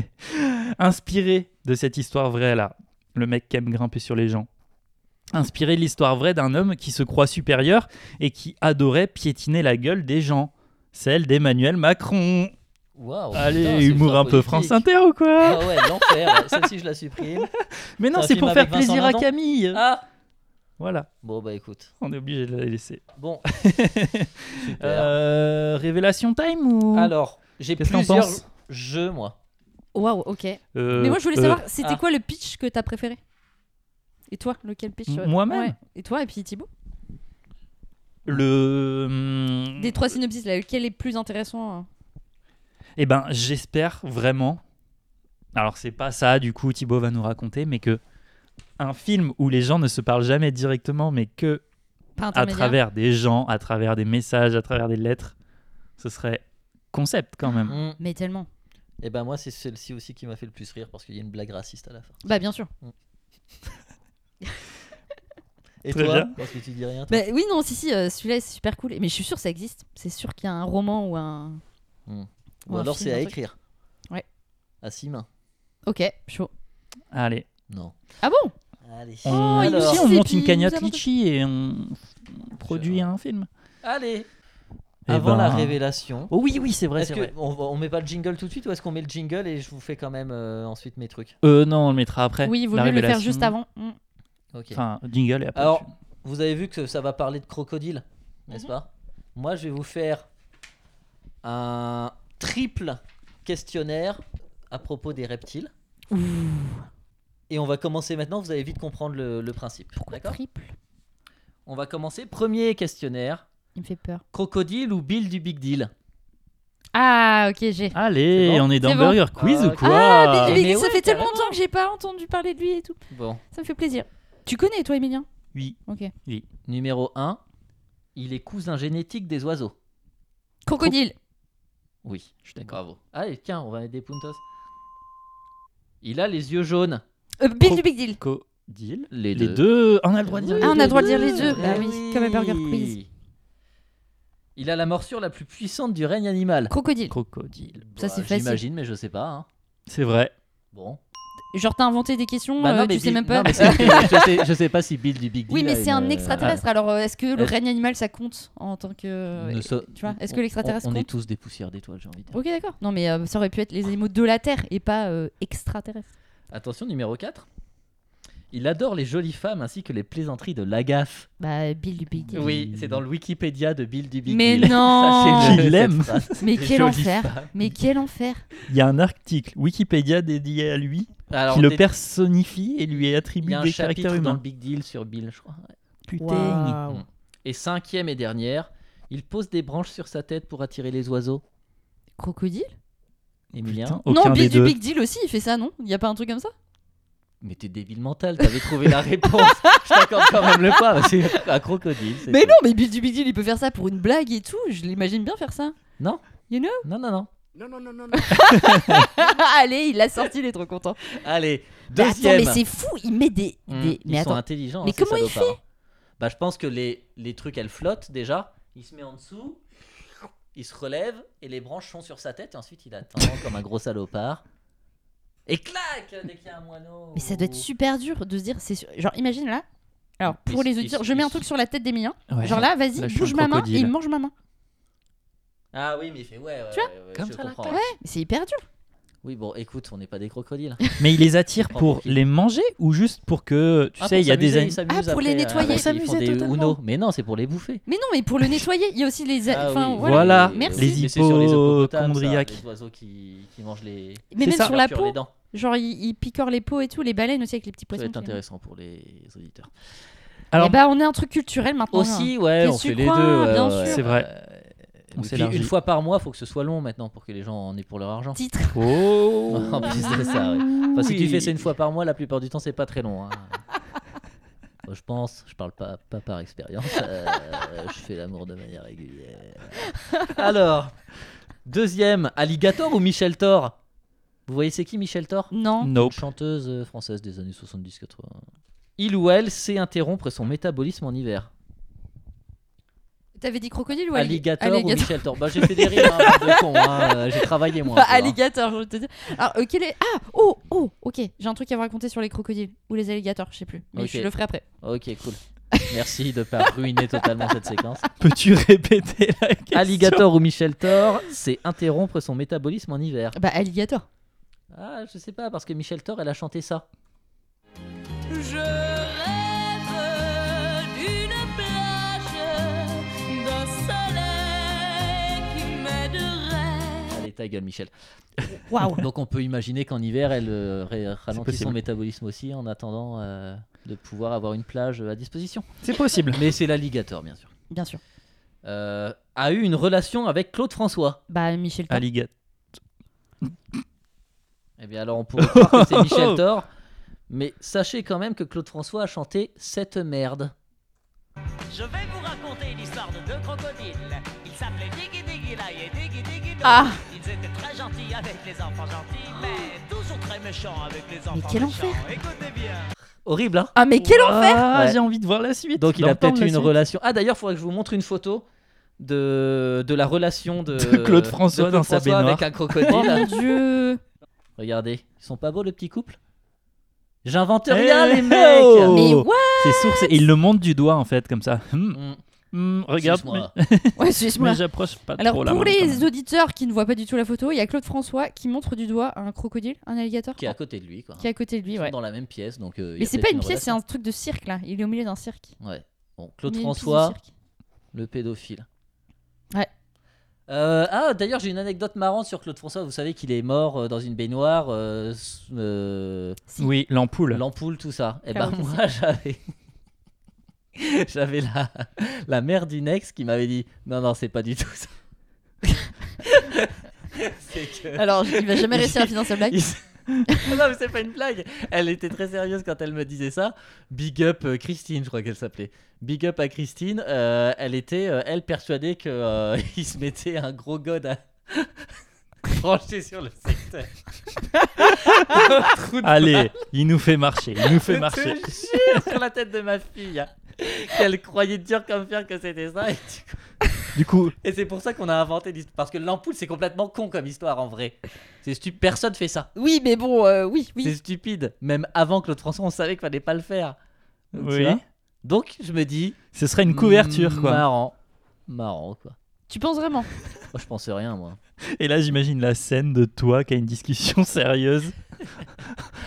[SPEAKER 3] Inspiré de cette histoire vraie là, le mec qui aime grimper sur les gens. Inspiré de l'histoire vraie d'un homme qui se croit supérieur et qui adorait piétiner la gueule des gens. Celle d'Emmanuel Macron.
[SPEAKER 1] Waouh. Oh, putain,
[SPEAKER 3] Allez,
[SPEAKER 1] c'est
[SPEAKER 3] humour
[SPEAKER 1] fort
[SPEAKER 3] un peu
[SPEAKER 1] politique.
[SPEAKER 3] France Inter ou quoi
[SPEAKER 1] Ah ouais, l'enfer. Celle-ci, je la supprime.
[SPEAKER 3] Mais non,
[SPEAKER 1] c'est un
[SPEAKER 3] c'est
[SPEAKER 1] film
[SPEAKER 3] pour faire
[SPEAKER 1] avec Vincent
[SPEAKER 3] plaisir à
[SPEAKER 1] Lindon
[SPEAKER 3] Camille.
[SPEAKER 1] Ah.
[SPEAKER 3] Voilà,
[SPEAKER 1] Bon, bah écoute.
[SPEAKER 3] on est obligé de la laisser.
[SPEAKER 1] Bon. Super.
[SPEAKER 3] Euh, révélation time ou
[SPEAKER 1] Alors, j'ai
[SPEAKER 3] Qu'est-ce qu'on
[SPEAKER 1] plusieurs
[SPEAKER 3] pense
[SPEAKER 1] jeux, moi.
[SPEAKER 2] Waouh, ok.
[SPEAKER 3] Euh,
[SPEAKER 2] Mais moi je voulais
[SPEAKER 3] euh,
[SPEAKER 2] savoir, c'était
[SPEAKER 1] ah.
[SPEAKER 2] quoi le pitch que t'as préféré Et toi, lequel pitch
[SPEAKER 3] M-
[SPEAKER 2] euh,
[SPEAKER 3] moi-même
[SPEAKER 2] ouais. Et toi, et puis Thibaut
[SPEAKER 3] Le. hum,
[SPEAKER 2] Des trois synopsis, là, lequel est plus intéressant hein
[SPEAKER 3] Eh ben, j'espère vraiment. Alors, c'est pas ça, du coup, Thibaut va nous raconter, mais que un film où les gens ne se parlent jamais directement, mais que
[SPEAKER 2] Pas
[SPEAKER 3] à
[SPEAKER 2] intermédiaire.
[SPEAKER 3] travers des gens, à travers des messages, à travers des lettres, ce serait concept quand même.
[SPEAKER 1] Mm.
[SPEAKER 2] Mais tellement.
[SPEAKER 1] Et ben moi, c'est celle-ci aussi qui m'a fait le plus rire parce qu'il y a une blague raciste à la fin.
[SPEAKER 2] Bah bien sûr.
[SPEAKER 1] Et
[SPEAKER 3] Très
[SPEAKER 1] toi
[SPEAKER 3] bien.
[SPEAKER 1] Parce que tu dis rien. toi
[SPEAKER 2] Bah oui non si si euh, celui-là c'est super cool. Mais je suis sûr ça existe. C'est sûr qu'il y a un roman ou un.
[SPEAKER 1] Ou
[SPEAKER 2] un
[SPEAKER 1] alors
[SPEAKER 2] film,
[SPEAKER 1] c'est
[SPEAKER 2] un
[SPEAKER 1] à
[SPEAKER 2] truc.
[SPEAKER 1] écrire.
[SPEAKER 2] Ouais.
[SPEAKER 1] À six mains.
[SPEAKER 2] Ok chaud.
[SPEAKER 3] Allez,
[SPEAKER 1] Non.
[SPEAKER 2] Ah bon
[SPEAKER 1] Allez.
[SPEAKER 3] on,
[SPEAKER 2] Oh, il nous
[SPEAKER 1] Alors,
[SPEAKER 3] si
[SPEAKER 2] suit,
[SPEAKER 3] on monte
[SPEAKER 2] puis
[SPEAKER 3] une
[SPEAKER 2] il
[SPEAKER 3] cagnotte
[SPEAKER 2] nous avance.
[SPEAKER 3] litchi et on on produit
[SPEAKER 1] Je-
[SPEAKER 3] un film.
[SPEAKER 1] allez.
[SPEAKER 3] Eh
[SPEAKER 1] Avant la
[SPEAKER 3] ben-
[SPEAKER 1] révélation.
[SPEAKER 3] Oh oui, oui, c'est vrai,
[SPEAKER 1] Est-ce
[SPEAKER 3] c'est
[SPEAKER 1] que
[SPEAKER 3] vrai.
[SPEAKER 1] on, va- on met pas le jingle tout de suite ou est-ce qu'on met le jingle et je vous fais quand même euh, ensuite mes trucs
[SPEAKER 3] Euh, non, on le mettra
[SPEAKER 1] Eh,
[SPEAKER 3] après.
[SPEAKER 2] Oui vaut
[SPEAKER 3] la
[SPEAKER 2] mieux le faire
[SPEAKER 3] révélation.
[SPEAKER 2] juste avant. Mm.
[SPEAKER 1] Ok.
[SPEAKER 3] Enfin, jingle et après.
[SPEAKER 1] Alors,
[SPEAKER 3] tu-
[SPEAKER 1] vous avez vu que ça va parler de crocodile,
[SPEAKER 3] Mhm.
[SPEAKER 1] n'est-ce pas Moi, je vais vous faire un triple questionnaire à propos des reptiles. Et on va commencer maintenant, vous allez vite comprendre le, le principe. D'accord
[SPEAKER 2] Triple.
[SPEAKER 1] On va commencer. Premier questionnaire
[SPEAKER 2] Il me fait peur.
[SPEAKER 1] crocodile ou Bill du Big Deal
[SPEAKER 2] Ah ok j'ai.
[SPEAKER 3] Allez,
[SPEAKER 1] C'est bon
[SPEAKER 3] on est dans
[SPEAKER 2] C'est bon.
[SPEAKER 3] Burger Quiz
[SPEAKER 1] Ah,
[SPEAKER 3] ou
[SPEAKER 1] ok.
[SPEAKER 3] quoi
[SPEAKER 2] Ah, mais,
[SPEAKER 1] mais
[SPEAKER 2] ça
[SPEAKER 1] ouais,
[SPEAKER 2] fait tellement
[SPEAKER 1] carrément.
[SPEAKER 2] longtemps que j'ai pas entendu parler de lui et tout.
[SPEAKER 1] Bon,
[SPEAKER 2] Ça me fait plaisir. Tu connais toi Emilien
[SPEAKER 3] Oui.
[SPEAKER 2] Ok.
[SPEAKER 1] numéro 1, il est cousin génétique des oiseaux.
[SPEAKER 2] Crocodile.
[SPEAKER 1] Oui, je suis d'accord. Bravo. Allez, Ah, tiens, on va mettre des puntos. Il a les yeux jaunes.
[SPEAKER 2] Euh, Bill du Big Deal.
[SPEAKER 3] Crocodile.
[SPEAKER 1] Les
[SPEAKER 3] Les deux, on a le droit de dire.
[SPEAKER 1] Oui,
[SPEAKER 3] les
[SPEAKER 2] Ah, on a
[SPEAKER 3] deux.
[SPEAKER 2] le droit de dire les deux.
[SPEAKER 1] Eh
[SPEAKER 2] Bah oui, comme à Burger Quiz.
[SPEAKER 1] Il a la morsure la plus puissante du règne animal.
[SPEAKER 2] Crocodile.
[SPEAKER 3] Crocodile.
[SPEAKER 1] bah,
[SPEAKER 2] Ça, c'est
[SPEAKER 1] J'imagine, mais je sais pas. hein.
[SPEAKER 3] C'est vrai.
[SPEAKER 1] Bon.
[SPEAKER 2] Genre, t'as inventé des questions,
[SPEAKER 1] Bah non,
[SPEAKER 2] euh,
[SPEAKER 1] mais
[SPEAKER 2] tu sais
[SPEAKER 1] Bill-
[SPEAKER 2] même pas.
[SPEAKER 1] non, mais
[SPEAKER 2] <laughs>
[SPEAKER 1] c'est- je, sais, je sais pas si Bill du Big
[SPEAKER 2] Oui,
[SPEAKER 1] Deal
[SPEAKER 2] mais
[SPEAKER 1] a
[SPEAKER 2] c'est
[SPEAKER 1] une,
[SPEAKER 2] un
[SPEAKER 1] euh,
[SPEAKER 2] extraterrestre. Alors, euh, est-ce que le
[SPEAKER 1] Euh,
[SPEAKER 2] règne animal, ça compte en tant
[SPEAKER 1] ah,
[SPEAKER 2] que. euh,
[SPEAKER 1] ne so-
[SPEAKER 2] Tu vois, est-ce que
[SPEAKER 1] on-
[SPEAKER 2] l'extraterrestre
[SPEAKER 1] On, on est
[SPEAKER 2] compte
[SPEAKER 1] tous des poussières d'étoiles, j'ai envie de dire.
[SPEAKER 2] Ok, d'accord. Non, mais euh, ça aurait pu être les animaux de la Terre et pas euh, extraterrestres.
[SPEAKER 1] Attention, numéro 4. Il adore les jolies femmes ainsi que les plaisanteries de Lagaffe.
[SPEAKER 2] Bah, Bill du Big Deal.
[SPEAKER 1] Oui, c'est dans le Wikipédia de Bill du Big
[SPEAKER 2] Mais
[SPEAKER 1] Deal.
[SPEAKER 2] non
[SPEAKER 1] <laughs> Ça, c'est le-
[SPEAKER 3] Qu'il
[SPEAKER 1] cette
[SPEAKER 3] aime.
[SPEAKER 1] phrase.
[SPEAKER 2] Mais
[SPEAKER 1] Les
[SPEAKER 2] quel
[SPEAKER 1] jolies
[SPEAKER 2] enfer.
[SPEAKER 1] femmes.
[SPEAKER 2] Mais quel enfer
[SPEAKER 3] Il y a un article Wikipédia dédié à lui
[SPEAKER 1] Alors,
[SPEAKER 3] qui le
[SPEAKER 1] dé-
[SPEAKER 3] personnifie et lui
[SPEAKER 1] Il y
[SPEAKER 3] attribue
[SPEAKER 1] a un
[SPEAKER 3] des caractères
[SPEAKER 1] chapitre dans le
[SPEAKER 3] humains.
[SPEAKER 1] Big Deal sur Bill, je crois.
[SPEAKER 3] Putain.
[SPEAKER 1] Mm. Et cinquième et dernière, il pose des branches sur sa tête pour attirer les oiseaux.
[SPEAKER 2] Crocodile
[SPEAKER 1] Emilien
[SPEAKER 3] Putain,
[SPEAKER 2] Non,
[SPEAKER 3] aucun
[SPEAKER 2] Bill
[SPEAKER 3] des
[SPEAKER 2] du
[SPEAKER 3] deux.
[SPEAKER 2] Big Deal aussi, il fait ça, non Il y a pas un truc comme ça
[SPEAKER 1] Mais t'es débile mental, t'avais trouvé la réponse. <laughs> je t'accorde quand même le point, c'est un crocodile. c'est
[SPEAKER 2] Mais
[SPEAKER 1] tout.
[SPEAKER 2] non, mais Bill du Big Deal, il peut faire ça pour une blague et tout. Je l'imagine bien faire ça.
[SPEAKER 1] Non.
[SPEAKER 2] You know
[SPEAKER 1] Non, non, non.
[SPEAKER 2] <laughs> Allez, il l'a sorti, il est trop content.
[SPEAKER 1] Allez,
[SPEAKER 2] Mais
[SPEAKER 1] deuxième.
[SPEAKER 2] Bah, attends, mais c'est fou, il met des.
[SPEAKER 1] Mm,
[SPEAKER 2] des-
[SPEAKER 1] Ils
[SPEAKER 2] Mais
[SPEAKER 1] sont
[SPEAKER 2] attends.
[SPEAKER 1] intelligents.
[SPEAKER 2] Mais
[SPEAKER 1] hein, ces
[SPEAKER 2] comment il
[SPEAKER 1] salopards. Bah, je pense que les, les trucs, elles flottent déjà. Il se met en dessous, il se relève, et les branches sont sur sa tête, et ensuite il attend
[SPEAKER 2] <laughs>
[SPEAKER 1] comme un gros salopard. Et clac Dès qu'il y a un moineau.
[SPEAKER 2] Mais ça doit être super dur de se dire. c'est sûr- Genre, imagine là. Alors, pour
[SPEAKER 1] Ils-
[SPEAKER 2] les
[SPEAKER 1] ils-
[SPEAKER 2] auditeurs, je mets un
[SPEAKER 1] ils-
[SPEAKER 2] truc sur la tête d'Emilien.
[SPEAKER 3] Ouais.
[SPEAKER 2] Genre là, vas-y,
[SPEAKER 3] Là, je suis
[SPEAKER 2] bouge
[SPEAKER 3] un
[SPEAKER 2] ma main et
[SPEAKER 3] crocodile.
[SPEAKER 2] il mange ma main.
[SPEAKER 1] Ah oui, mais il fait ouais, ouais,
[SPEAKER 2] Tu
[SPEAKER 1] ouais, ouais,
[SPEAKER 3] Comme
[SPEAKER 1] je
[SPEAKER 3] ça, là,
[SPEAKER 1] comprends.
[SPEAKER 2] Ouais, mais c'est hyper dur.
[SPEAKER 1] Oui, bon, écoute, on n'est pas des crocodiles.
[SPEAKER 3] Mais il les attire
[SPEAKER 1] Prends
[SPEAKER 3] pour
[SPEAKER 1] pour qui
[SPEAKER 3] les manger ou juste pour que tu
[SPEAKER 1] Oh, Ah,
[SPEAKER 3] sais,
[SPEAKER 1] pour
[SPEAKER 3] il y a des
[SPEAKER 1] s'amuser,
[SPEAKER 3] an-
[SPEAKER 1] ils s'amusent
[SPEAKER 2] Ah, pour les
[SPEAKER 1] après, euh,
[SPEAKER 2] nettoyer.
[SPEAKER 1] ils font
[SPEAKER 3] S'amuser
[SPEAKER 1] des
[SPEAKER 3] totalement.
[SPEAKER 1] Uno. Mais non, c'est pour les bouffer.
[SPEAKER 2] Mais non, mais
[SPEAKER 1] <laughs>
[SPEAKER 2] pour le nettoyer, il y a aussi les. a-
[SPEAKER 1] Ah
[SPEAKER 2] Enfin,
[SPEAKER 1] oui,
[SPEAKER 2] voilà.
[SPEAKER 3] Voilà.
[SPEAKER 1] oui, oui,
[SPEAKER 2] Merci.
[SPEAKER 1] oui,
[SPEAKER 3] Les
[SPEAKER 1] mais c'est sur les hippopotames, ça,
[SPEAKER 3] hypochondriaques.
[SPEAKER 1] Les oiseaux qui, qui mangent les.
[SPEAKER 2] Mais même
[SPEAKER 3] ça.
[SPEAKER 2] sur la
[SPEAKER 1] leur purent
[SPEAKER 2] peau.
[SPEAKER 1] les dents.
[SPEAKER 2] Genre, il, il picore les peaux et tout, les baleines aussi avec les petits
[SPEAKER 1] Ça va
[SPEAKER 2] poissons.
[SPEAKER 1] être
[SPEAKER 2] qu'il aime.
[SPEAKER 1] intéressant pour les auditeurs.
[SPEAKER 3] Alors-
[SPEAKER 2] Eh bah, on est un truc culturel maintenant. hein.
[SPEAKER 1] Aussi, ouais,
[SPEAKER 2] Qu'est-ce
[SPEAKER 1] on fait
[SPEAKER 2] tu
[SPEAKER 1] les deux.
[SPEAKER 2] crois,
[SPEAKER 1] ouais,
[SPEAKER 2] bien
[SPEAKER 1] ouais,
[SPEAKER 2] sûr.
[SPEAKER 3] C'est vrai.
[SPEAKER 1] Euh, et
[SPEAKER 3] On
[SPEAKER 1] puis,
[SPEAKER 3] s'élargit.
[SPEAKER 1] une fois par mois, faut que ce soit long maintenant pour que les gens en aient pour leur argent.
[SPEAKER 2] hein. Titre.
[SPEAKER 3] Oh
[SPEAKER 1] <laughs> En plus, c'est ça, ouais. Enfin, si tu fais ça une fois par mois, la plupart du temps, c'est pas très long.
[SPEAKER 2] <laughs>
[SPEAKER 1] hein. Moi, je pense, je parle pas, pas par expérience, euh, je fais l'amour de manière régulière. Alors, deuxième, Alligator ou Michel Thor Vous voyez, c'est qui Michel Thor
[SPEAKER 2] Non.
[SPEAKER 3] Nope.
[SPEAKER 1] Une chanteuse euh, française des années 70-80. Il ou elle sait interrompre son métabolisme en hiver.
[SPEAKER 2] T'avais dit crocodile ou
[SPEAKER 1] Alligator, ou
[SPEAKER 2] alligator
[SPEAKER 1] Michel Thor Bah, j'ai fait des rires, hein, bande de cons, hein,
[SPEAKER 2] <laughs>
[SPEAKER 1] euh, j'ai travaillé moi. un
[SPEAKER 2] Bah,
[SPEAKER 1] peu, hein.
[SPEAKER 2] alligator, je veux te dire. Alors, euh, quel est. Ah Oh Oh Ok, j'ai un truc à vous raconter sur les crocodiles ou les alligators, je sais plus. Mais
[SPEAKER 1] Ok.
[SPEAKER 2] je le ferai après.
[SPEAKER 1] Ok, cool. Merci de pas ruiner totalement cette
[SPEAKER 2] <laughs>
[SPEAKER 1] séquence.
[SPEAKER 3] Peux-tu <laughs> répéter la question
[SPEAKER 1] Alligator ou Michel Thor, c'est interrompre son métabolisme en hiver.
[SPEAKER 2] Bah, alligator.
[SPEAKER 1] Ah, je sais pas, parce que Michel Thor, elle a chanté ça.
[SPEAKER 5] Je rêve d'une plage, d'un soleil qui m'aiderait.
[SPEAKER 1] Allez, ta gueule, Michel.
[SPEAKER 2] Waouh
[SPEAKER 1] Donc on peut imaginer qu'en hiver, elle euh, ré- ralentit
[SPEAKER 3] possible.
[SPEAKER 1] son métabolisme aussi en attendant euh, de pouvoir avoir une plage à disposition.
[SPEAKER 3] C'est possible.
[SPEAKER 1] Mais c'est l'alligator, bien sûr.
[SPEAKER 2] Bien sûr.
[SPEAKER 1] Euh, a eu une relation avec Claude François.
[SPEAKER 2] Bah, Michel Thor.
[SPEAKER 3] Alligator.
[SPEAKER 1] Eh bien, alors on pourrait croire que c'est
[SPEAKER 2] <laughs>
[SPEAKER 1] Michel Thor. Mais sachez quand même que Claude François a chanté Cette merde.
[SPEAKER 7] Je vais vous raconter l'histoire de deux crocodiles. Ils s'appelaient Diggy Diggy Lai et Diggy Diggy Do.
[SPEAKER 2] Ah.
[SPEAKER 7] Ils étaient très gentils avec les enfants gentils, mais toujours très méchants avec les enfants
[SPEAKER 2] quel
[SPEAKER 7] méchants.
[SPEAKER 2] enfer.
[SPEAKER 7] Écoutez bien.
[SPEAKER 1] Horrible, hein
[SPEAKER 2] Ah, mais quel enfer
[SPEAKER 3] Ah,
[SPEAKER 1] Ouais.
[SPEAKER 3] j'ai envie de voir la suite.
[SPEAKER 1] Donc il a
[SPEAKER 3] d'entendre
[SPEAKER 1] peut-être
[SPEAKER 3] la
[SPEAKER 1] eu une
[SPEAKER 3] suite.
[SPEAKER 1] relation. Ah d'ailleurs, il faudrait que je vous montre une photo de, de la relation
[SPEAKER 2] <laughs>
[SPEAKER 1] de,
[SPEAKER 3] De Claude François
[SPEAKER 1] de Claude
[SPEAKER 3] dans sa
[SPEAKER 1] François
[SPEAKER 3] baignoire.
[SPEAKER 1] avec un
[SPEAKER 2] Oh mon
[SPEAKER 1] crocodile.
[SPEAKER 2] <laughs>
[SPEAKER 1] <laughs>
[SPEAKER 2] dieu
[SPEAKER 1] Regardez, ils sont pas beaux le petit couple J'invente
[SPEAKER 3] Eh,
[SPEAKER 1] rien les
[SPEAKER 3] oh
[SPEAKER 1] mecs.
[SPEAKER 2] Mais what
[SPEAKER 3] C'est source et il le monte du doigt en fait comme ça. Hmm,
[SPEAKER 1] Mm,
[SPEAKER 3] hmm, regarde, mais,
[SPEAKER 1] excuse-moi. <laughs>
[SPEAKER 2] Ouais, c'est
[SPEAKER 3] mais
[SPEAKER 2] moi.
[SPEAKER 3] j'approche pas
[SPEAKER 2] Alors,
[SPEAKER 3] trop la
[SPEAKER 2] pour
[SPEAKER 3] main, quand
[SPEAKER 1] hein.
[SPEAKER 3] même.
[SPEAKER 2] les auditeurs qui ne voient pas du tout la photo, il y a Claude François qui montre du doigt un crocodile, un alligator
[SPEAKER 1] Qui est à côté de lui quoi.
[SPEAKER 2] qui est à côté de lui,
[SPEAKER 1] Ils sont
[SPEAKER 2] ouais.
[SPEAKER 1] Dans la même pièce donc. euh, il y a
[SPEAKER 2] Mais c'est
[SPEAKER 1] peut-être
[SPEAKER 2] pas une pièce, c'est
[SPEAKER 1] relation.
[SPEAKER 2] un truc de cirque là. Il est au milieu d'un cirque.
[SPEAKER 1] Ouais. Bon, Claude
[SPEAKER 2] Il est une pièce de
[SPEAKER 1] François,
[SPEAKER 2] cirque. <laughs>
[SPEAKER 1] le pédophile.
[SPEAKER 2] Ouais.
[SPEAKER 1] Euh, ah d'ailleurs j'ai une anecdote marrante sur Claude François. Vous savez qu'il est mort euh, dans une baignoire. euh, s- euh,
[SPEAKER 2] Si.
[SPEAKER 3] Oui, l'ampoule.
[SPEAKER 1] L'ampoule, tout ça. Et ben
[SPEAKER 2] Clairement que
[SPEAKER 1] moi, j'avais. <laughs> J'avais la, la mère d'une ex qui m'avait dit Non, non, c'est pas du tout ça. c'est que.
[SPEAKER 2] Alors, il va jamais réussir à finir sa blague.
[SPEAKER 1] il s- <laughs> non, mais c'est pas une blague. Elle était très sérieuse quand elle me disait ça. Big up euh, Christine, je crois qu'elle s'appelait. Big up à Christine. euh, elle était, euh, elle, persuadée que euh, <laughs> il se mettait un gros god à. <laughs> branché sur le secteur. Un trou de
[SPEAKER 3] Allez, il nous fait marcher, il
[SPEAKER 1] je
[SPEAKER 3] nous fait <laughs> marcher.
[SPEAKER 1] te jure sur la tête de ma fille hein, qu'elle croyait dur comme fer que c'était ça. Et du coup,
[SPEAKER 3] Du coup,
[SPEAKER 1] Et c'est pour ça qu'on a inventé l'histoire. Parce que l'ampoule, c'est complètement con comme histoire en vrai. C'est stupide. Personne fait ça.
[SPEAKER 2] Oui, mais bon, euh, oui,
[SPEAKER 1] C'est
[SPEAKER 2] oui.
[SPEAKER 1] stupide. Même avant Claude François, on savait qu'il fallait pas le faire. Tu
[SPEAKER 3] Oui.
[SPEAKER 1] vois Donc, je me dis.
[SPEAKER 3] ce serait une couverture, quoi.
[SPEAKER 1] Marrant. Marrant, quoi.
[SPEAKER 2] Tu penses vraiment
[SPEAKER 1] Moi, je pensais rien, moi.
[SPEAKER 3] Et là, j'imagine la scène de toi qui a une discussion <laughs> sérieuse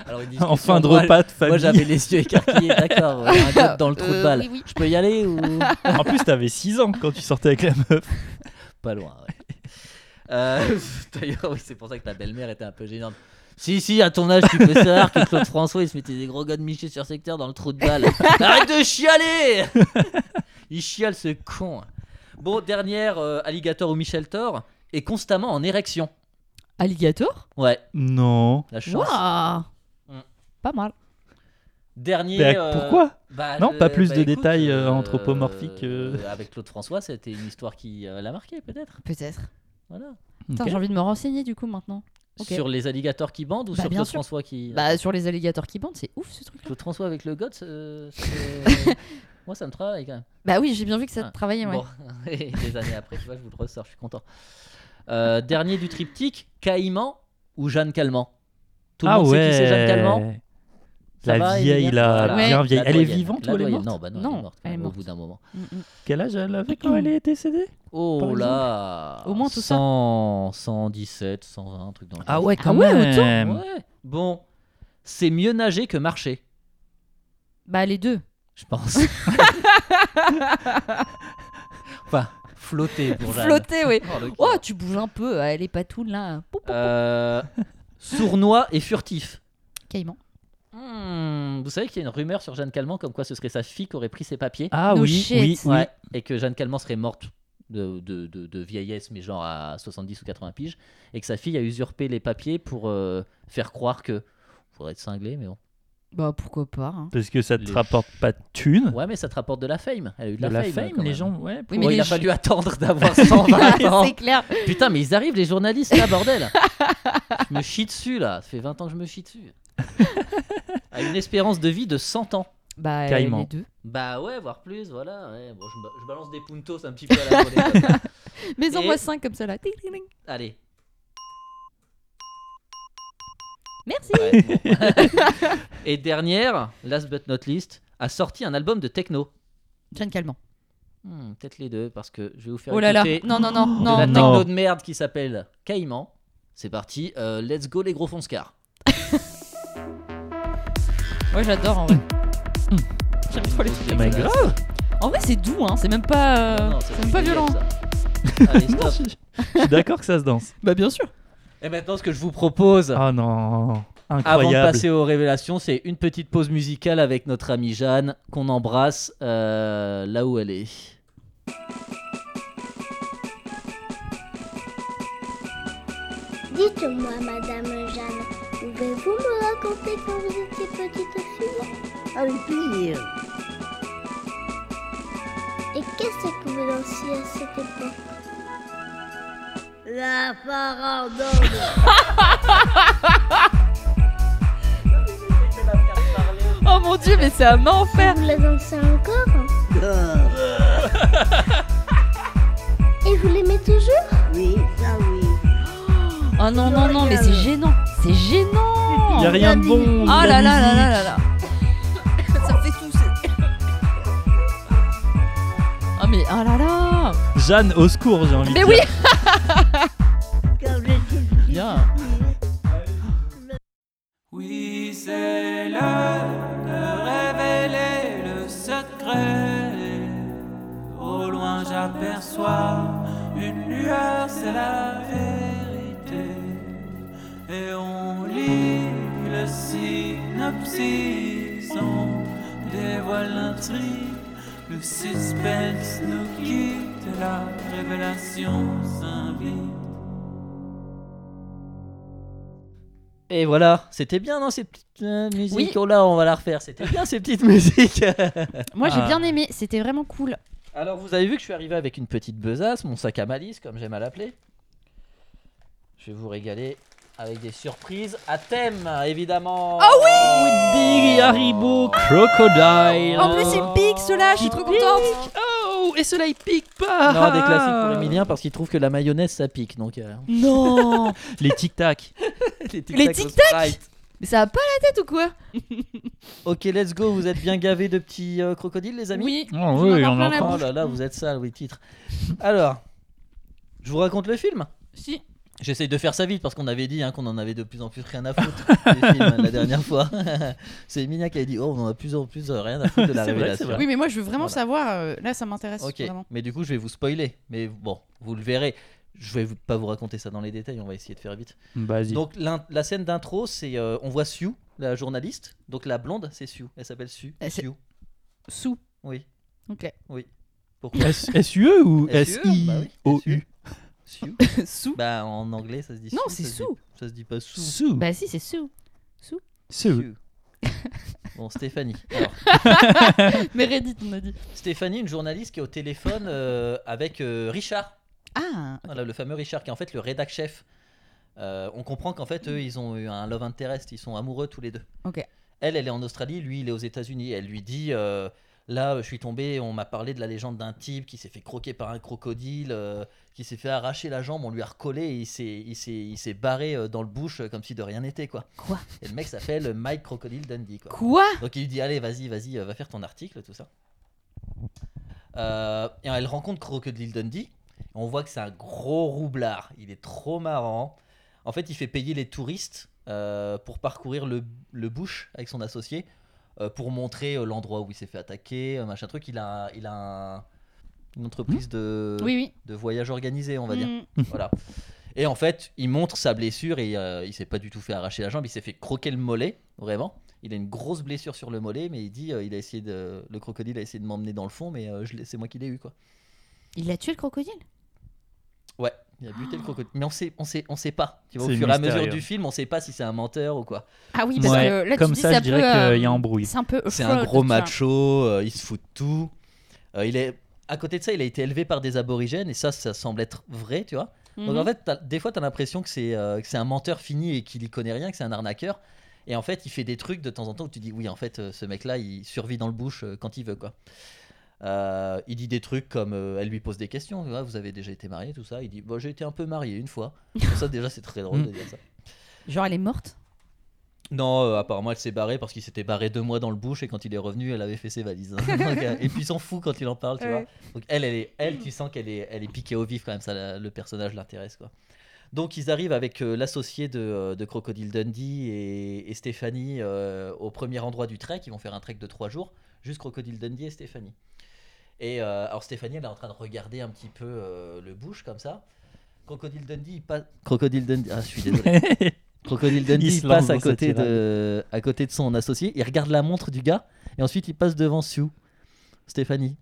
[SPEAKER 1] Alors, une discussion,
[SPEAKER 3] <laughs> en fin de
[SPEAKER 1] moi,
[SPEAKER 3] repas de
[SPEAKER 1] Moi, j'avais
[SPEAKER 3] famille.
[SPEAKER 1] les yeux écarquillés, d'accord. ouais, un gobe dans le trou de
[SPEAKER 2] Euh,
[SPEAKER 1] balle.
[SPEAKER 2] oui, oui.
[SPEAKER 1] Je peux y aller
[SPEAKER 2] <laughs>
[SPEAKER 1] ou.
[SPEAKER 3] <laughs> en plus, t'avais 6 ans quand tu sortais avec la meuf.
[SPEAKER 1] Pas loin, ouais. Euh, <laughs> D'ailleurs, oui, c'est pour ça que ta belle-mère était un peu gênante. Si, si, à ton âge, tu peux savoir que Claude François, il se mettait des gros gars de Miché sur secteur dans le trou de
[SPEAKER 2] <laughs>
[SPEAKER 1] balle. Arrête de chialer Il chiale, ce con. Bon, dernière, euh, Alligator ou Michel Thor est constamment en érection.
[SPEAKER 2] Alligator
[SPEAKER 1] Ouais,
[SPEAKER 3] Non.
[SPEAKER 1] la chance.
[SPEAKER 2] Waouh
[SPEAKER 1] Mm.
[SPEAKER 2] Pas mal.
[SPEAKER 1] Dernier.
[SPEAKER 3] Mais
[SPEAKER 1] euh,
[SPEAKER 3] pourquoi
[SPEAKER 1] bah,
[SPEAKER 3] Non,
[SPEAKER 1] je-
[SPEAKER 3] pas plus de
[SPEAKER 1] écoute,
[SPEAKER 3] détails, euh, anthropomorphiques, euh.
[SPEAKER 1] Avec Claude François, c'était une histoire qui euh, l'a marqué, peut-être.
[SPEAKER 2] Peut-être.
[SPEAKER 1] Voilà.
[SPEAKER 2] Putain,
[SPEAKER 3] Ok.
[SPEAKER 2] J'ai envie de me renseigner du coup maintenant. Ok.
[SPEAKER 1] Sur les alligators qui bandent ou
[SPEAKER 2] Bah,
[SPEAKER 1] sur
[SPEAKER 2] bien
[SPEAKER 1] Claude
[SPEAKER 2] sûr.
[SPEAKER 1] François qui.
[SPEAKER 2] Bah, sur les alligators qui bandent, c'est ouf ce truc-là.
[SPEAKER 1] Claude François avec le goth,
[SPEAKER 2] <laughs>
[SPEAKER 1] euh, c'est- moi ça me travaille quand même.
[SPEAKER 2] Bah oui, j'ai bien vu que ça
[SPEAKER 1] Ah,
[SPEAKER 2] te travaillait, ouais.
[SPEAKER 1] Bon, <laughs> et des années après, tu vois, je vous le ressors, je suis content. Euh, dernier du triptyque, Caïman ou Jeanne Calment Tout le
[SPEAKER 3] ah
[SPEAKER 1] monde
[SPEAKER 3] ouais.
[SPEAKER 1] sait qui c'est Jeanne Calment Ça
[SPEAKER 3] La
[SPEAKER 1] va, Emilien
[SPEAKER 3] vieille, là,
[SPEAKER 1] Voilà.
[SPEAKER 2] bien
[SPEAKER 3] vieille.
[SPEAKER 1] La
[SPEAKER 3] Elle est
[SPEAKER 1] doyenne,
[SPEAKER 3] vivante
[SPEAKER 1] la
[SPEAKER 3] ou elle est
[SPEAKER 1] doyenne.
[SPEAKER 3] morte
[SPEAKER 1] Non, bah non,
[SPEAKER 2] Non,
[SPEAKER 1] elle est morte, quand
[SPEAKER 2] elle est
[SPEAKER 1] même,
[SPEAKER 2] morte.
[SPEAKER 1] au bout d'un moment.
[SPEAKER 2] Mm, mm.
[SPEAKER 3] Quel âge elle avait quand elle est décédée Par
[SPEAKER 1] Oh
[SPEAKER 3] exemple.
[SPEAKER 1] là
[SPEAKER 2] Au moins tout ça.
[SPEAKER 1] 100, 117, 120, un truc dans le genre.
[SPEAKER 3] ouais,
[SPEAKER 2] quand Ah ouais, autant
[SPEAKER 1] Ouais. Bon, c'est mieux nager que marcher,
[SPEAKER 2] Bah, les deux.
[SPEAKER 1] je
[SPEAKER 2] <laughs>
[SPEAKER 1] pense. enfin, flotter pour Jeanne.
[SPEAKER 2] Flotter,
[SPEAKER 1] <laughs>
[SPEAKER 2] oui.
[SPEAKER 1] Oh, le cul.
[SPEAKER 2] Oh, tu bouges un peu, ah, elle est pas tout là. Pou, pou, pou.
[SPEAKER 1] Euh, sournois et furtif.
[SPEAKER 2] Caïman.
[SPEAKER 1] Hmm, vous savez qu'il y a une rumeur sur Jeanne Calment comme quoi ce serait sa fille qui aurait pris ses papiers.
[SPEAKER 3] Ah
[SPEAKER 2] No
[SPEAKER 3] oui,
[SPEAKER 2] shit.
[SPEAKER 3] oui, oui.
[SPEAKER 1] Ouais, et que Jeanne Calment serait morte de, de- de- de vieillesse, mais genre à 70 ou 80 piges, et que sa fille a usurpé les papiers pour euh, faire croire que. Faudrait être cinglé, mais bon.
[SPEAKER 2] Bah, pourquoi pas. hein.
[SPEAKER 3] Parce que ça te
[SPEAKER 1] Les-
[SPEAKER 3] rapporte pas de thunes.
[SPEAKER 1] Ouais, mais ça te rapporte de la fame. Elle a eu Hum. de la,
[SPEAKER 3] De la
[SPEAKER 1] fame.
[SPEAKER 3] fame,
[SPEAKER 1] quand
[SPEAKER 3] les
[SPEAKER 1] même.
[SPEAKER 3] gens, ouais.
[SPEAKER 2] Oui,
[SPEAKER 1] Bon,
[SPEAKER 2] mais
[SPEAKER 1] il
[SPEAKER 2] les
[SPEAKER 1] a
[SPEAKER 2] ju-
[SPEAKER 1] fallu
[SPEAKER 2] <laughs>
[SPEAKER 1] attendre d'avoir 120 ans.
[SPEAKER 2] c'est clair.
[SPEAKER 1] Putain, mais ils arrivent, les journalistes, là, bordel Je me chie dessus, là. Ça fait 20 ans que je me chie dessus. à une espérance de vie de 100 ans.
[SPEAKER 2] Bah, euh,
[SPEAKER 3] Caïman.
[SPEAKER 2] les deux.
[SPEAKER 1] Bah ouais, voire plus, voilà. ouais. Bon, je, ba- je balance des puntos un petit peu à <laughs> la volée, comme ça.
[SPEAKER 2] Mais en moi
[SPEAKER 1] Et-
[SPEAKER 2] 5 comme ça là. Ting, ting, ting.
[SPEAKER 1] Allez.
[SPEAKER 2] Merci.
[SPEAKER 1] ouais,
[SPEAKER 2] <laughs>
[SPEAKER 1] bon. <laughs> Et dernière, last but not least, a sorti un album de techno.
[SPEAKER 2] Jeanne Calment.
[SPEAKER 1] Hmm, Peut-être les deux, parce que je vais vous faire
[SPEAKER 2] Oh là là.
[SPEAKER 1] écouter
[SPEAKER 2] Non, non, non,
[SPEAKER 1] de la
[SPEAKER 2] non.
[SPEAKER 3] non.
[SPEAKER 1] techno de merde qui s'appelle Caïman. C'est parti, euh, let's go les gros fondscars.
[SPEAKER 2] Moi, j'adore en vrai. J'aime trop les trucs
[SPEAKER 1] Mais
[SPEAKER 2] comme ça.
[SPEAKER 3] grave.
[SPEAKER 2] En vrai, c'est doux, hein. C'est même pas, euh,
[SPEAKER 1] Non, non,
[SPEAKER 2] c'est
[SPEAKER 1] du
[SPEAKER 2] même pas
[SPEAKER 1] délire,
[SPEAKER 2] violent.
[SPEAKER 1] ça.
[SPEAKER 2] <laughs>
[SPEAKER 1] Allez,
[SPEAKER 3] Non,
[SPEAKER 1] stop.
[SPEAKER 3] je, je suis d'accord que ça se danse.
[SPEAKER 2] Bah, bien sûr.
[SPEAKER 1] Et maintenant, ce que je vous propose,
[SPEAKER 3] Oh non,
[SPEAKER 1] avant de
[SPEAKER 3] incroyable.
[SPEAKER 1] passer aux révélations, c'est une petite pause musicale avec notre amie Jeanne, qu'on embrasse euh, là où elle est.
[SPEAKER 9] Dites-moi, Madame Jeanne, pouvez-vous me raconter quand vous étiez petite fille
[SPEAKER 10] Avec plaisir.
[SPEAKER 9] Et qu'est-ce que vous dansiez à cette époque
[SPEAKER 10] La farandole.
[SPEAKER 2] Oh mon dieu, mais c'est
[SPEAKER 1] <laughs>
[SPEAKER 2] un enfer.
[SPEAKER 9] Vous la dansez encore
[SPEAKER 10] Ah,
[SPEAKER 9] Et vous l'aimez toujours
[SPEAKER 10] oui, ça oui.
[SPEAKER 2] Oh non, non, non, mais c'est gênant. C'est gênant.
[SPEAKER 3] Il a rien de bon.
[SPEAKER 2] Oh
[SPEAKER 3] la
[SPEAKER 2] là là là là
[SPEAKER 3] musique.
[SPEAKER 2] là là. <laughs> Ça fait tousser. Oh mais oh là là.
[SPEAKER 3] Jeanne, au secours, j'ai envie
[SPEAKER 2] Mais
[SPEAKER 1] <laughs>
[SPEAKER 3] de
[SPEAKER 2] oui.
[SPEAKER 3] dire.
[SPEAKER 10] Quand j'étais petite
[SPEAKER 2] Bien.
[SPEAKER 4] Oui, c'est l'heure de révéler le secret. Au loin, j'aperçois une lueur, c'est la vérité. Et on lit le synopsis, on dévoile l'intrigue. Le suspense nous quitte, la révélation s'invite.
[SPEAKER 1] Et voilà, c'était bien, non, ces petites euh, musiques.
[SPEAKER 2] Oui.
[SPEAKER 1] Oh là, on va la refaire. C'était bien, ces
[SPEAKER 2] <laughs>
[SPEAKER 1] petites musiques.
[SPEAKER 2] Moi j'ai
[SPEAKER 3] Ah.
[SPEAKER 2] bien aimé, c'était vraiment cool.
[SPEAKER 1] Alors, vous avez vu que je suis arrivé avec une petite besace, mon sac à malice, comme j'aime à l'appeler. Je vais vous régaler avec des surprises à thème, évidemment. Ah oui
[SPEAKER 3] Big Haribo Crocodile.
[SPEAKER 2] oh. En plus c'est big cela, je suis trop contente.
[SPEAKER 3] fou et cela il pique pas.
[SPEAKER 1] Non, des classiques
[SPEAKER 2] Ah.
[SPEAKER 1] pour
[SPEAKER 2] <laughs>
[SPEAKER 1] Emilien parce qu'il trouve que la mayonnaise ça pique. Donc, euh, <laughs>
[SPEAKER 3] Non. Les tic tac.
[SPEAKER 1] les tic-tac
[SPEAKER 2] Les
[SPEAKER 1] au
[SPEAKER 2] tic-tac
[SPEAKER 1] Sprite.
[SPEAKER 2] Mais ça a pas la tête ou quoi
[SPEAKER 1] Ok, let's go. Vous êtes bien gavés de petits euh, crocodiles, les amis
[SPEAKER 2] Oui.
[SPEAKER 3] Oh
[SPEAKER 2] oui, il en a
[SPEAKER 1] Oh là là, vous êtes sales, oui, titre. Alors, je vous raconte le film
[SPEAKER 2] Si.
[SPEAKER 1] J'essaye de faire ça vite parce qu'on avait dit hein, qu'on en avait de plus en plus rien à foutre <laughs> des films hein, la dernière fois. <laughs> c'est Emilia qui a dit Oh, on en a de plus en plus euh, rien à foutre de la
[SPEAKER 3] <laughs> C'est vrai,
[SPEAKER 1] révélation.
[SPEAKER 3] c'est vrai.
[SPEAKER 2] Oui, mais moi je veux vraiment
[SPEAKER 1] Voilà.
[SPEAKER 2] savoir. euh, là, ça m'intéresse
[SPEAKER 1] Ok,
[SPEAKER 2] vraiment.
[SPEAKER 1] mais du coup, je vais vous spoiler. Mais bon, vous le verrez. Je vais vous- pas vous raconter ça dans les détails, on va essayer de faire vite.
[SPEAKER 3] Vas-y.
[SPEAKER 1] Donc, l'in- la scène d'intro, c'est euh, on voit Sue, la journaliste. Donc, la blonde, c'est Sue. Elle s'appelle Sue.
[SPEAKER 2] Elle s'est-
[SPEAKER 1] Sue.
[SPEAKER 2] Sous.
[SPEAKER 1] Oui.
[SPEAKER 2] Ok.
[SPEAKER 1] Pourquoi
[SPEAKER 3] S-U-E E ou
[SPEAKER 1] S-U-E, bah oui,
[SPEAKER 3] S-I-O-U
[SPEAKER 2] <laughs>
[SPEAKER 1] Sue.
[SPEAKER 2] <laughs> sous.
[SPEAKER 1] Bah, en anglais, ça se dit
[SPEAKER 2] Non,
[SPEAKER 1] Sue,
[SPEAKER 2] c'est
[SPEAKER 1] ça se dit-
[SPEAKER 2] Sue.
[SPEAKER 1] Ça se dit pas Sue.
[SPEAKER 3] Sous.
[SPEAKER 2] Bah si, c'est sous.
[SPEAKER 3] Sous.
[SPEAKER 1] Sue. <laughs> Bon, Stéphanie. Alors,
[SPEAKER 2] <laughs> Mais Reddit, on a dit.
[SPEAKER 1] Stéphanie, une journaliste qui est au téléphone euh, avec euh, Richard.
[SPEAKER 2] Ah.
[SPEAKER 1] Voilà, le fameux Richard qui est en fait le rédac chef. Euh, on comprend qu'en fait, eux, ils ont eu un love interest, ils sont amoureux tous les deux.
[SPEAKER 2] Ok.
[SPEAKER 1] Elle, elle est en Australie, lui, il est aux États-Unis. Elle lui dit euh, Là, je suis tombé, on m'a parlé de la légende d'un type qui s'est fait croquer par un crocodile, euh, qui s'est fait arracher la jambe, on lui a recollé et il s'est, il s'est, il s'est barré euh, dans le bouche euh, comme si de rien n'était, quoi.
[SPEAKER 2] Quoi
[SPEAKER 1] Et le mec s'appelle Mike Crocodile Dundee, quoi.
[SPEAKER 2] Quoi
[SPEAKER 1] Donc il lui dit allez vas-y vas-y euh, va faire ton article tout ça. Euh, et elle rencontre Crocodile Dundee. On voit que c'est un gros roublard. Il est trop marrant. En fait il fait payer les touristes euh, pour parcourir le, le bush avec son associé euh, pour montrer euh, l'endroit où il s'est fait attaquer euh, machin truc. Il a il a un- une entreprise de
[SPEAKER 2] Euh, Oui, oui.
[SPEAKER 1] de voyage organisé on va dire
[SPEAKER 2] Mm.
[SPEAKER 1] voilà. Et en fait, il montre sa blessure et euh, il s'est pas du tout fait arracher la jambe, il s'est fait croquer le mollet, vraiment. Il a une grosse blessure sur le mollet, mais il dit, euh, il a essayé de, le crocodile a essayé de m'emmener dans le fond, mais euh, je l'ai- c'est moi qui l'ai eu quoi.
[SPEAKER 2] Il a tué le crocodile
[SPEAKER 1] Ouais, il a buté le crocodile. Mais on sait, on sait, on sait pas. Tu vois, au
[SPEAKER 3] C'est
[SPEAKER 1] fur et à
[SPEAKER 3] mystérieux.
[SPEAKER 1] mesure du film, on sait pas si c'est un menteur ou quoi.
[SPEAKER 2] Ah oui, parce
[SPEAKER 3] Ouais,
[SPEAKER 2] que là,
[SPEAKER 3] comme
[SPEAKER 2] tu dis,
[SPEAKER 3] ça,
[SPEAKER 2] ça
[SPEAKER 3] je dirais
[SPEAKER 2] peut,
[SPEAKER 3] qu'il y a
[SPEAKER 2] euh,
[SPEAKER 3] embrouille.
[SPEAKER 2] C'est un peu.
[SPEAKER 1] C'est un gros
[SPEAKER 2] match.
[SPEAKER 1] macho, euh, il se fout de tout. Euh, il est à côté de ça, il a été élevé par des aborigènes et ça, ça semble être vrai, tu vois.
[SPEAKER 2] Mhm.
[SPEAKER 1] Donc en fait, t'as- des fois, t'as l'impression que c'est euh, que c'est un menteur fini et qu'il y connaît rien, que c'est un arnaqueur. Et en fait, il fait des trucs de temps en temps où tu dis oui, en fait, euh, ce mec-là, il survit dans le bush euh, quand il veut, quoi. Euh, il dit des trucs comme euh, elle lui pose des questions, tu vois, vous avez déjà été marié, tout ça. Il dit bon, j'ai été un peu marié une fois. ça déjà, c'est très drôle de dire ça.
[SPEAKER 2] Genre, elle est morte
[SPEAKER 1] Non, euh, apparemment, elle s'est barrée parce qu'il s'était barré deux mois dans le bush et quand il est revenu, elle avait fait ses valises. Donc, euh, et puis, il s'en fout quand il en parle, tu vois. Donc, elle, elle, est, elle, tu sens qu'elle est, elle est piquée au vif quand même, ça, la- le personnage l'intéresse, quoi. Donc, ils arrivent avec euh, l'associé de, euh, de Crocodile Dundee et, et Stéphanie euh, au premier endroit du trek. Ils vont faire un trek de trois jours, juste Crocodile Dundee et Stéphanie. Et euh, alors, Stéphanie, elle est en train de regarder un petit peu euh, le bush comme ça. Crocodile Dundee, il passe. Crocodile Dundee, ah, je suis désolé.
[SPEAKER 3] <laughs>
[SPEAKER 1] Crocodile
[SPEAKER 3] Il
[SPEAKER 1] Dundee
[SPEAKER 3] se lance
[SPEAKER 1] passe à
[SPEAKER 3] dans sa
[SPEAKER 1] côté, de, à côté de son associé, il regarde la montre du gars et ensuite il passe devant Sue, Stéphanie.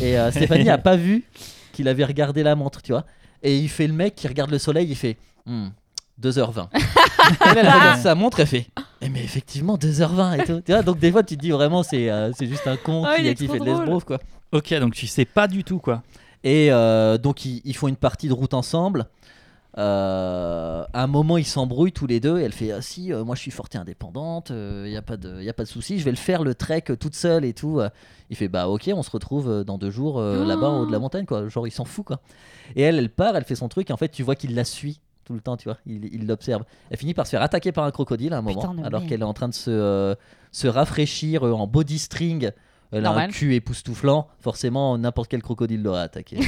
[SPEAKER 1] Et euh, Stéphanie a pas vu qu'il avait regardé la montre, tu vois. Et il fait le mec qui regarde le soleil, il fait Hmm,
[SPEAKER 2] <laughs>
[SPEAKER 1] 2h20. elle, elle
[SPEAKER 2] Ah.
[SPEAKER 1] regarde sa montre, elle fait Eh, Mais effectivement, 2h20 et tout. Tu vois, donc des fois tu te dis vraiment, c'est euh, c'est juste un con
[SPEAKER 2] Ah, il
[SPEAKER 1] qui,
[SPEAKER 2] est
[SPEAKER 1] qui
[SPEAKER 2] trop
[SPEAKER 1] fait de
[SPEAKER 2] drôle.
[SPEAKER 1] l'esbrouf, quoi.
[SPEAKER 3] Ok, donc tu sais pas du tout quoi.
[SPEAKER 1] Et euh, donc ils, ils font une partie de route ensemble. Euh, à un moment, ils s'embrouillent tous les deux. Et elle fait ah, si, euh, moi je suis forte et indépendante. Il n'y a pas de, y a pas de souci. Je vais le faire le trek euh, toute seule et tout. Euh, Il fait bah ok, on se retrouve euh, dans deux jours euh,
[SPEAKER 2] Oh.
[SPEAKER 1] là-bas en haut de la montagne quoi. Genre il s'en fout quoi. Et elle, elle part, elle fait son truc. Et en fait, tu vois qu'il la suit tout le temps. Tu vois, il il l'observe. Elle finit par se faire attaquer par un crocodile à un moment,
[SPEAKER 2] Putain de
[SPEAKER 1] alors
[SPEAKER 2] merde.
[SPEAKER 1] qu'elle est en train de se euh, se rafraîchir euh, en body string. Elle a un
[SPEAKER 2] Normal.
[SPEAKER 1] cul époustouflant. Forcément, n'importe quel crocodile l'aurait
[SPEAKER 2] <laughs>
[SPEAKER 1] attaqué.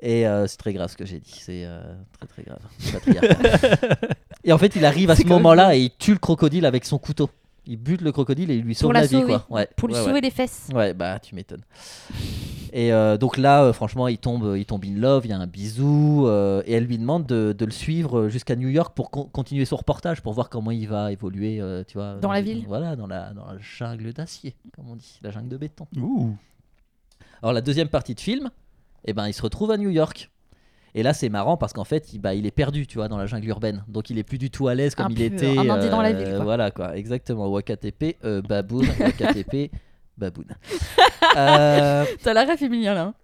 [SPEAKER 1] Et euh, c'est très grave ce que j'ai dit. C'est euh, très très grave. Patriarcat. et en fait, il arrive à ce moment-là et il tue le crocodile avec son couteau. Il bute le crocodile et il lui sauve
[SPEAKER 2] la
[SPEAKER 1] la, vie.
[SPEAKER 2] sauver.
[SPEAKER 1] Quoi. Ouais,
[SPEAKER 2] pour lui
[SPEAKER 1] ouais, ouais.
[SPEAKER 2] sauver des fesses.
[SPEAKER 1] Ouais, bah tu m'étonnes. Et euh, donc là, euh, franchement, il tombe, il tombe in love, il y a un bisou, euh, et elle lui demande de, de le suivre jusqu'à New York pour con- continuer son reportage, pour voir comment il va évoluer, euh, tu vois.
[SPEAKER 2] Dans la ville.
[SPEAKER 1] Voilà, dans la, dans la jungle d'acier, comme on dit, la jungle de béton.
[SPEAKER 3] Ouh.
[SPEAKER 1] Alors la deuxième partie de film, eh ben, il se retrouve à New York. Et là, c'est marrant parce qu'en fait, il, bah, il est perdu, tu vois, dans la jungle urbaine. Donc, il est plus du tout à l'aise comme
[SPEAKER 2] Un
[SPEAKER 1] il
[SPEAKER 2] peu
[SPEAKER 1] était. euh,
[SPEAKER 2] un indé dans la ville, quoi.
[SPEAKER 1] Voilà, quoi. Exactement. Wakatp, euh,
[SPEAKER 2] <laughs>
[SPEAKER 1] baboon. Wakatp, baboon. Euh,
[SPEAKER 2] <laughs> T'as la ref, Emilien, là. hein.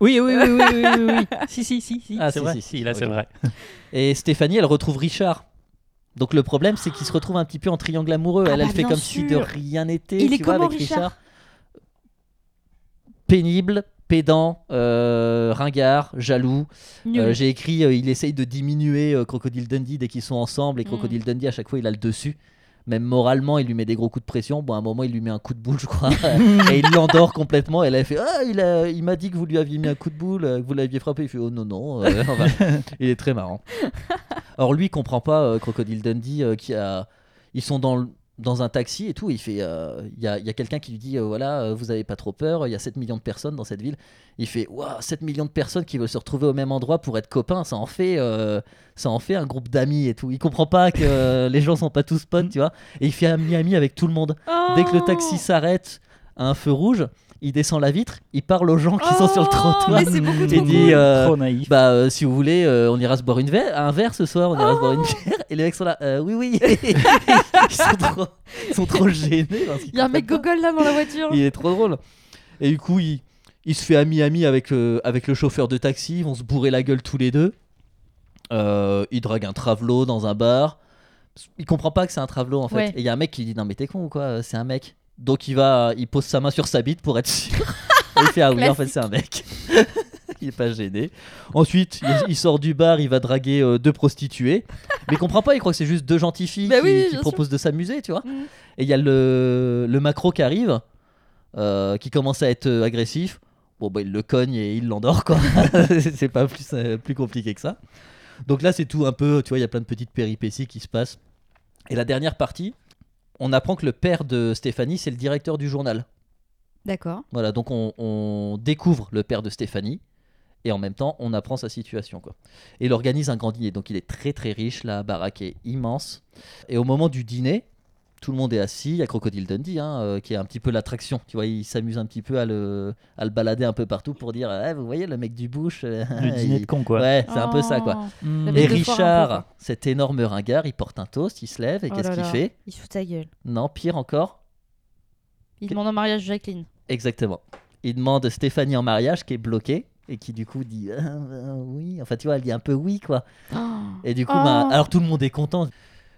[SPEAKER 3] Oui, oui, oui, oui, oui, oui, oui. Si, si, si, si.
[SPEAKER 1] Ah,
[SPEAKER 3] c'est
[SPEAKER 1] si,
[SPEAKER 3] vrai.
[SPEAKER 1] si, si,
[SPEAKER 3] là, c'est
[SPEAKER 1] ok.
[SPEAKER 3] vrai.
[SPEAKER 1] et Stéphanie, elle retrouve Richard. Donc, le problème, c'est qu'il se retrouve un petit peu en triangle amoureux.
[SPEAKER 2] Ah
[SPEAKER 1] elle, elle
[SPEAKER 2] bah,
[SPEAKER 1] fait
[SPEAKER 2] bien
[SPEAKER 1] comme si de
[SPEAKER 2] sûr.
[SPEAKER 1] rien n'était.
[SPEAKER 2] Il est
[SPEAKER 1] tu vois,
[SPEAKER 2] comment,
[SPEAKER 1] avec
[SPEAKER 2] Richard
[SPEAKER 1] pénible, pédant, euh, ringard, jaloux.
[SPEAKER 2] Nul.
[SPEAKER 1] Euh, J'ai écrit, euh, il essaye de diminuer euh, Crocodile Dundee dès qu'ils sont ensemble et Crocodile Dundee à chaque fois il a le dessus. Même moralement, il lui met des gros coups de pression. Bon, à un moment, il lui met un coup de boule, je crois, et il l'endort complètement. Elle a fait, ah, il a- il m'a dit que vous lui aviez mis un coup de boule, euh, que vous l'aviez frappé. Il fait, oh non non, euh, <laughs> on va- il est très marrant. Or lui il comprend pas euh, Crocodile Dundee euh, qui a, ils sont dans le- dans un taxi et tout, il fait, euh, il y a, il y a quelqu'un qui lui dit, euh, voilà, euh, vous avez pas trop peur, il y a 7 millions de personnes dans cette ville. Il fait, waouh, 7 millions de personnes qui veulent se retrouver au même endroit pour être copains, ça en fait, euh, ça en fait un groupe d'amis et tout. Il comprend pas que euh, les gens sont pas tous
[SPEAKER 2] Mm.
[SPEAKER 1] potes, tu vois. Et il fait ami-ami avec tout le monde. Dès que le
[SPEAKER 2] Oh.
[SPEAKER 1] taxi s'arrête à un feu rouge, il descend la vitre, il parle aux gens qui sont sur le trottoir.
[SPEAKER 2] Oh, mais c'est beaucoup
[SPEAKER 1] Il
[SPEAKER 2] trop
[SPEAKER 1] dit,
[SPEAKER 2] cool.
[SPEAKER 1] euh,
[SPEAKER 3] Trop naïf.
[SPEAKER 1] Bah, euh, si vous voulez, euh, on ira se boire une verre, un verre ce soir, on ira se boire une
[SPEAKER 2] Oh.
[SPEAKER 1] bière. Et les mecs sont là, Euh, oui, oui. <laughs> ils sont trop, ils sont trop gênés. parce qu'ils
[SPEAKER 2] Il y a un mec
[SPEAKER 1] comprennent
[SPEAKER 2] gogol
[SPEAKER 1] <laughs>
[SPEAKER 2] là dans la
[SPEAKER 1] pas.
[SPEAKER 2] voiture.
[SPEAKER 1] Il est trop drôle. Et du coup, il, il se fait ami-ami avec, euh, avec le chauffeur de taxi, ils vont se bourrer la gueule tous les deux. Euh, il drague un travelot dans un bar. Il comprend pas que c'est un travelot en fait.
[SPEAKER 2] Ouais.
[SPEAKER 1] Et il y a un mec qui lui dit Non, mais t'es con ou quoi euh, C'est un mec. Donc il va, il pose sa main sur sa bite pour être sûr. Et il fait Ah oui, en fait, c'est un mec. <laughs> il est pas gêné. Ensuite, il, il sort du bar, il va draguer euh, deux prostituées. Mais il comprend pas, il croit que c'est juste deux gentilles filles
[SPEAKER 2] Bah
[SPEAKER 1] qui,
[SPEAKER 2] oui, oui,
[SPEAKER 1] qui
[SPEAKER 2] bien sûr.
[SPEAKER 1] proposent de s'amuser, tu vois.
[SPEAKER 2] Mhm.
[SPEAKER 1] Et il y a le, le macro qui arrive, euh, qui commence à être euh, agressif. Bon, bah, il le cogne et il l'endort, quoi. <laughs> c'est pas plus, euh, plus compliqué que ça. Donc là, c'est tout un peu, tu vois, il y a plein de petites péripéties qui se passent. Et la dernière partie, on apprend que le père de Stéphanie, c'est le directeur du journal.
[SPEAKER 2] D'accord.
[SPEAKER 1] Voilà, donc on, on découvre le père de Stéphanie et en même temps on apprend sa situation. Quoi. Et il organise un grand dîner, donc il est très très riche, la baraque est immense. Et au moment du dîner, tout le monde est assis, il y a Crocodile Dundee hein, euh, qui est un petit peu l'attraction, tu vois, il s'amuse un petit peu à le, à le balader un peu partout pour dire Eh, Vous voyez le mec du bouche euh,
[SPEAKER 3] Le dîner
[SPEAKER 1] <laughs>
[SPEAKER 3] de
[SPEAKER 1] il-
[SPEAKER 3] con, quoi.
[SPEAKER 1] Ouais, c'est un peu ça quoi.
[SPEAKER 2] Oh.
[SPEAKER 3] Mm.
[SPEAKER 2] La
[SPEAKER 1] Et
[SPEAKER 2] bête de foire, un peu,
[SPEAKER 1] Richard,
[SPEAKER 2] quoi.
[SPEAKER 1] cet énorme ringard, il porte un toast, il se lève et
[SPEAKER 2] Oh
[SPEAKER 1] qu'est-ce
[SPEAKER 2] là
[SPEAKER 1] qu'il
[SPEAKER 2] là.
[SPEAKER 1] fait
[SPEAKER 2] Il se fout de sa gueule.
[SPEAKER 1] Non, pire encore,
[SPEAKER 2] Il demande en mariage Jacqueline.
[SPEAKER 1] Exactement. Il demande Stéphanie en mariage qui est bloquée et qui du coup dit Ah, euh, oui. Enfin tu vois, elle dit un peu oui quoi. Et du coup, bah,
[SPEAKER 2] Oh.
[SPEAKER 1] alors tout le monde est content.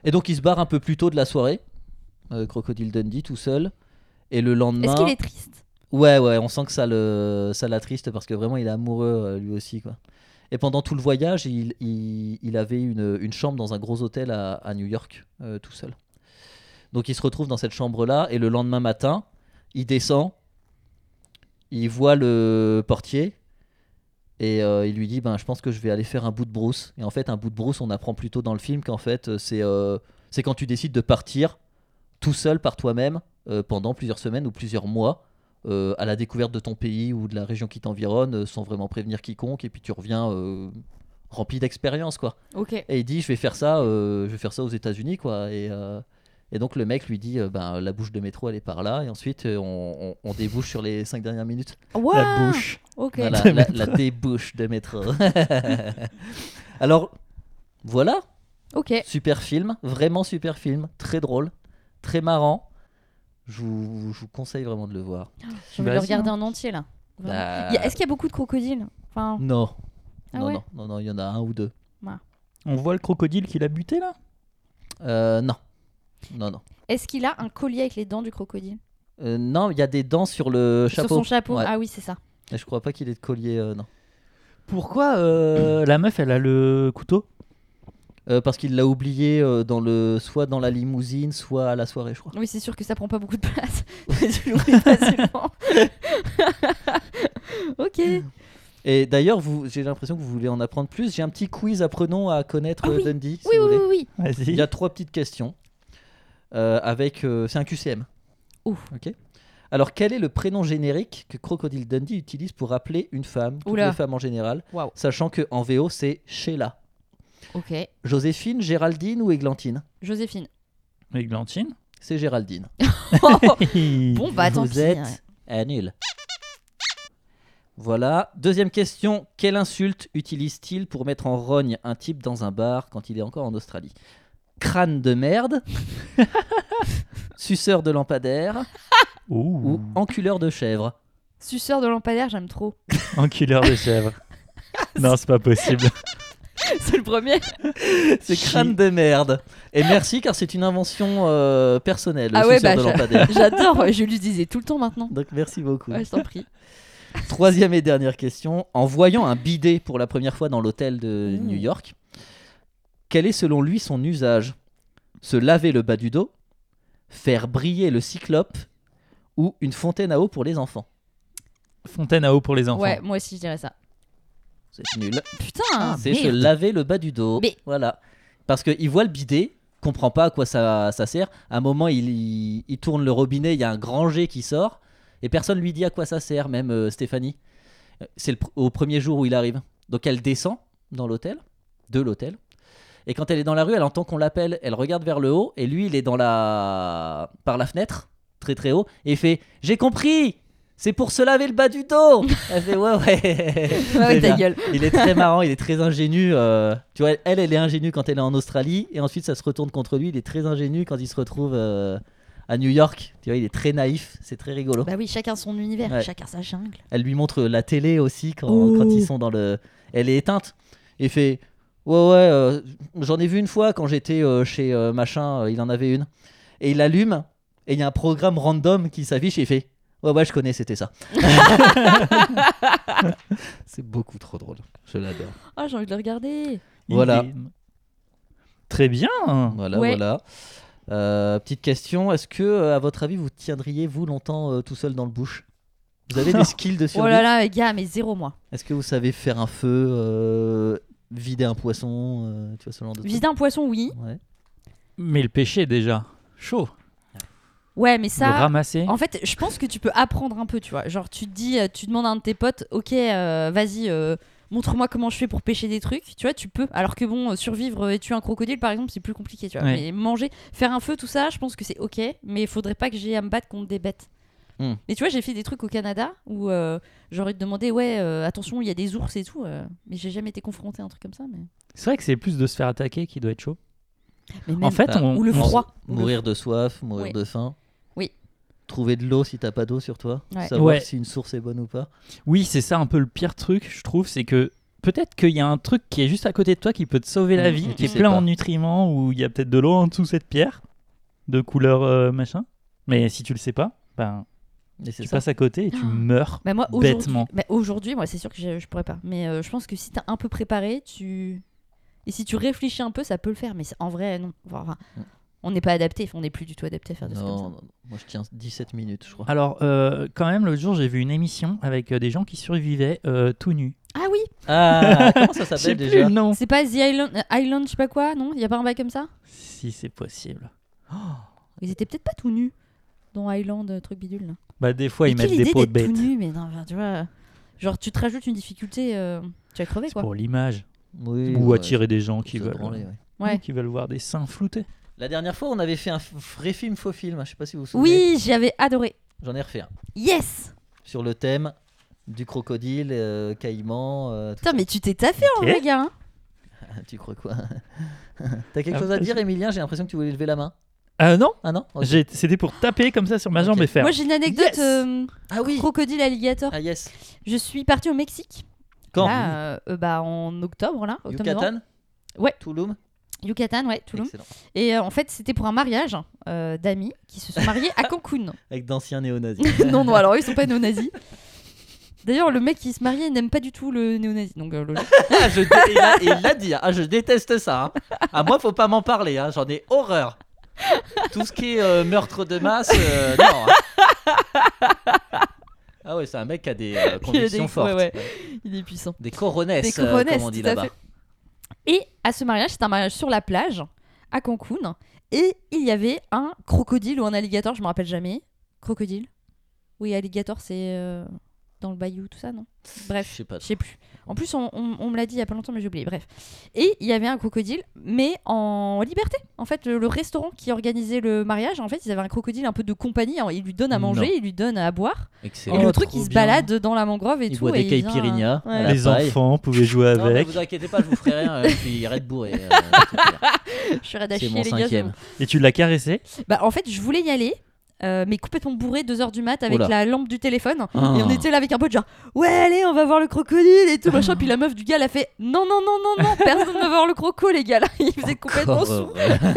[SPEAKER 1] Et donc il se barre un peu plus tôt de la soirée, euh, Crocodile Dundee tout seul. Et le lendemain,
[SPEAKER 2] Est-ce qu'il est triste
[SPEAKER 1] ouais ouais, on sent que ça le ça l'attriste parce que vraiment il est amoureux euh, lui aussi quoi. Et pendant tout le voyage, il, il, il avait une, une chambre dans un gros hôtel à, à New York, euh, tout seul. Donc il se retrouve dans cette chambre-là, et le lendemain matin, il descend, il voit le portier, et euh, il lui dit, ben, je pense que je vais aller faire un bout de brousse. Et en fait, un bout de brousse, on apprend plutôt dans le film qu'en fait, euh, c'est euh, c'est quand tu décides de partir tout seul par toi-même euh, pendant plusieurs semaines ou plusieurs mois. euh, à la découverte de ton pays ou de la région qui t'environne euh, sans vraiment prévenir quiconque et puis tu reviens euh, rempli d'expérience quoi
[SPEAKER 2] Ok.
[SPEAKER 1] et il dit je vais faire ça euh, je vais faire ça aux États-Unis quoi et euh, et donc le mec lui dit euh, ben la bouche de métro elle est par là et ensuite euh, on, on- on débouche sur les cinq dernières minutes
[SPEAKER 3] La
[SPEAKER 2] Ouah
[SPEAKER 3] bouche.
[SPEAKER 2] Ok.
[SPEAKER 1] Voilà,
[SPEAKER 3] De
[SPEAKER 1] la,
[SPEAKER 3] métro.
[SPEAKER 1] la débouche de métro <laughs> alors voilà
[SPEAKER 2] Ok.
[SPEAKER 1] super film vraiment super film très drôle très marrant je vous, je vous conseille vraiment de le voir
[SPEAKER 2] Je vais le
[SPEAKER 3] Vas-y,
[SPEAKER 2] regarder en entier là. Vraiment.
[SPEAKER 1] hein. Bah,
[SPEAKER 2] Il y a- Est-ce qu'il y a beaucoup de crocodiles Enfin.
[SPEAKER 1] non
[SPEAKER 2] Ah
[SPEAKER 1] non,
[SPEAKER 2] ouais
[SPEAKER 1] non non non il y en a un ou deux
[SPEAKER 3] On voit le crocodile qu'il a buté là
[SPEAKER 1] Euh, non non non
[SPEAKER 2] Est-ce qu'il a un collier avec les dents du crocodile
[SPEAKER 1] Euh, non, il y a des dents sur le chapeau.
[SPEAKER 2] Sur son chapeau
[SPEAKER 1] Ouais.
[SPEAKER 2] Ah oui, c'est ça.
[SPEAKER 1] Et Je crois pas qu'il ait de collier, euh, non.
[SPEAKER 3] Pourquoi euh, la meuf elle a le couteau
[SPEAKER 1] Euh, parce qu'il l'a oublié euh, dans le, soit dans la limousine, soit à la soirée, je crois.
[SPEAKER 2] Oui, c'est sûr que ça prend pas beaucoup de place. <laughs> Je l'oublie facilement. ok.
[SPEAKER 1] Et d'ailleurs, vous, j'ai l'impression que vous voulez en apprendre plus. J'ai un petit quiz apprenons à connaître
[SPEAKER 2] Ah
[SPEAKER 1] euh,
[SPEAKER 2] oui.
[SPEAKER 1] Dundee, si
[SPEAKER 2] Oui,
[SPEAKER 1] vous
[SPEAKER 2] oui,
[SPEAKER 1] voulez.
[SPEAKER 2] oui, oui.
[SPEAKER 3] Vas-y.
[SPEAKER 1] Il y a trois petites questions. Euh, avec, euh, c'est un QCM.
[SPEAKER 2] Ouf.
[SPEAKER 1] Ok. Alors, quel est le prénom générique que Crocodile Dundee utilise pour appeler une femme, toutes
[SPEAKER 2] Oula.
[SPEAKER 1] les femmes en général,
[SPEAKER 2] Waouh.
[SPEAKER 1] sachant que en VO c'est Sheila,
[SPEAKER 2] Ok.
[SPEAKER 1] Joséphine, Géraldine ou Églantine
[SPEAKER 2] Joséphine.
[SPEAKER 3] Églantine.
[SPEAKER 1] C'est Géraldine.
[SPEAKER 3] <laughs>
[SPEAKER 2] bon, bah tant
[SPEAKER 1] Vous
[SPEAKER 2] pis.
[SPEAKER 1] êtes
[SPEAKER 2] ouais.
[SPEAKER 1] à nul. Voilà. Deuxième question. Quelle insulte utilise-t-il pour mettre en rogne un type dans un bar quand il est encore en Australie Crâne de
[SPEAKER 2] <laughs>
[SPEAKER 1] merde, suceur de lampadaire
[SPEAKER 3] Ouh.
[SPEAKER 1] ou enculeur de chèvre
[SPEAKER 2] Suceur de lampadaire, j'aime trop.
[SPEAKER 3] Enculeur de chèvre. non, c'est
[SPEAKER 2] <laughs>
[SPEAKER 3] pas possible.
[SPEAKER 2] <laughs> c'est le premier.
[SPEAKER 1] C'est crâne de merde. Et merci car c'est une invention euh, personnelle, le
[SPEAKER 2] Ah ouais,
[SPEAKER 1] suceur
[SPEAKER 2] bah,
[SPEAKER 1] de
[SPEAKER 2] <laughs> je-
[SPEAKER 1] lampadaire.
[SPEAKER 2] J'adore. ouais, Je lui disais tout le temps maintenant.
[SPEAKER 1] Donc merci beaucoup.
[SPEAKER 2] Ouais, je t'en prie.
[SPEAKER 1] Troisième et dernière question. En voyant un bidet pour la première fois dans l'hôtel de New York, quel est selon lui son usage Se laver le bas du dos, faire briller le cyclope ou une fontaine à eau pour les enfants
[SPEAKER 3] Fontaine à eau pour les enfants.
[SPEAKER 2] Ouais, moi aussi je dirais ça.
[SPEAKER 1] C'est nul.
[SPEAKER 2] Putain
[SPEAKER 1] Ah, C'est
[SPEAKER 2] Ah, merde.
[SPEAKER 1] se laver le bas du dos.
[SPEAKER 2] Mais-
[SPEAKER 1] Voilà. Parce qu'il voit le bidet, comprend pas à quoi ça, ça sert. À un moment, il, il- il tourne le robinet, il y a un grand jet qui sort, et personne lui dit à quoi ça sert, même euh, Stéphanie. Euh, C'est le pr- au premier jour où il arrive. Donc elle descend dans l'hôtel, de l'hôtel. Et quand elle est dans la rue, elle entend qu'on l'appelle, elle regarde vers le haut, et lui, il est dans la... par la fenêtre, très très haut, et il fait « J'ai compris c'est pour se laver le bas du dos Elle fait ouais ouais. C'est
[SPEAKER 2] <laughs>
[SPEAKER 1] bien.
[SPEAKER 2] ta gueule.
[SPEAKER 1] Il est très marrant, il est très ingénu. euh, tu vois, elle, elle est ingénue quand elle est en Australie et ensuite ça se retourne contre lui. Il est très ingénu quand il se retrouve euh, à New York. Tu vois, il est très naïf, c'est très rigolo.
[SPEAKER 2] Bah oui, chacun son univers,
[SPEAKER 1] Ouais.
[SPEAKER 2] chacun sa jungle.
[SPEAKER 1] Elle lui montre la télé aussi quand,
[SPEAKER 2] Ouh.
[SPEAKER 1] quand ils sont dans le. Elle est éteinte. Et fait Ouais, ouais, euh, j'en ai vu une fois quand j'étais euh, chez euh, machin, euh, il en avait une. Et il allume et il y a un programme random qui s'affiche et il fait Ouais, ouais, je connais, c'était
[SPEAKER 2] <laughs>
[SPEAKER 1] ça. c'est beaucoup trop drôle. Je l'adore.
[SPEAKER 2] Ah, j'ai envie de le regarder.
[SPEAKER 3] Il
[SPEAKER 1] Voilà.
[SPEAKER 3] est- Très bien.
[SPEAKER 1] Voilà,
[SPEAKER 2] Ouais.
[SPEAKER 1] voilà. Euh, petite question est-ce que, euh, à votre avis, vous tiendriez vous longtemps euh, tout seul dans le bouche Vous avez des
[SPEAKER 2] <laughs>
[SPEAKER 1] skills de survie
[SPEAKER 2] Oh là là, les gars, mais zéro moi.
[SPEAKER 1] Est-ce que vous savez faire un feu, euh, vider un poisson, euh, tu vois, ce genre de truc
[SPEAKER 2] Vider un poisson, oui.
[SPEAKER 1] Ouais.
[SPEAKER 3] Mais le péché déjà. Chaud.
[SPEAKER 2] Ouais, mais
[SPEAKER 3] le
[SPEAKER 2] ça.
[SPEAKER 3] ramasser.
[SPEAKER 2] En fait, je pense que tu peux apprendre un peu, tu vois. Genre, tu te dis, euh, tu demandes à un de tes potes, ok, euh, vas-y, euh, montre-moi comment je fais pour pêcher des trucs. Tu vois, tu peux. Alors que bon, euh, survivre et tuer un crocodile, par exemple, c'est plus compliqué, tu vois.
[SPEAKER 3] Ouais.
[SPEAKER 2] Mais manger, faire un feu, tout ça, je pense que c'est ok. Mais il faudrait pas que j'ai à me battre contre des bêtes.
[SPEAKER 1] Hmm.
[SPEAKER 2] Mais tu vois, j'ai fait des trucs au Canada où euh, j'aurais demandé, ouais, euh, attention, il y a des ours et tout. euh, mais j'ai jamais été confronté à un truc comme ça. Mais,
[SPEAKER 3] C'est vrai que c'est plus de se faire attaquer qui doit être chaud.
[SPEAKER 2] mais
[SPEAKER 3] En
[SPEAKER 2] même-
[SPEAKER 3] fait,
[SPEAKER 1] Bah,
[SPEAKER 3] on,
[SPEAKER 2] ou le
[SPEAKER 3] on-
[SPEAKER 2] froid. Ou le
[SPEAKER 1] Mourir de soif, mourir
[SPEAKER 2] Oui.
[SPEAKER 1] de faim.
[SPEAKER 2] Oui.
[SPEAKER 1] Trouver de l'eau si t'as pas d'eau sur toi.
[SPEAKER 2] Ouais.
[SPEAKER 1] Savoir
[SPEAKER 3] Ouais.
[SPEAKER 1] si une source est bonne ou pas.
[SPEAKER 3] Oui, c'est ça un peu le pire truc, je trouve, c'est que peut-être qu'il y a un truc qui est juste à côté de toi qui peut te sauver la
[SPEAKER 1] Mhm.
[SPEAKER 3] vie,
[SPEAKER 1] Et
[SPEAKER 3] qui
[SPEAKER 1] tu
[SPEAKER 3] est
[SPEAKER 1] sais
[SPEAKER 3] plein
[SPEAKER 1] pas.
[SPEAKER 3] en nutriments, ou il y a peut-être de l'eau en dessous de cette pierre, de couleur euh, machin. Mais si tu le sais pas, ben,
[SPEAKER 1] Et c'est
[SPEAKER 3] tu
[SPEAKER 1] ça.
[SPEAKER 3] passes à côté et tu
[SPEAKER 2] Oh.
[SPEAKER 3] meurs
[SPEAKER 2] Bah moi aujourd'hui,
[SPEAKER 3] bêtement.
[SPEAKER 2] bah aujourd'hui, moi c'est sûr que j'ai- je pourrais pas. Mais euh, je pense que si t'as un peu préparé, tu et si tu réfléchis un peu, ça peut le faire. Mais c'est- en vrai, non. Enfin, enfin, on n'est pas adapté. On n'est plus du tout adapté à faire des
[SPEAKER 1] Non,
[SPEAKER 2] trucs
[SPEAKER 1] non,
[SPEAKER 2] comme
[SPEAKER 1] non. Moi, je tiens 17 minutes, je crois.
[SPEAKER 3] Alors, euh, quand même, le jour, j'ai vu une émission avec euh, des gens qui survivaient euh, tout nus.
[SPEAKER 2] ça. Ah oui,
[SPEAKER 1] Ah, <laughs> comment ça
[SPEAKER 3] Je sais
[SPEAKER 1] s'appelle
[SPEAKER 3] plus
[SPEAKER 1] déjà
[SPEAKER 3] le nom.
[SPEAKER 2] c'est pas The Island, euh, Island, je sais pas quoi, non Il y a pas un bail comme ça
[SPEAKER 3] Si c'est possible.
[SPEAKER 2] Ils étaient peut-être pas tout nus dans Island, euh, truc bidule. Là.
[SPEAKER 3] Bah, des fois,
[SPEAKER 2] Mais
[SPEAKER 3] ils
[SPEAKER 2] quelle
[SPEAKER 3] mettent des
[SPEAKER 2] idée
[SPEAKER 3] peaux de
[SPEAKER 2] d'être tout
[SPEAKER 3] bêtes.
[SPEAKER 2] nus, mais non, enfin, tu vois, genre tu te rajoutes une difficulté, euh, tu vas crever
[SPEAKER 3] C'est
[SPEAKER 2] quoi.
[SPEAKER 3] pour l'image.
[SPEAKER 1] Oui,
[SPEAKER 3] Ou
[SPEAKER 1] ouais,
[SPEAKER 3] attirer des gens
[SPEAKER 1] se
[SPEAKER 3] qui veulent, euh,
[SPEAKER 1] branler, ouais.
[SPEAKER 2] Ouais.
[SPEAKER 3] qui veulent voir des seins floutés.
[SPEAKER 1] La dernière fois, on avait fait un f- vrai film faux film. hein, Je sais pas si vous vous souvenez.
[SPEAKER 2] Oui, j'avais adoré.
[SPEAKER 1] J'en ai refait un.
[SPEAKER 2] Yes.
[SPEAKER 1] Sur le thème du crocodile, euh, caïman. euh, tout <laughs>
[SPEAKER 2] Putain, mais tu t'es taffé en
[SPEAKER 3] Ok.
[SPEAKER 2] vrai, gars. hein.
[SPEAKER 1] ça. Tu crois quoi <laughs> T'as quelque
[SPEAKER 3] Ah,
[SPEAKER 1] chose à
[SPEAKER 3] je-
[SPEAKER 1] dire, Emilien J'ai l'impression que tu voulais lever la main.
[SPEAKER 3] Ah non
[SPEAKER 1] Ah non Ok.
[SPEAKER 3] J'ai- C'était pour taper comme ça sur ma
[SPEAKER 1] Ok.
[SPEAKER 3] jambe et faire.
[SPEAKER 2] Moi j'ai une anecdote
[SPEAKER 3] Yes
[SPEAKER 2] euh,
[SPEAKER 1] Ah oui
[SPEAKER 2] crocodile alligator.
[SPEAKER 1] Ah yes
[SPEAKER 2] Je suis partie au Mexique.
[SPEAKER 1] Quand
[SPEAKER 2] Là, euh, euh, bah, En octobre, là. Octobre, novembre.
[SPEAKER 1] Yucatan
[SPEAKER 2] Ouais.
[SPEAKER 1] Tulum
[SPEAKER 2] Yucatan, ouais, Tulum.
[SPEAKER 1] Excellent.
[SPEAKER 2] Et euh, en fait, c'était pour un mariage euh, d'amis qui se sont mariés à
[SPEAKER 1] <laughs>
[SPEAKER 2] Cancun.
[SPEAKER 1] Avec d'anciens néo-nazis.
[SPEAKER 2] non, non, alors eux, ils sont pas néo-nazis. D'ailleurs, le mec qui se mariait il n'aime pas du tout le néo-nazi. Donc,
[SPEAKER 1] <laughs>
[SPEAKER 2] euh, logique.
[SPEAKER 1] ah, je dé- il a- il l'a dit, hein. ah, je déteste ça. hein. Ah, moi, faut pas m'en parler, hein. j'en ai horreur. Tout ce qui est euh, meurtre de masse, euh, non. hein. Ah ouais, c'est un mec qui a des euh, convictions
[SPEAKER 2] ouais,
[SPEAKER 1] fortes.
[SPEAKER 2] ouais. il est puissant.
[SPEAKER 1] Des coronesses,
[SPEAKER 2] Des
[SPEAKER 1] euh,
[SPEAKER 2] coronesses,
[SPEAKER 1] comme on dit
[SPEAKER 2] tout à
[SPEAKER 1] là-bas.
[SPEAKER 2] fait. Et à ce mariage, c'était un mariage sur la plage, à Cancun. Et il y avait un crocodile ou un alligator, je me rappelle jamais. Crocodile Oui, alligator, c'est euh, dans le bayou, tout ça, non
[SPEAKER 1] Je
[SPEAKER 2] Bref,
[SPEAKER 1] sais pas.
[SPEAKER 2] je sais plus. En plus, on, on- on me l'a dit il y a pas longtemps, mais j'ai oublié. Bref. Et il y avait un crocodile, mais en liberté. En fait, le, le restaurant qui organisait le mariage, en fait, ils avaient un crocodile un peu de compagnie. hein. Ils lui donnent à manger,
[SPEAKER 1] Non.
[SPEAKER 2] ils lui donnent à boire. Et,
[SPEAKER 1] Excellent.
[SPEAKER 2] le truc, il se balade dans la mangrove et
[SPEAKER 1] Il
[SPEAKER 2] tout.
[SPEAKER 1] boit
[SPEAKER 2] et
[SPEAKER 1] des
[SPEAKER 2] il vient-
[SPEAKER 1] caipirinhas.
[SPEAKER 2] Ouais.
[SPEAKER 1] à la
[SPEAKER 3] les
[SPEAKER 1] paille.
[SPEAKER 3] enfants pouvaient jouer
[SPEAKER 1] Non, mais
[SPEAKER 3] avec.
[SPEAKER 1] vous inquiétez pas, je vous ferai rien. euh, Je suis arrête bourré.
[SPEAKER 2] <laughs>
[SPEAKER 1] euh, tout est bien.
[SPEAKER 2] euh, Je suis raide à
[SPEAKER 1] c'est
[SPEAKER 2] chier,
[SPEAKER 1] mon
[SPEAKER 2] les gars, c'est
[SPEAKER 1] cinquième.
[SPEAKER 2] bon.
[SPEAKER 3] Et tu l'as caressé
[SPEAKER 2] Bah en fait, je voulais y aller. euh, mais complètement bourré 2h du mat avec
[SPEAKER 1] Oula.
[SPEAKER 2] la lampe du téléphone
[SPEAKER 1] Ah.
[SPEAKER 2] et on était là avec un pote genre ouais allez on va voir le crocodile et tout machin puis la meuf du gars elle a fait non non non non non personne ne va voir le croco les gars <laughs> là il faisait complètement
[SPEAKER 1] Encore
[SPEAKER 2] sourd
[SPEAKER 1] heureux.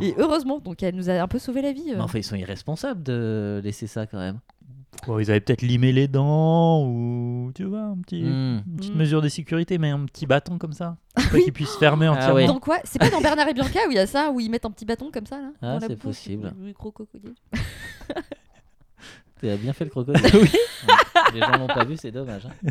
[SPEAKER 2] et heureusement donc elle nous a un peu sauvé la vie euh.
[SPEAKER 1] Mais enfin, ils sont irresponsables de laisser ça quand même.
[SPEAKER 3] Bon, ils avaient peut-être limé les dents ou tu vois, un petit,
[SPEAKER 1] Hmm.
[SPEAKER 3] une petite
[SPEAKER 2] Mm.
[SPEAKER 3] mesure de sécurité, mais un petit bâton
[SPEAKER 1] <laughs>
[SPEAKER 3] comme ça. Pour pas qu'ils puissent fermer
[SPEAKER 1] Ah
[SPEAKER 3] entièrement.
[SPEAKER 1] oui.
[SPEAKER 2] Dans quoi C'est pas dans Bernard et Bianca où il y a ça, où ils mettent un petit bâton comme ça là
[SPEAKER 1] Ah,
[SPEAKER 2] dans la
[SPEAKER 1] c'est
[SPEAKER 2] bouche,
[SPEAKER 1] possible.
[SPEAKER 2] du gros crocodile.
[SPEAKER 1] T'as bien fait le
[SPEAKER 2] <laughs>
[SPEAKER 1] crocodile. oui. Les gens l'ont pas vu, c'est dommage. hein.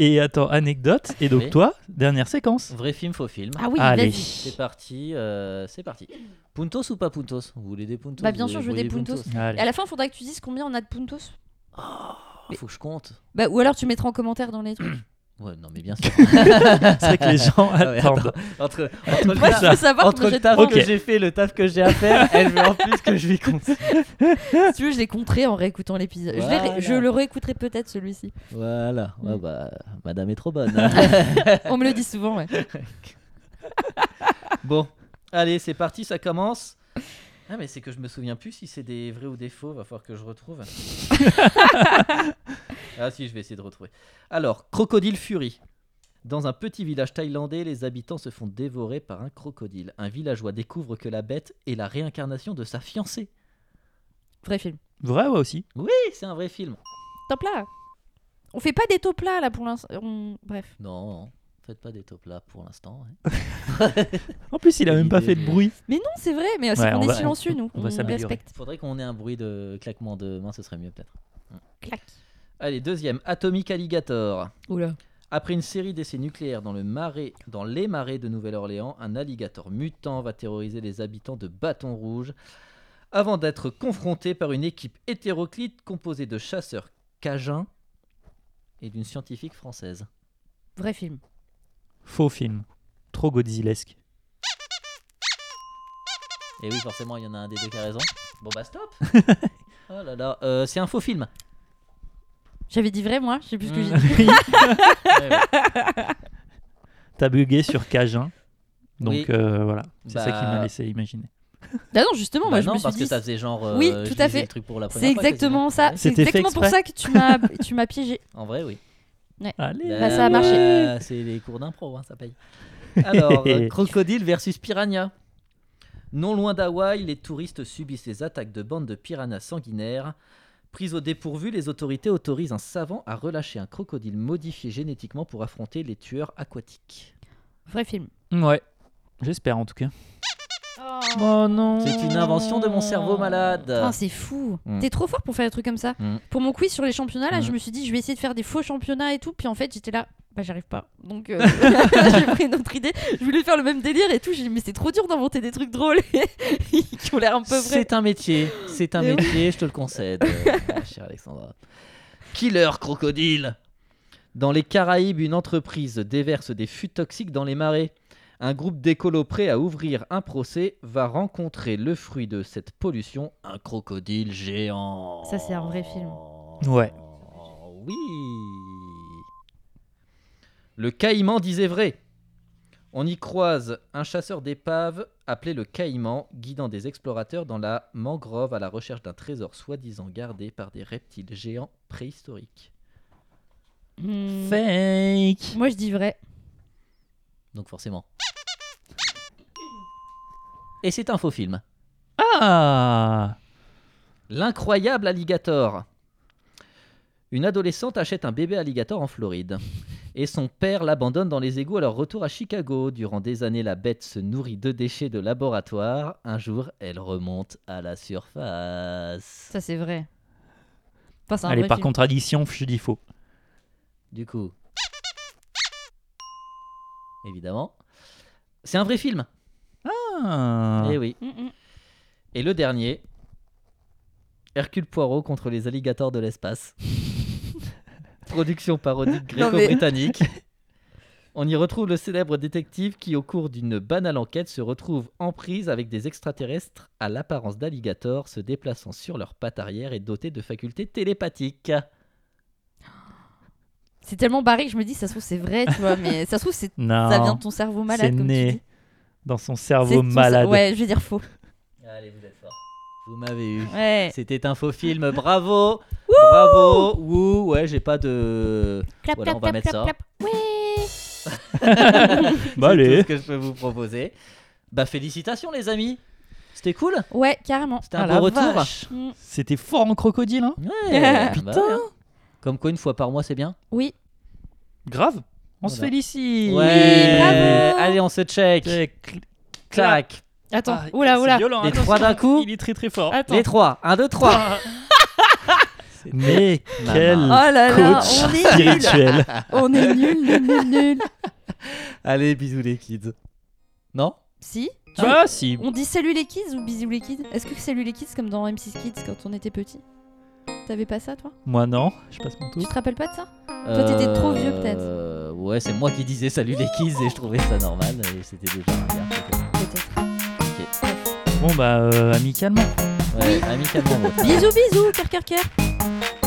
[SPEAKER 3] Et attends, anecdote. Et donc,
[SPEAKER 1] Oui.
[SPEAKER 3] toi, dernière séquence.
[SPEAKER 1] Vrai film, faux film.
[SPEAKER 2] Ah oui,
[SPEAKER 3] Allez.
[SPEAKER 2] vas-y.
[SPEAKER 1] C'est parti, euh, c'est parti. Puntos ou pas Puntos Vous voulez des Puntos
[SPEAKER 2] Bah, bien
[SPEAKER 1] Vous
[SPEAKER 2] sûr, je veux des Puntos. Et
[SPEAKER 3] Allez.
[SPEAKER 2] à la fin, il faudra que tu dises combien on a de puntos.
[SPEAKER 1] Ah, Faut que je compte.
[SPEAKER 2] Bah, ou alors tu mettras en commentaire dans les trucs.
[SPEAKER 1] Ouais, non, mais bien
[SPEAKER 2] <laughs>
[SPEAKER 1] sûr.
[SPEAKER 3] C'est vrai que
[SPEAKER 1] <laughs>
[SPEAKER 3] les gens
[SPEAKER 1] Ah ouais,
[SPEAKER 3] attendent.
[SPEAKER 1] attends. Entre, entre le
[SPEAKER 2] Moi,
[SPEAKER 1] taf-
[SPEAKER 2] je veux savoir
[SPEAKER 1] entre
[SPEAKER 2] combien
[SPEAKER 1] le
[SPEAKER 2] j'ai de
[SPEAKER 1] taf
[SPEAKER 3] Ok.
[SPEAKER 1] que j'ai fait, le taf que j'ai à faire, elle veut en plus que je lui compte.
[SPEAKER 2] <laughs> Si tu veux, je l'ai compté en réécoutant l'épisode. Je l'ai ré-
[SPEAKER 1] Voilà.
[SPEAKER 2] Je, le réécouterai peut-être celui-ci.
[SPEAKER 1] Voilà, ouais,
[SPEAKER 2] Mm.
[SPEAKER 1] bah, madame est trop bonne. hein.
[SPEAKER 2] <laughs> On me le dit souvent, ouais.
[SPEAKER 1] bon, allez, c'est parti, ça commence. Ah, mais c'est que je me souviens plus si c'est des vrais ou des faux, va falloir que je retrouve. ah, si, je vais essayer de retrouver. Alors, Crocodile Fury. Dans un petit village thaïlandais, les habitants se font dévorer par un crocodile. Un villageois découvre que la bête est la réincarnation de sa fiancée.
[SPEAKER 2] Vrai film.
[SPEAKER 3] Vrai, ouais, aussi.
[SPEAKER 1] Oui, c'est un vrai film.
[SPEAKER 2] Top là On fait pas des top là, là pour l'instant. On- Bref.
[SPEAKER 1] Non, faites pas des top là pour l'instant. hein.
[SPEAKER 3] En plus, il a même pas fait de bruit.
[SPEAKER 2] Mais non, c'est vrai, mais c'est
[SPEAKER 3] Ouais,
[SPEAKER 2] qu'on
[SPEAKER 3] on
[SPEAKER 2] est
[SPEAKER 3] va-
[SPEAKER 2] silencieux, nous.
[SPEAKER 3] on va s'améliorer.
[SPEAKER 2] respecte.
[SPEAKER 1] Faudrait qu'on ait un bruit de claquement de main, ce serait mieux peut-être.
[SPEAKER 2] Clac.
[SPEAKER 1] Allez, deuxième, Atomic Alligator.
[SPEAKER 2] Oula.
[SPEAKER 1] Après une série d'essais nucléaires dans, le marais, dans les marais de Nouvelle-Orléans, un alligator mutant va terroriser les habitants de Bâton Rouge avant d'être confronté par une équipe hétéroclite composée de chasseurs cajuns et d'une scientifique française.
[SPEAKER 2] Vrai film.
[SPEAKER 3] Faux film.
[SPEAKER 1] <laughs>
[SPEAKER 3] Trop godzillesque.
[SPEAKER 1] Et oui, forcément, il y en a un des deux qui a raison. Bon bah
[SPEAKER 2] <laughs>
[SPEAKER 1] stop Oh là là, euh, c'est un faux film.
[SPEAKER 2] J'avais dit vrai, moi Je sais plus ce
[SPEAKER 1] Mm.
[SPEAKER 2] que j'ai dit.
[SPEAKER 1] Ouais, ouais.
[SPEAKER 3] T'as bugué sur Cajun. Donc
[SPEAKER 1] Oui.
[SPEAKER 3] euh, voilà, c'est ça qui
[SPEAKER 1] Bah.
[SPEAKER 3] m'a laissé imaginer.
[SPEAKER 2] Ah non, justement,
[SPEAKER 1] Bah
[SPEAKER 2] moi je
[SPEAKER 1] non,
[SPEAKER 2] me suis
[SPEAKER 1] parce
[SPEAKER 2] dit.
[SPEAKER 1] que ça faisait genre. euh,
[SPEAKER 2] Oui,
[SPEAKER 1] je
[SPEAKER 2] tout à
[SPEAKER 1] lisais
[SPEAKER 2] fait.
[SPEAKER 1] le truc pour la
[SPEAKER 2] C'est
[SPEAKER 1] première fois,
[SPEAKER 2] exactement ça.
[SPEAKER 1] quasiment.
[SPEAKER 2] C'est
[SPEAKER 3] C'était fait
[SPEAKER 2] exactement pour
[SPEAKER 3] exprès.
[SPEAKER 2] ça que tu m'as <laughs> tu m'as piégé.
[SPEAKER 1] Ouais. En vrai, oui.
[SPEAKER 3] Allez,
[SPEAKER 2] Bah, ça a marché.
[SPEAKER 1] Euh, c'est les cours d'impro, hein, ça paye. Alors,
[SPEAKER 2] <laughs>
[SPEAKER 1] euh, crocodile versus piranha. Non loin d'Hawaï, les touristes subissent les attaques de bandes de piranhas sanguinaires. Pris au dépourvu, les autorités autorisent un savant à relâcher un crocodile modifié génétiquement pour affronter les tueurs aquatiques.
[SPEAKER 2] Vrai film.
[SPEAKER 3] Ouais, j'espère en tout cas. Oh non
[SPEAKER 1] C'est une invention de mon cerveau malade.
[SPEAKER 2] Putain, Oh, c'est fou.
[SPEAKER 1] Mm.
[SPEAKER 2] T'es trop fort pour faire des trucs comme ça.
[SPEAKER 1] Mm.
[SPEAKER 2] Pour mon quiz sur les championnats, là,
[SPEAKER 1] Mm.
[SPEAKER 2] je me suis dit, je vais essayer de faire des faux championnats et tout. Puis en fait, j'étais là, bah, j'arrive pas.
[SPEAKER 1] <laughs>
[SPEAKER 2] Donc, euh, <laughs> j'ai pris une autre idée. Je voulais faire le même délire et tout. J'ai dit, mais c'est trop dur d'inventer des trucs drôles <laughs> et qui ont l'air un peu vrais.
[SPEAKER 1] C'est un métier, c'est un
[SPEAKER 2] Eh oui.
[SPEAKER 1] métier, je te le concède, euh,
[SPEAKER 2] <laughs>
[SPEAKER 1] ma chère Alexandra. Killer crocodile Dans les Caraïbes, une entreprise déverse des fûts toxiques dans les marais. Un groupe d'écolos prêt à ouvrir un procès va rencontrer le fruit de cette pollution, un crocodile géant.
[SPEAKER 2] Ça, c'est un vrai film.
[SPEAKER 3] Ouais.
[SPEAKER 1] Oh, Oui. Le caïman disait vrai. On y croise un chasseur d'épaves appelé le caïman, guidant des explorateurs dans la mangrove à la recherche d'un trésor soi-disant gardé par des reptiles géants préhistoriques.
[SPEAKER 2] Mm.
[SPEAKER 3] Fake
[SPEAKER 2] Moi, je dis vrai.
[SPEAKER 1] Donc forcément. Et c'est un faux film.
[SPEAKER 2] Mm.
[SPEAKER 3] Ah
[SPEAKER 1] L'incroyable alligator. Une adolescente achète un bébé alligator en Floride. Et son père l'abandonne dans les égouts à leur retour à Chicago. Durant des années, la bête se nourrit de déchets de laboratoire. Un jour, elle remonte à la surface.
[SPEAKER 2] Ça, c'est vrai. Enfin, c'est un
[SPEAKER 3] Allez,
[SPEAKER 2] vrai
[SPEAKER 3] par
[SPEAKER 2] film.
[SPEAKER 3] contradiction, je dis faux.
[SPEAKER 1] Du coup. Évidemment. C'est un vrai film.
[SPEAKER 3] Ah.
[SPEAKER 1] Eh oui.
[SPEAKER 2] Mm, mm.
[SPEAKER 1] Et le dernier. Hercule Poirot contre les alligators de <laughs> l'espace. Production parodique
[SPEAKER 2] Non, mais-
[SPEAKER 1] gréco-britannique. On y retrouve le célèbre détective qui, au cours d'une banale enquête, se retrouve en prise avec des extraterrestres à l'apparence d'alligators se déplaçant sur leurs pattes arrière et dotés de facultés télépathiques.
[SPEAKER 2] C'est tellement barré que je me dis, ça se trouve, c'est vrai, tu
[SPEAKER 3] <laughs>
[SPEAKER 2] vois. Mais ça se trouve, c'est-
[SPEAKER 3] Non,
[SPEAKER 2] ça vient de ton cerveau malade.
[SPEAKER 3] Hein. c'est
[SPEAKER 2] comme tu
[SPEAKER 3] né
[SPEAKER 2] dis.
[SPEAKER 3] dans son
[SPEAKER 2] C'est
[SPEAKER 3] cerveau
[SPEAKER 2] ton cer-
[SPEAKER 3] malade.
[SPEAKER 2] Ouais, je vais dire faux.
[SPEAKER 1] Allez, vous êtes forts. Vous m'avez eu.
[SPEAKER 2] Ouais.
[SPEAKER 1] C'était un faux film, bravo Bravo Wouh Ouais, j'ai pas de...
[SPEAKER 2] Clap,
[SPEAKER 1] Voilà, on va mettre ça.
[SPEAKER 2] Ouais.
[SPEAKER 3] Bah
[SPEAKER 1] C'est tout
[SPEAKER 3] allez <laughs>
[SPEAKER 1] ce que je peux vous proposer. Bah félicitations Bah, les amis C'était cool
[SPEAKER 2] Ouais, carrément.
[SPEAKER 1] C'était un beau retour
[SPEAKER 2] Mm.
[SPEAKER 3] Ah C'était fort en crocodile, hein
[SPEAKER 2] <laughs>
[SPEAKER 1] Ouais,
[SPEAKER 3] Putain.
[SPEAKER 1] bah ouais. Comme quoi, une fois par mois, c'est bien.
[SPEAKER 2] Oui.
[SPEAKER 3] Grave On
[SPEAKER 2] Oh
[SPEAKER 3] se
[SPEAKER 1] Voilà.
[SPEAKER 3] félicite
[SPEAKER 1] Ouais
[SPEAKER 2] bravo.
[SPEAKER 1] Allez, on se check
[SPEAKER 3] Clac.
[SPEAKER 1] Clac
[SPEAKER 2] Attends,
[SPEAKER 3] Ah,
[SPEAKER 2] oula,
[SPEAKER 3] c'est
[SPEAKER 2] oula.
[SPEAKER 3] violent,
[SPEAKER 1] Les
[SPEAKER 3] attention.
[SPEAKER 1] trois d'un coup
[SPEAKER 3] Il est très très fort.
[SPEAKER 2] Attends. <laughs>
[SPEAKER 1] Les trois 1, 2, 3
[SPEAKER 3] <laughs> Mais
[SPEAKER 1] Maman.
[SPEAKER 3] quel
[SPEAKER 2] Oh là là,
[SPEAKER 3] coach
[SPEAKER 2] on est nuls.
[SPEAKER 3] spirituel.
[SPEAKER 2] On est nuls, nuls, nuls, nuls.
[SPEAKER 1] Allez, bisous les kids. Non
[SPEAKER 2] <laughs> Si
[SPEAKER 3] Ah si.
[SPEAKER 2] On dit Salut les kids ou Bisous les kids Est-ce que Salut les kids comme dans M6 Kids quand on était petit T'avais pas ça toi
[SPEAKER 3] Moi non, je passe mon
[SPEAKER 2] Tu
[SPEAKER 3] tour.
[SPEAKER 2] te rappelles pas de ça Toi, t'étais trop vieux, peut-être.
[SPEAKER 1] Euh, Ouais, c'est moi qui disais salut les kids et je trouvais ça normal et c'était déjà un gars, peut-être.
[SPEAKER 2] Peut-être.
[SPEAKER 3] Bon bah euh, amicalement.
[SPEAKER 1] Ouais, amicalement. ouais.
[SPEAKER 2] Bisous, bisous, ker ker ker.